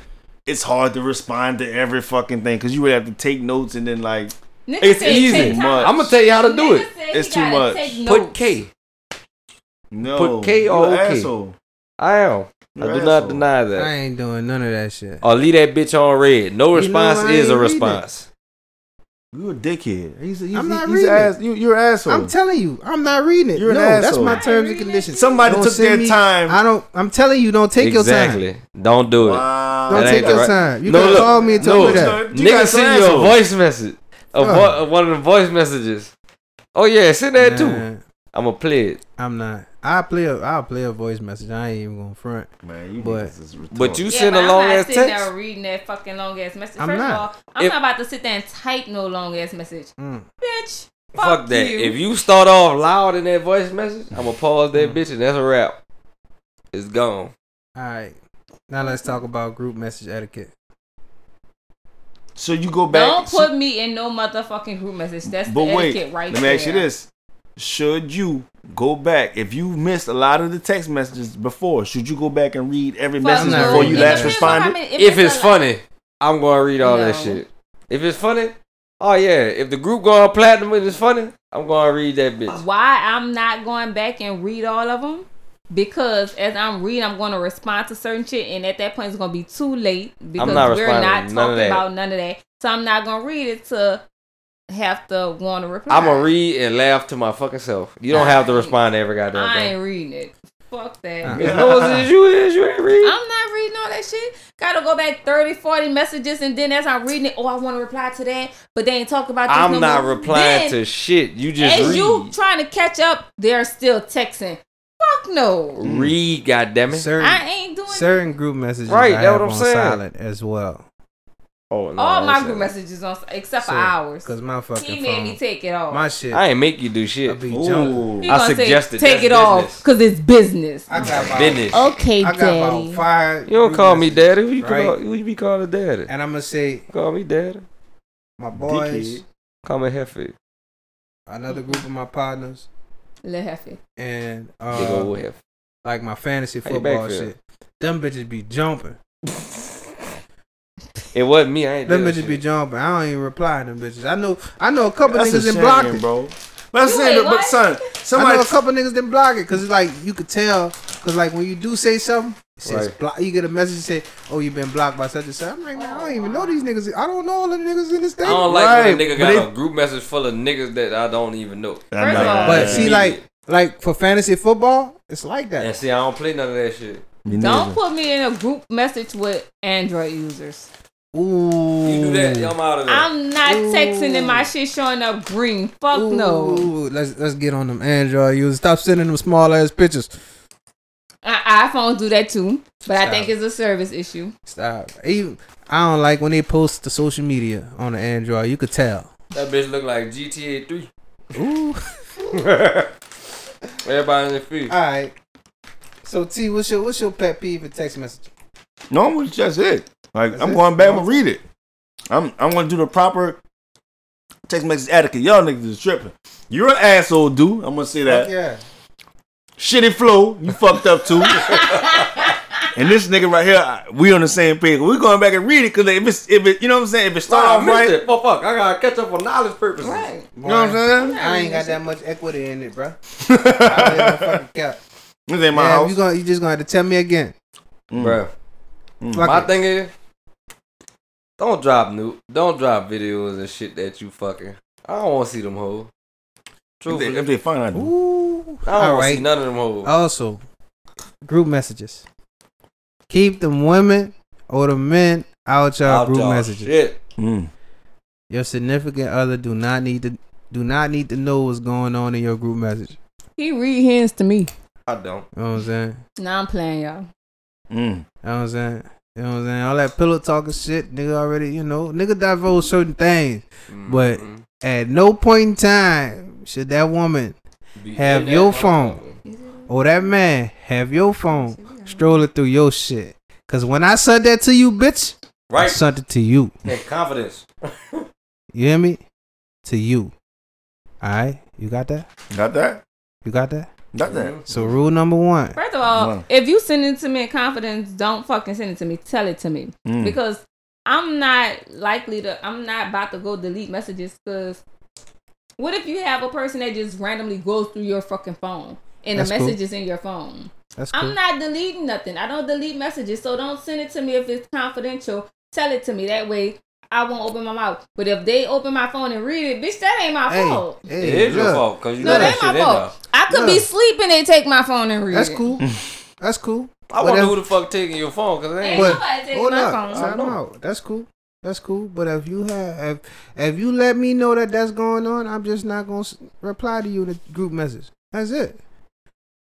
B: it's hard to respond to every fucking thing because you would have to take notes and then, like,
E: Nigga
A: It's
E: said
A: easy.
E: take time.
A: I'ma tell you how to do
E: Nigga
A: it.
E: said
A: It's
E: he
A: too
E: gotta
A: much.
E: take
A: Put
E: notes.
A: K.
B: No,
A: Put K
B: you
A: or
B: an
A: OK.
B: asshole.
A: I am. I
B: You're
A: do
B: an
A: not
B: asshole.
A: deny that.
D: I ain't doing none of that shit.
A: Or leave that bitch on red. No
D: You
A: response
D: know I
A: is a
D: ain't reading
A: response.
B: You a dickhead. He's, he's,
D: I'm not
B: he's
D: reading.
B: an ass, you, you're an asshole.
D: I'm telling you, I'm not reading it.
B: You're an
D: no, that's
B: asshole.
D: my terms and conditions.
B: Somebody
D: Don't
B: took
D: send
B: their
D: me-
B: time.
D: I don't. I'm telling you, don't take your time.
A: exactly. Don't do it.
D: Don't
A: That
D: take
A: ain't
D: your
A: the right-
D: time. You can call me and tell me that. You
A: Nigga
D: guys
A: send
D: are
A: you a
D: assholes.
A: voice message. A vo-
D: Fuck.
A: uh, one of the voice messages. Oh yeah, send that
D: Nah.
A: too. I'ma play it.
D: I'm not. I play a. I'll play a voice message. I ain't even gonna front.
B: Man, you
D: but
A: But you
E: Yeah,
A: send
E: but
A: a long
E: I'm not
A: ass
E: sitting
A: text.
E: there reading that fucking long ass message.
A: I'm
E: First
A: not.
E: of all, I'm
A: If- Mm.
E: not about to sit there and type no long ass message, bitch. Fuck,
A: Fuck, that.
E: you.
A: If you start off loud in that voice message, I'ma pause
D: Mm.
A: that bitch and that's a wrap. It's gone.
D: All right. Now let's talk about group message etiquette.
B: So you go back.
E: don't put me in no motherfucking group message. That's
B: But
E: the
B: wait,
E: etiquette right
B: let me
E: there.
B: ask you this: Should you go back if you missed a lot of the text messages before? Should you go back and read every
E: Fuck
B: message
E: no.
B: before you
E: It
B: last
E: depends on how
B: responded?
E: many-
A: if it's
E: a-
A: funny, I'm gonna read all that
E: No.
A: shit. If it's funny, oh yeah. If the group going platinum and it's funny, I'm gonna read that bitch.
E: why I'm not going back and read all of them because as I'm reading, I'm going to respond to certain shit, and at that point, it's going to be too late because
A: not
E: we're
A: responding
E: not
A: to
E: talking
A: none of that.
E: about none of that. So I'm not going to read it to have to want to reply.
A: I'm gonna read and laugh to my fucking self. You don't have to respond to every goddamn
E: I
A: thing.
E: ain't reading it. Fuck that.
A: As long as it's you is, you ain't read.
E: I'm not reading all that shit. Gotta go back 30, 40 messages, and then as I'm reading it, oh, I want to reply to that, but they ain't talking about this
A: I'm
E: no
A: not
E: more.
A: replying
E: Then,
A: to shit. You just
E: as
A: read.
E: you trying to catch up, they're still texting. Fuck no.
A: read, goddammit.
D: Certain,
E: I ain't doing
D: certain group messages.
A: Right,
D: Right. I
A: that what
D: have
A: I'm
D: on
A: saying.
D: silent as well.
A: Oh no.
E: all
A: I
E: my
A: ain't
E: group
A: saying
E: messages on except for
D: Sir,
E: ours.
D: 'cause my fucking
E: he made
D: phone-
E: me take it off.
D: My
A: that.
D: shit.
A: I ain't make you do shit.
D: be
A: Ooh,
D: jumping.
E: He
A: I
E: gonna say,
A: suggested
E: take
A: that's
E: it off
A: business.
E: because it's business.
D: I got about,
A: Business.
E: Okay,
D: I got about five.
A: You don't
D: group
A: call me
D: messages,
A: daddy. Who you,
D: right?
A: call, who you be calling daddy?
D: And I'm gonna say
A: Call me daddy.
D: my boys,
A: Dickhead. Call me Hefe.
D: another group of my partners,
E: Lil Hefe.
D: and
A: Big
D: uh,
A: old Hefe.
D: like my fantasy
A: How your
D: football
A: back feel?
D: shit. Them bitches be jumping.
A: It wasn't me. I ain't
D: Them
A: doing
D: bitches
A: shit.
D: be jumping. I don't even reply to them bitches. I know. I know a couple
B: That's a
D: niggas didn't
B: shame,
D: block it.
B: bro. But I'm
E: You
B: saying,
E: ain't
B: but
E: what?
B: son,
D: I
B: somebody
D: know a couple niggas didn't block it because it's like you could tell because like when you do say something, it says
A: Right.
D: block. You get a message that say, "Oh, you've been blocked by such and such." I'm like, man, I don't even know these niggas. I don't know all the niggas in this
A: I
D: thing.
A: don't like when a
B: Right,
A: nigga
B: but
A: got
B: it-
A: a group message full of niggas that I don't even know.
E: First of all,
D: but see, like, like for fantasy football, it's like that.
A: And see, I don't play none of that shit.
E: don't put me in a group message with Android users.
D: Ooh,
A: You do that, I'm out of there.
E: I'm not texting and my shit showing up green. Fuck no.
D: Ooh, let's let's get on them Android users. Stop sending them small ass pictures.
E: I- iPhones do that too, but I think
D: Stop.
E: it's a service issue.
D: Stop. Even I don't like when they post to social media on the Android. You could tell.
A: that bitch look like GTA 3.
D: Ooh.
A: Everybody in the field.
D: All right. So T, what's your what's your pet peeve in text message?
B: normally just it. Like
D: That's
B: I'm
D: it.
B: going back and read it. I'm I'm gonna do the proper text message etiquette. Y'all niggas is tripping. You're an asshole, dude. I'm gonna say that.
D: Fuck yeah.
B: Shitty flow, you fucked up too. and this nigga right here, I- we on the same page. We're going back and read it because if it's if it, you know what I'm saying, if it start
A: Wow, I
B: off
A: missed
B: right,
A: it. Oh, fuck. I gotta catch up on knowledge purposes.
E: Right.
B: you know what I'm saying?
D: I ain't got that much equity in it, bro. I live in a fucking cap.
B: This ain't my
D: Yeah,
B: house. Mm.
D: you gonna you just gonna have to tell me again.
A: Bruh.
D: Fuck
A: Mm. My
D: it.
A: thing is, don't drop new, don't drop videos and shit that you fucking. I don't want to see them hoes.
B: if, they,
A: Truthfully, I
B: if they find out,
D: Ooh.
A: don't
D: All
A: want to see
D: right.
A: none of them hoes.
D: Also, group messages. Keep them women or the men out your
A: Out
D: group
A: y'all
D: messages.
A: Shit.
B: Mm.
D: Your significant other do not need to do not need to know what's going on in your group message.
E: He read his to me.
A: I don't.
D: You know what I'm saying?
E: Nah, I'm playing y'all.
B: Mm.
D: You know what I'm saying? You know what I'm saying? All that pillow talking shit, nigga already, you know, nigga divulge certain things. But
A: Mm-hmm.
D: at no point in time should that woman
A: Be in
D: have
A: that
D: your
A: motherfucker.
D: phone or that man have your phone strolling through your shit. Cause when I sent that to you, bitch, I
A: Right.
D: sent it to you.
A: And confidence.
D: You hear me? To you. Alright? You got that?
B: got that?
D: You got that?
B: Got that?
A: Mm-hmm.
D: So rule number one.
E: First of all,
B: Wow.
E: if you send it to me in confidence, don't fucking send it to me. Tell it to me
B: Mm.
E: because I'm not likely to. I'm not about to go delete messages because what if you have a person that just randomly goes through your fucking phone and
D: That's
E: the
D: cool.
E: message is in your phone?
D: That's cool.
E: I'm not deleting nothing. I don't delete messages, so don't send it to me if it's confidential. Tell it to me that way. I won't open my mouth. But if they open my phone and read it, bitch, that ain't my
A: Hey,
E: fault.
A: hey, It is your look. fault, 'cause you
E: no,
A: got
E: that
A: that
E: ain't my
A: shit in
E: fault.
A: there.
E: I could be
A: Look.
E: sleeping and take my phone and read
D: That's
E: it.
D: cool. That's cool.
A: I
D: But
A: wonder
D: if-
A: who the fuck taking your phone because
E: Ain't
A: ain't.
D: But
E: nobody taking
D: hold
E: my
D: up,
E: phone.
D: time out. That's cool. That's cool. But if you have, if, if you let me know that that's going on, I'm just not gonna s- reply to you in a group message. That's it.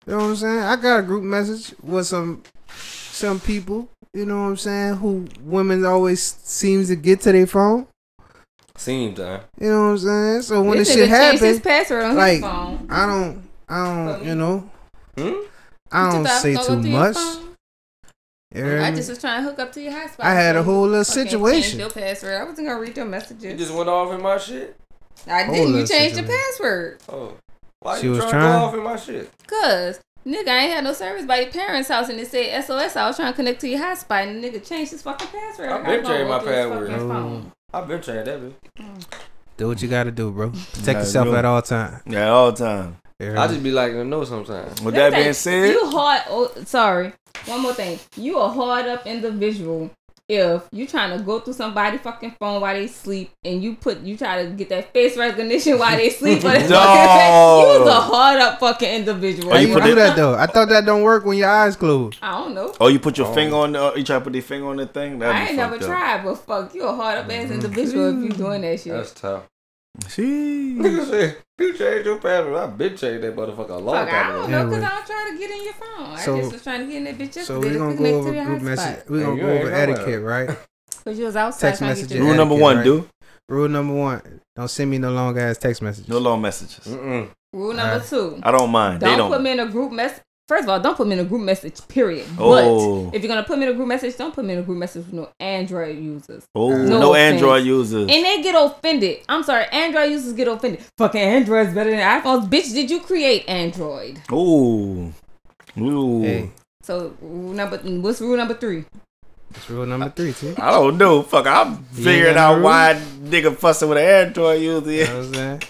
D: You know what I'm saying? I got a group message with some some people. You know what I'm saying? Who women always seems to get to their phone.
A: Seems uh,
D: You know what I'm saying? So when
E: This
D: this shit
E: nigga changed his
D: happens,
E: password on his
D: like
E: phone.
D: I don't, I don't, you know,
E: You
D: I
E: thought
D: don't
E: was
D: say
E: gonna
D: too
E: go through your
D: much.
E: phone?
D: You hear
E: I
D: me?
E: just was trying to hook up to your hotspot.
D: I had a
E: so
D: whole little
E: fucking changed
D: situation.
E: Your password. I wasn't gonna read your
A: You
E: messages.
A: just went off in my shit.
E: I
D: Whole
E: didn't. You
D: little
E: changed your
D: situation.
E: password.
A: Oh, why
D: She
A: you
D: was
A: trying to
D: trying.
A: go off in my shit?
E: Cause nigga, I ain't had no service by your parents' house, and it said SOS. I was trying to connect to your hotspot, and the nigga changed his fucking password.
A: I've
E: I gotta
A: been
E: go
A: changing my
E: through his fucking
A: password.
D: Oh.
E: phone.
A: I've been changing that bitch.
D: Do what you gotta do, bro. Protect
B: Gotta
D: yourself
B: do it.
D: at all times.
B: Yeah, at all time.
A: I just be liking to know sometimes.
B: With that
E: Listen,
B: being said,
E: you hard. Oh, sorry. One more thing. You a hard up individual. If you trying to go through somebody fucking phone while they sleep, and you put you try to get that face recognition while they sleep, but you
D: Dog.
E: was a hard up fucking individual.
D: How you
B: put
D: do
B: it-
D: that though? I thought that don't work when your eyes closed.
E: I don't know.
B: oh, you put your
D: Oh.
B: finger on. The, you try to put your finger on the thing. That'd
E: I
B: be
E: ain't never
B: fucked up.
E: tried, but fuck, you a hard up
D: Mm-hmm.
E: ass individual if you doing that shit.
A: That's tough.
B: Jeez.
A: Nigga said, you changed your password. I've been changing that motherfucker a long
E: Fuck, I
A: time
E: don't
A: ago.
E: know because
D: Anyway.
E: I don't try to get in your phone.
D: So-
E: I just was trying to get in that bitch yesterday.
D: So we're gonna
E: to connect
D: go over
E: to the
D: group message.
E: hotspot.
D: We're gonna
A: you
D: go
A: ain't
D: over
A: nowhere.
D: etiquette, right?
E: Cause you was outside
D: Text
E: trying to get
D: messages.
E: your
B: Rule number
D: etiquette,
B: one,
D: right?
B: dude.
D: Rule number one: Don't send me no long ass text messages.
B: No long messages.
E: Rule number
D: Alright.
E: two.
B: I don't mind.
E: Don't,
B: they don't.
E: put me in a group message. First of all, don't put me in a group message. Period.
B: Oh.
E: But if you're gonna put me in a group message, don't put me in a group message with no Android users.
B: oh,
D: Uh,
E: No
B: no,
E: offense.
B: Android users.
E: And they get offended. I'm sorry, Android users get offended. Fucking Android's better than iPhones. Bitch, did you create Android?
B: Ooh. Ooh.
D: Hey,
E: So rule number what's rule number three?
D: that's rule number three, too. You
B: I don't know. Fuck, I'm
D: ain't
B: figuring
D: got no
B: out
D: rule?
B: why nigga fussing with an Android user.
D: know what I'm saying?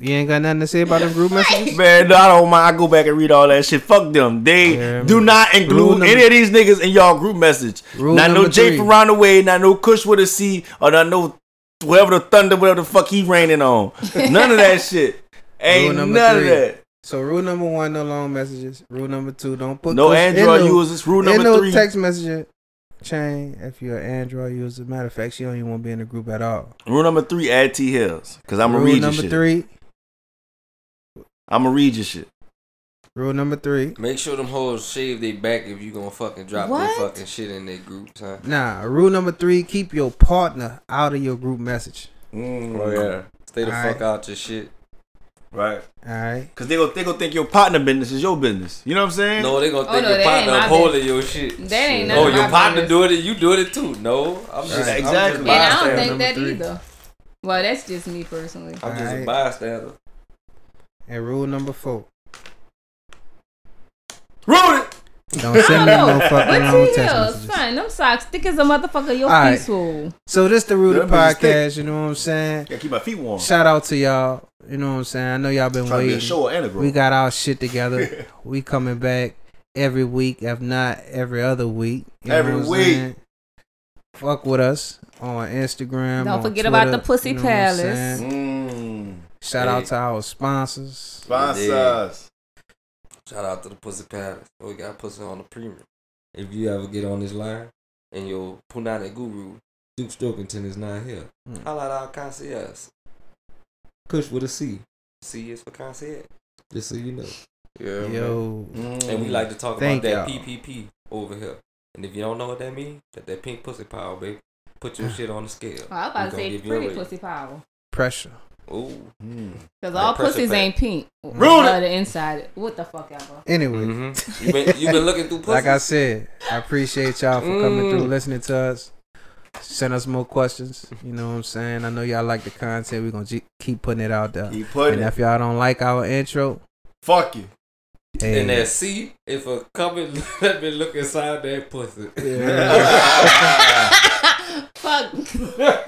D: You ain't got nothing to say about them group messages.
B: Man, no, I don't mind. I go back and read all that shit. Fuck them. They
D: Yeah,
B: do
D: man.
B: not
D: Rule
B: include
D: number-
B: any of these niggas in y'all group message.
D: Rule
B: not no
D: number
B: Jay
D: three.
B: from round the way, not no Kush with a C, or not no whatever the thunder, whatever the fuck he raining on. None of that shit. Ain't
D: number
B: none
D: three.
B: of that.
D: So rule number one: No long messages. Rule number two: Don't put
B: No
D: Kush
B: Android
D: in no,
B: users. Rule
D: in
B: number
D: no
B: three.
D: text messaging chain. If you're an Android user, matter of fact, she don't even want to be in the group at all.
B: Rule number three, add T Hills. Cause I'm gonna
D: rule
B: read your
D: number
B: shit.
D: three.
B: I'm gonna read your shit.
D: Rule number three.
A: Make sure them hoes shave their back if you gonna fucking drop
E: What?
A: their fucking shit in their groups, huh?
D: Nah, rule number three: keep your partner out of your group message.
B: Mm.
A: Oh yeah. Stay the
D: Alright.
A: fuck out your shit.
B: Right.
D: All right.
B: Cause they gonna they gonna think your partner business is your business. You know what I'm saying?
A: No, they gonna
E: Oh,
A: think
E: no,
A: your
E: that ain't
A: partner
E: my
A: upholding your shit.
E: That ain't none
A: Oh,
E: of
A: your
E: my
A: partner
E: business.
A: doing it, you doing it too. No, I'm just exactly.
B: Right.
A: I'm
B: Exactly.
E: And I
A: just bystander.
E: don't
D: Bystander
E: think
D: number
E: that
D: three.
E: either. Well, that's just me personally.
A: I'm just a
D: Alright.
A: bystander.
D: And rule number four.
A: Rude it.
D: Don't send me
E: I don't
D: no
E: know.
D: fucking
E: But
D: long
E: T
D: text
E: Hills,
D: messages.
E: son, them socks thick as a motherfucker. Your
D: Alright.
E: feet swole.
D: So this the Rudy
B: Them bitches thick.
D: podcast, you know what I'm saying?
B: Gotta keep my feet warm.
D: Shout out to y'all. You know what I'm saying? I know y'all been
B: Trying to be a show and a
D: waiting.
B: grow.
D: We got our shit together. we coming back every week, if not every other week. You know
B: Every
D: what I'm
B: week.
D: saying? Fuck with us on Instagram.
E: Don't
D: on
E: forget about
D: Twitter,
E: the Pussy
D: you know what I'm
E: Palace.
D: saying?
B: Mm.
D: Shout
A: Hey.
D: out to our sponsors.
B: Sponsors.
A: Shout out to the Pussy Palace. We got pussy on the premium. If you ever get on this line and your Punani guru, Duke Strokenton, is not here,
D: Mm.
A: holla at our concierge. Kush with a C. C is for concierge. Mm. Just so you know. Yeah.
D: Yo.
A: And we like to talk
D: Thank
A: about that
D: y'all.
A: PPP over here. And if you don't know what that means, that that pink pussy power, baby. Put your shit on the scale.
E: Oh, I was about
A: We
E: to
A: gonna
E: say
A: give you a
E: pretty
A: rating.
E: pussy power.
D: Pressure.
A: Ooh.
E: Because
A: Like
E: all
A: pressure
E: pussies
A: pack.
E: ain't pink.
B: Rude.
E: Uh, the inside. What the fuck ever.
D: Anyway.
A: Mhm. You been you been looking
B: Mm.
A: through pussy.
D: Like I said, I appreciate y'all for coming through,
A: Mm.
D: listening to us. Send us more questions. You know what I'm saying? I know y'all like the content. We're going to keep putting it out there.
B: Keep putting
D: And
B: it.
D: if y'all don't like our intro,
B: Fuck you.
D: hey,
A: And that C, if a coming, let me look inside that pussy.
D: Yeah.
E: Fuck fuck.